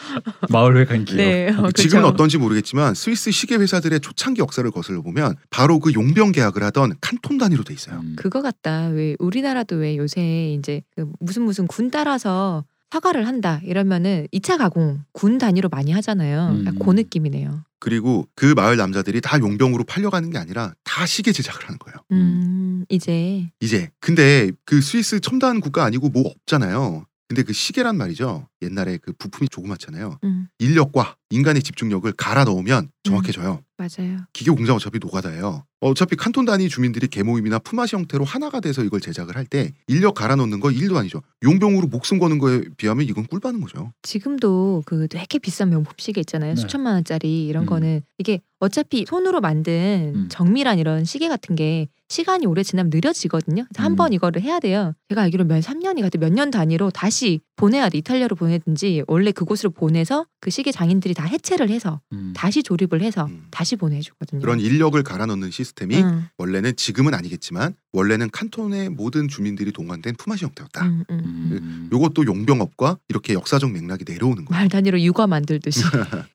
Speaker 2: 마을회관 기업.
Speaker 3: *laughs* 네. 어, 그렇죠.
Speaker 1: 지금은 어떤지 모르겠지만 스위스 시계 회사들의 초창기 역사를 거슬러 보면 바로 그 용병 계약을 하던 칸톤 단위로 돼 있어요.
Speaker 2: 음.
Speaker 3: 그거 같다. 왜 우리나라도 왜 요새 이제 그 무슨 무슨 군 따라서 사과를 한다 이러면은 2차 가공 군 단위로 많이 하잖아요.
Speaker 2: 음.
Speaker 3: 약간 그 느낌이네요.
Speaker 1: 그리고 그 마을 남자들이 다 용병으로 팔려가는 게 아니라 다 시계 제작을 하는 거예요.
Speaker 3: 음, 이제
Speaker 1: 이제 근데 그 스위스 첨단 국가 아니고 뭐 없잖아요. 근데 그 시계란 말이죠. 옛날에 그 부품이 조그맣잖아요.
Speaker 3: 음,
Speaker 1: 인력과 인간의 집중력을 갈아 넣으면 정확해져요.
Speaker 3: 맞아요.
Speaker 1: 기계 공장 어차피 노가다예요. 어차피 칸톤 단위 주민들이 개모임이나 품앗이 형태로 하나가 돼서 이걸 제작을 할 때 인력 갈아 넣는 거 일도 아니죠. 용병으로 목숨 거는 거에 비하면 이건 꿀 빠는 거죠.
Speaker 3: 지금도 그 되게 비싼 명품 시계 있잖아요.
Speaker 2: 네.
Speaker 3: 수천만 원짜리 이런
Speaker 2: 음.
Speaker 3: 거는 이게 어차피 손으로 만든
Speaker 2: 음.
Speaker 3: 정밀한 이런 시계 같은 게 시간이 오래 지나면 느려지거든요. 한
Speaker 2: 음.
Speaker 3: 번 이거를 해야 돼요. 제가 알기로 몇 3년이 같은 몇년 단위로 다시 보내야 돼. 이탈리아로 보내든지 원래 그곳으로 보내서 그 시계 장인들이 다 해체를 해서
Speaker 2: 음.
Speaker 3: 다시 조립을 해서
Speaker 1: 음.
Speaker 3: 다시 보내주거든요.
Speaker 1: 그런 인력을 갈아 넣는 시스템이
Speaker 3: 음,
Speaker 1: 원래는 지금은 아니겠지만 원래는 칸톤의 모든 주민들이 동원된 품앗이 형태였다.
Speaker 3: 음, 음.
Speaker 2: 음.
Speaker 1: 요것도 용병업과 이렇게 역사적 맥락이 내려오는 거예요.
Speaker 3: 말 단위로
Speaker 1: *laughs*
Speaker 3: 육아 만들듯이.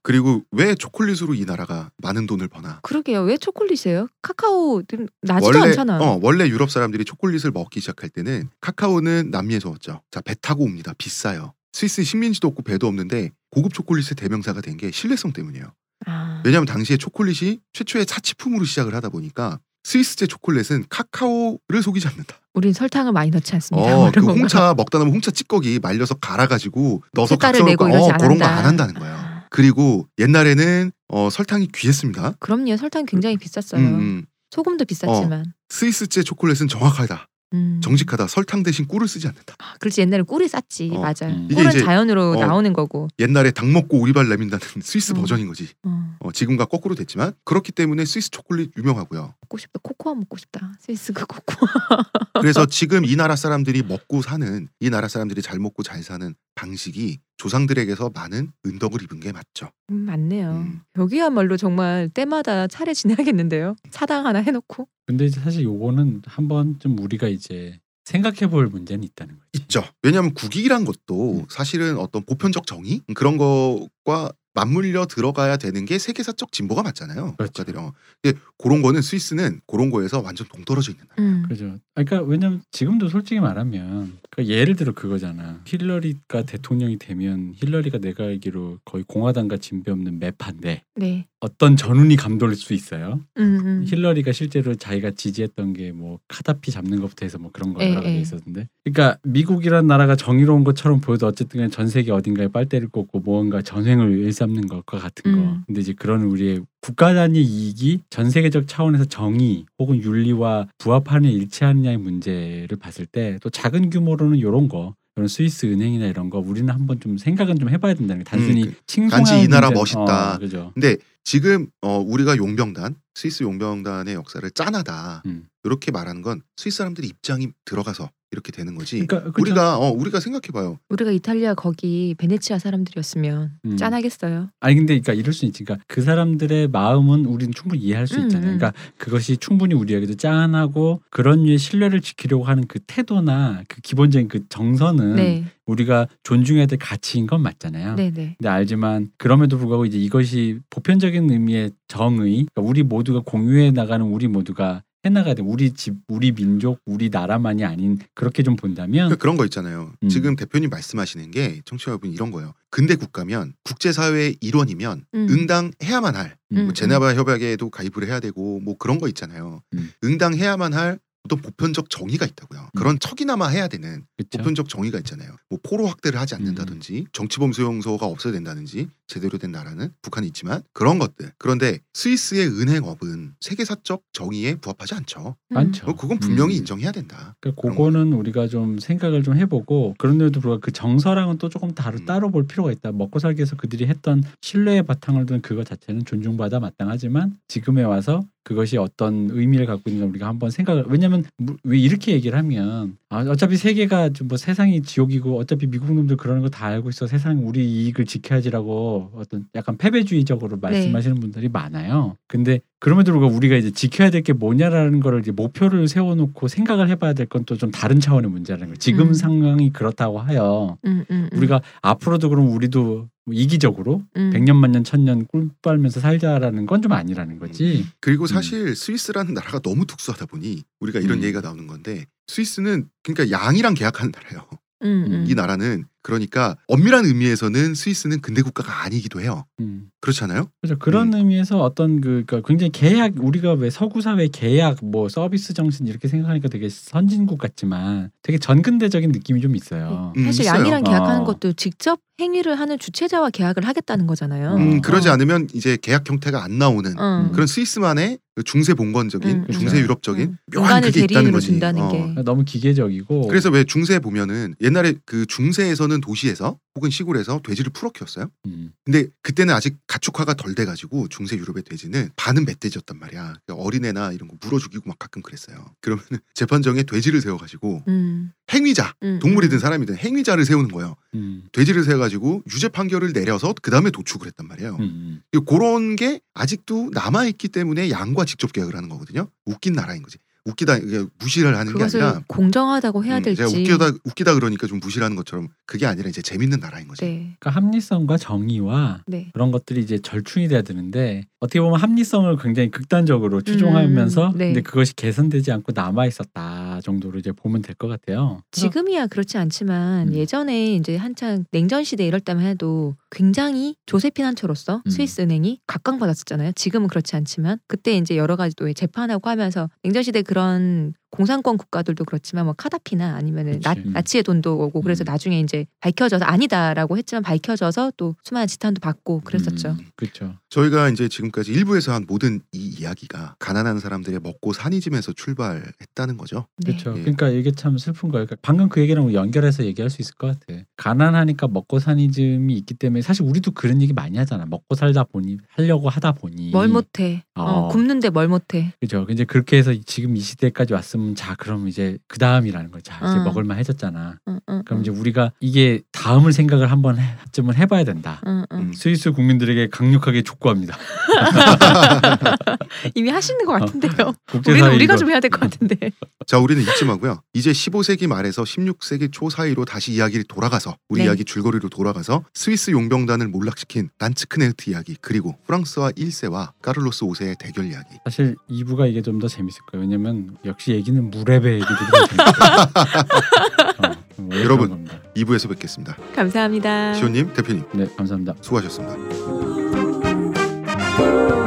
Speaker 1: 그리고 왜 초콜릿으로 이 나라가 많은 돈을 버나?
Speaker 3: 그러게요. 왜 초콜릿이에요? 카카오 좀 나지도
Speaker 1: 원래
Speaker 3: 않잖아.
Speaker 1: 어, 원래 유럽 사람들이 초콜릿을 먹기 시작할 때는 카카오는 남미에서 왔죠. 자, 배 타고 옵니다. 비싸요. 스위스 식민지도 없고 배도 없는데 고급 초콜릿의 대명사가 된 게 신뢰성 때문이에요.
Speaker 3: 아,
Speaker 1: 왜냐하면 당시에 초콜릿이 최초의 사치품으로 시작을 하다 보니까 스위스제 초콜릿은 카카오를 속이지 않는다.
Speaker 3: 우린 설탕을 많이 넣지 않습니다. 뭐
Speaker 1: 어,
Speaker 3: 이런
Speaker 1: 그
Speaker 3: 건가?
Speaker 1: 홍차 먹다 남은 홍차 찌꺼기 말려서 갈아가지고 넣어서
Speaker 3: 색깔을
Speaker 1: 각성을
Speaker 3: 내고
Speaker 1: 거-
Speaker 3: 이러지
Speaker 1: 어, 그런 거 안
Speaker 3: 않는다.
Speaker 1: 한다는 거예요. 그리고 옛날에는 어, 설탕이 귀했습니다.
Speaker 3: 그럼요. 설탕 굉장히 비쌌어요.
Speaker 1: 음, 음.
Speaker 3: 소금도 비쌌지만.
Speaker 1: 스위스제 초콜릿은 정확하다,
Speaker 3: 음.
Speaker 1: 정직하다. 설탕 대신 꿀을 쓰지 않는다.
Speaker 3: 아, 그렇지 옛날에 꿀이 쌌지.
Speaker 1: 어,
Speaker 3: 맞아요.
Speaker 2: 음.
Speaker 1: 이게
Speaker 3: 꿀은
Speaker 1: 이제-
Speaker 3: 자연으로
Speaker 1: 어.
Speaker 3: 나오는 거고.
Speaker 1: 옛날에 닭 먹고 오리발 내민다는 *laughs* 스위스
Speaker 3: 음.
Speaker 1: 버전인 거지.
Speaker 3: 어.
Speaker 1: 어, 어, 지금과 거꾸로 됐지만 그렇기 때문에 스위스 초콜릿 유명하고요.
Speaker 3: 먹고 싶다. 코코아 먹고 싶다. 스위스 그 *laughs* 코코아. *laughs*
Speaker 1: 그래서 지금 이 나라 사람들이 먹고 사는 이 나라 사람들이 잘 먹고 잘 사는 방식이 조상들에게서 많은 은덕을 입은 게 맞죠.
Speaker 3: 음, 맞네요.
Speaker 1: 음.
Speaker 3: 여기야말로 정말 때마다 차례 지내야겠는데요. 사당 하나 해놓고.
Speaker 2: 근데 이제 사실 요거는 한번 좀 우리가 이제 생각해볼 문제는 있다는 거지.
Speaker 1: 있죠. 왜냐하면 국익이란 것도
Speaker 2: 음.
Speaker 1: 사실은 어떤 보편적 정의 그런 것과 맞물려 들어가야 되는 게 세계사적 진보가 맞잖아요.
Speaker 2: 그렇죠.
Speaker 1: 국가들이. 어. 근데 그런 거는 스위스는 그런 거에서 완전 동떨어져 있는 나라.
Speaker 3: 음.
Speaker 2: 그죠. 아, 그러니까 왜냐면 지금도 솔직히 말하면 그러니까 예를 들어 그거잖아. 힐러리가 대통령이 되면 힐러리가 내가 알기로 거의 공화당과 진배 없는 매파인데
Speaker 3: 네.
Speaker 2: 어떤 전운이 감돌 수 있어요.
Speaker 3: 음, 음.
Speaker 2: 힐러리가 실제로 자기가 지지했던 게 뭐 카다피 잡는 것부터 해서 뭐 그런 거
Speaker 3: 예,
Speaker 2: 여러 가지
Speaker 3: 예.
Speaker 2: 있었는데 그러니까 미국이란 나라가 정의로운 것처럼 보여도 어쨌든 간에 전 세계 어딘가에 빨대를 꽂고 무언가 전횡을 일삼는 것과 같은 거
Speaker 3: 음.
Speaker 2: 근데 이제 그런 우리의 국가 단위 이익이 전 세계적 차원에서 정의 혹은 윤리와 부합하는 일치하느냐의 문제를 봤을 때 또 작은 규모로는 요런 거 이런 스위스 은행이나 이런 거 우리는 한번 좀 생각은 좀 해봐야 된다는 게 단순히
Speaker 1: 그-
Speaker 2: 칭송하는
Speaker 1: 단지 이 나라
Speaker 2: 문제는-
Speaker 1: 멋있다.
Speaker 2: 어, 그죠.
Speaker 1: 근데 지금 어, 우리가 용병단 스위스 용병단의 역사를 짠하다
Speaker 2: 음.
Speaker 1: 이렇게 말하는 건 스위스 사람들이 입장이 들어가서 이렇게 되는 거지.
Speaker 2: 그러니까 그죠.
Speaker 1: 우리가 어, 우리가 생각해봐요.
Speaker 3: 우리가 이탈리아 거기 베네치아 사람들이었으면
Speaker 2: 음.
Speaker 3: 짠하겠어요.
Speaker 2: 아니 근데 그러니까 이럴 수 있지. 그러니까 그 사람들의 마음은 우리는 충분히 이해할 수
Speaker 3: 음,
Speaker 2: 있잖아요.
Speaker 3: 음.
Speaker 2: 그러니까 그것이 충분히 우리에게도 짠하고 그런 류의 신뢰를 지키려고 하는 그 태도나 그 기본적인 그 정서는
Speaker 3: 네.
Speaker 2: 우리가 존중해야 될 가치인 건 맞잖아요.
Speaker 3: 네, 네.
Speaker 2: 근데 알지만 그럼에도 불구하고 이제 이것이 보편적인 의미의 정의, 그러니까 우리 모두가 공유해 나가는 우리 모두가 해나가야 돼. 우리 집, 우리 민족, 우리 나라만이 아닌 그렇게 좀 본다면
Speaker 1: 그러니까 그런 거 있잖아요.
Speaker 2: 음.
Speaker 1: 지금 대표님 말씀하시는 게 청취자분 이런 거예요. 근대 국가면 국제사회의 일원이면
Speaker 3: 음.
Speaker 1: 응당해야만 할
Speaker 2: 음,
Speaker 1: 뭐 제네바 협약에도 가입을 해야 되고 뭐 그런 거 있잖아요.
Speaker 2: 음.
Speaker 1: 응당해야만 할 어떤 보편적 정의가 있다고요. 그런 척이나마 해야 되는
Speaker 2: 그렇죠.
Speaker 1: 보편적 정의가 있잖아요. 뭐 포로 확대를 하지 않는다든지
Speaker 2: 음.
Speaker 1: 정치범 수용소가 없어야 된다든지 제대로 된 나라는 북한이 있지만 그런 것들. 그런데 스위스의 은행업은 세계사적 정의에 부합하지 않죠.
Speaker 3: 음.
Speaker 2: 많죠.
Speaker 1: 어, 그건 분명히
Speaker 2: 음.
Speaker 1: 인정해야 된다.
Speaker 2: 그러니까
Speaker 1: 그런
Speaker 2: 그거는 우리가 좀 생각을 좀 해보고 그런데도 불구하고 그 정서랑은 또 조금 다루,
Speaker 1: 음.
Speaker 2: 따로 볼 필요가 있다. 먹고 살기 위해서 그들이 했던 신뢰의 바탕을 둔 그거 자체는 존중받아 마땅하지만 지금에 와서 그것이 어떤 의미를 갖고 있는가 우리가 한번 생각을 왜냐하면 왜 이렇게 얘기를 하면 아, 어차피 세계가 좀 뭐 세상이 지옥이고 어차피 미국 놈들 그러는 거 다 알고 있어 세상 우리 이익을 지켜야지라고 어떤 약간 패배주의적으로
Speaker 3: 네.
Speaker 2: 말씀하시는 분들이 많아요. 근데 그럼에도 불구하고 우리가 이제 지켜야 될 게 뭐냐라는 거를 이제 목표를 세워놓고 생각을 해봐야 될 건 또 좀 다른 차원의 문제라는 거예요. 지금
Speaker 3: 음.
Speaker 2: 상황이 그렇다고 하여
Speaker 3: 음, 음, 음.
Speaker 2: 우리가 앞으로도 그럼 우리도 뭐 이기적으로
Speaker 3: 음.
Speaker 2: 백년 만년 천년 꿀 빨면서 살자라는 건 좀 아니라는 거지.
Speaker 1: 그리고 사실 스위스라는 나라가 너무 특수하다 보니 우리가 이런
Speaker 2: 음.
Speaker 1: 얘기가 나오는 건데 스위스는 그러니까 양이랑 계약하는 나라예요.
Speaker 3: 음, 음.
Speaker 1: 이 나라는 그러니까 엄밀한 의미에서는 스위스는 근대 국가가 아니기도 해요.
Speaker 2: 음.
Speaker 1: 그렇잖아요.
Speaker 2: 그렇죠.
Speaker 3: 음.
Speaker 2: 그런 의미에서 어떤 그 그러니까 굉장히 계약 우리가 왜 서구 사회 계약 뭐 서비스 정신 이렇게 생각하니까 되게 선진국 같지만 되게 전근대적인 느낌이 좀 있어요.
Speaker 1: 음,
Speaker 3: 사실
Speaker 1: 있어요.
Speaker 3: 양이랑
Speaker 2: 어.
Speaker 3: 계약하는 것도 직접 행위를 하는 주체자와 계약을 하겠다는 거잖아요.
Speaker 1: 음,
Speaker 2: 어.
Speaker 1: 그러지
Speaker 3: 어.
Speaker 1: 않으면 이제 계약 형태가 안 나오는
Speaker 3: 어.
Speaker 1: 그런 스위스만의 그 중세 봉건적인
Speaker 3: 음,
Speaker 1: 중세
Speaker 2: 음.
Speaker 1: 유럽적인
Speaker 3: 음.
Speaker 1: 묘한
Speaker 3: 인간을
Speaker 1: 그게 있다는
Speaker 3: 대리인으로
Speaker 1: 거지.
Speaker 3: 준다는
Speaker 1: 어.
Speaker 3: 게.
Speaker 2: 그러니까 너무 기계적이고
Speaker 1: 그래서 왜 중세 보면은 옛날에 그 중세에서는 도시에서 혹은 시골에서 돼지를 풀어 키웠어요.
Speaker 2: 음.
Speaker 1: 근데 그때는 아직 가축화가 덜 돼가지고 중세 유럽의 돼지는 반은 멧돼지였단 말이야. 그러니까 어린애나 이런 거 물어 죽이고 막 가끔 그랬어요. 그러면 재판정에 돼지를 세워가지고
Speaker 3: 음,
Speaker 1: 행위자
Speaker 3: 음,
Speaker 1: 동물이든
Speaker 3: 음.
Speaker 1: 사람이든 행위자를 세우는 거예요.
Speaker 2: 음.
Speaker 1: 돼지를 세가지고 유죄 판결을 내려서 그 다음에 도축을 했단 말이에요.
Speaker 2: 음, 음.
Speaker 1: 이 그런 게 아직도 남아 있기 때문에 양과 직접 계약을 하는 거거든요. 웃긴 나라인 거지. 웃기다 이게 무시를 하는 게
Speaker 3: 그것을
Speaker 1: 아니라
Speaker 3: 공정하다고 해야
Speaker 1: 음,
Speaker 3: 될지.
Speaker 1: 제가 웃기다 웃기다 그러니까 좀 무시하는 것처럼 그게 아니라 이제 재밌는 나라인 거지.
Speaker 3: 네.
Speaker 2: 그러니까 합리성과 정의와
Speaker 3: 네.
Speaker 2: 그런 것들이 이제 절충이 돼야 되는데 어떻게 보면 합리성을 굉장히 극단적으로 추종하면서
Speaker 3: 음, 네.
Speaker 2: 근데 그것이 개선되지 않고 남아 있었다 정도로 이제 보면 될 것 같아요. 그래서
Speaker 3: 지금이야 그렇지 않지만
Speaker 2: 음.
Speaker 3: 예전에 이제 한창 냉전 시대 이럴 때만 해도 굉장히 조세핀 한처로서
Speaker 2: 음.
Speaker 3: 스위스 은행이 각광받았었잖아요. 지금은 그렇지 않지만 그때 이제 여러 가지 또 재판하고 하면서 냉전 시대 그런 공산권 국가들도 그렇지만 뭐 카다피나 아니면은 나,
Speaker 2: 그치.
Speaker 3: 나치의 돈도 오고 그래서
Speaker 2: 음.
Speaker 3: 나중에 이제 밝혀져서 아니다라고 했지만 밝혀져서 또 수많은 지탄도 받고 그랬었죠.
Speaker 2: 음, 그렇죠.
Speaker 1: 저희가 이제 지금까지 일부에서 한 모든 이 이야기가 가난한 사람들의 먹고 사니즘에서 출발했다는 거죠.
Speaker 3: 네.
Speaker 2: 그렇죠.
Speaker 1: 예.
Speaker 2: 그러니까 이게 참 슬픈 거예요. 그러니까 방금 그 얘기랑 연결해서 얘기할 수 있을 것 같아. 가난하니까 먹고 사니즘이 있기 때문에 사실 우리도 그런 얘기 많이 하잖아. 먹고 살다 보니 하려고 하다 보니
Speaker 3: 뭘 못해. 어,
Speaker 2: 어.
Speaker 3: 굶는데 뭘 못해.
Speaker 2: 그죠. 이제 그렇게 해서 지금 이 시대까지 왔으면 자 그럼 이제 그 다음이라는 거죠. 이제
Speaker 3: 음.
Speaker 2: 먹을만 해졌잖아.
Speaker 3: 응, 응,
Speaker 2: 그럼 이제 우리가 이게 다음을 생각을 한번 해- 쯤은 해봐야 된다.
Speaker 3: 응, 응.
Speaker 1: 음.
Speaker 2: 스위스 국민들에게 강력하게 촉구합니다.
Speaker 3: 이미 하시는 것
Speaker 2: *laughs*
Speaker 3: 같은데요.
Speaker 2: 국제사회
Speaker 3: 우리는 우리가
Speaker 2: 어. 이거- 음.
Speaker 3: 좀 해야 될 것 같은데.
Speaker 1: 자, 우리는 이쯤 하고요. 이제 15세기 말에서 16세기 초 사이로 다시 이야기를 돌아가서 우리
Speaker 3: 네.
Speaker 1: 이야기 줄거리로 돌아가서 스위스 용병단을 몰락시킨 란츠크네흐트 이야기 그리고 프랑스와 1세와 카를로스 5세의 대결 이야기.
Speaker 2: 사실 2부가 이게 좀 더 재밌을 거예요. 왜냐면 역시 얘기는 무랩의 얘기들이 더
Speaker 1: *laughs*
Speaker 2: 재밌어요. 어, 뭐 이런
Speaker 1: 여러분.
Speaker 2: 겁니다.
Speaker 1: 2부에서 뵙겠습니다.
Speaker 3: 감사합니다.
Speaker 1: 시온님, 대표님
Speaker 2: 네 감사합니다.
Speaker 1: 수고하셨습니다.
Speaker 5: 아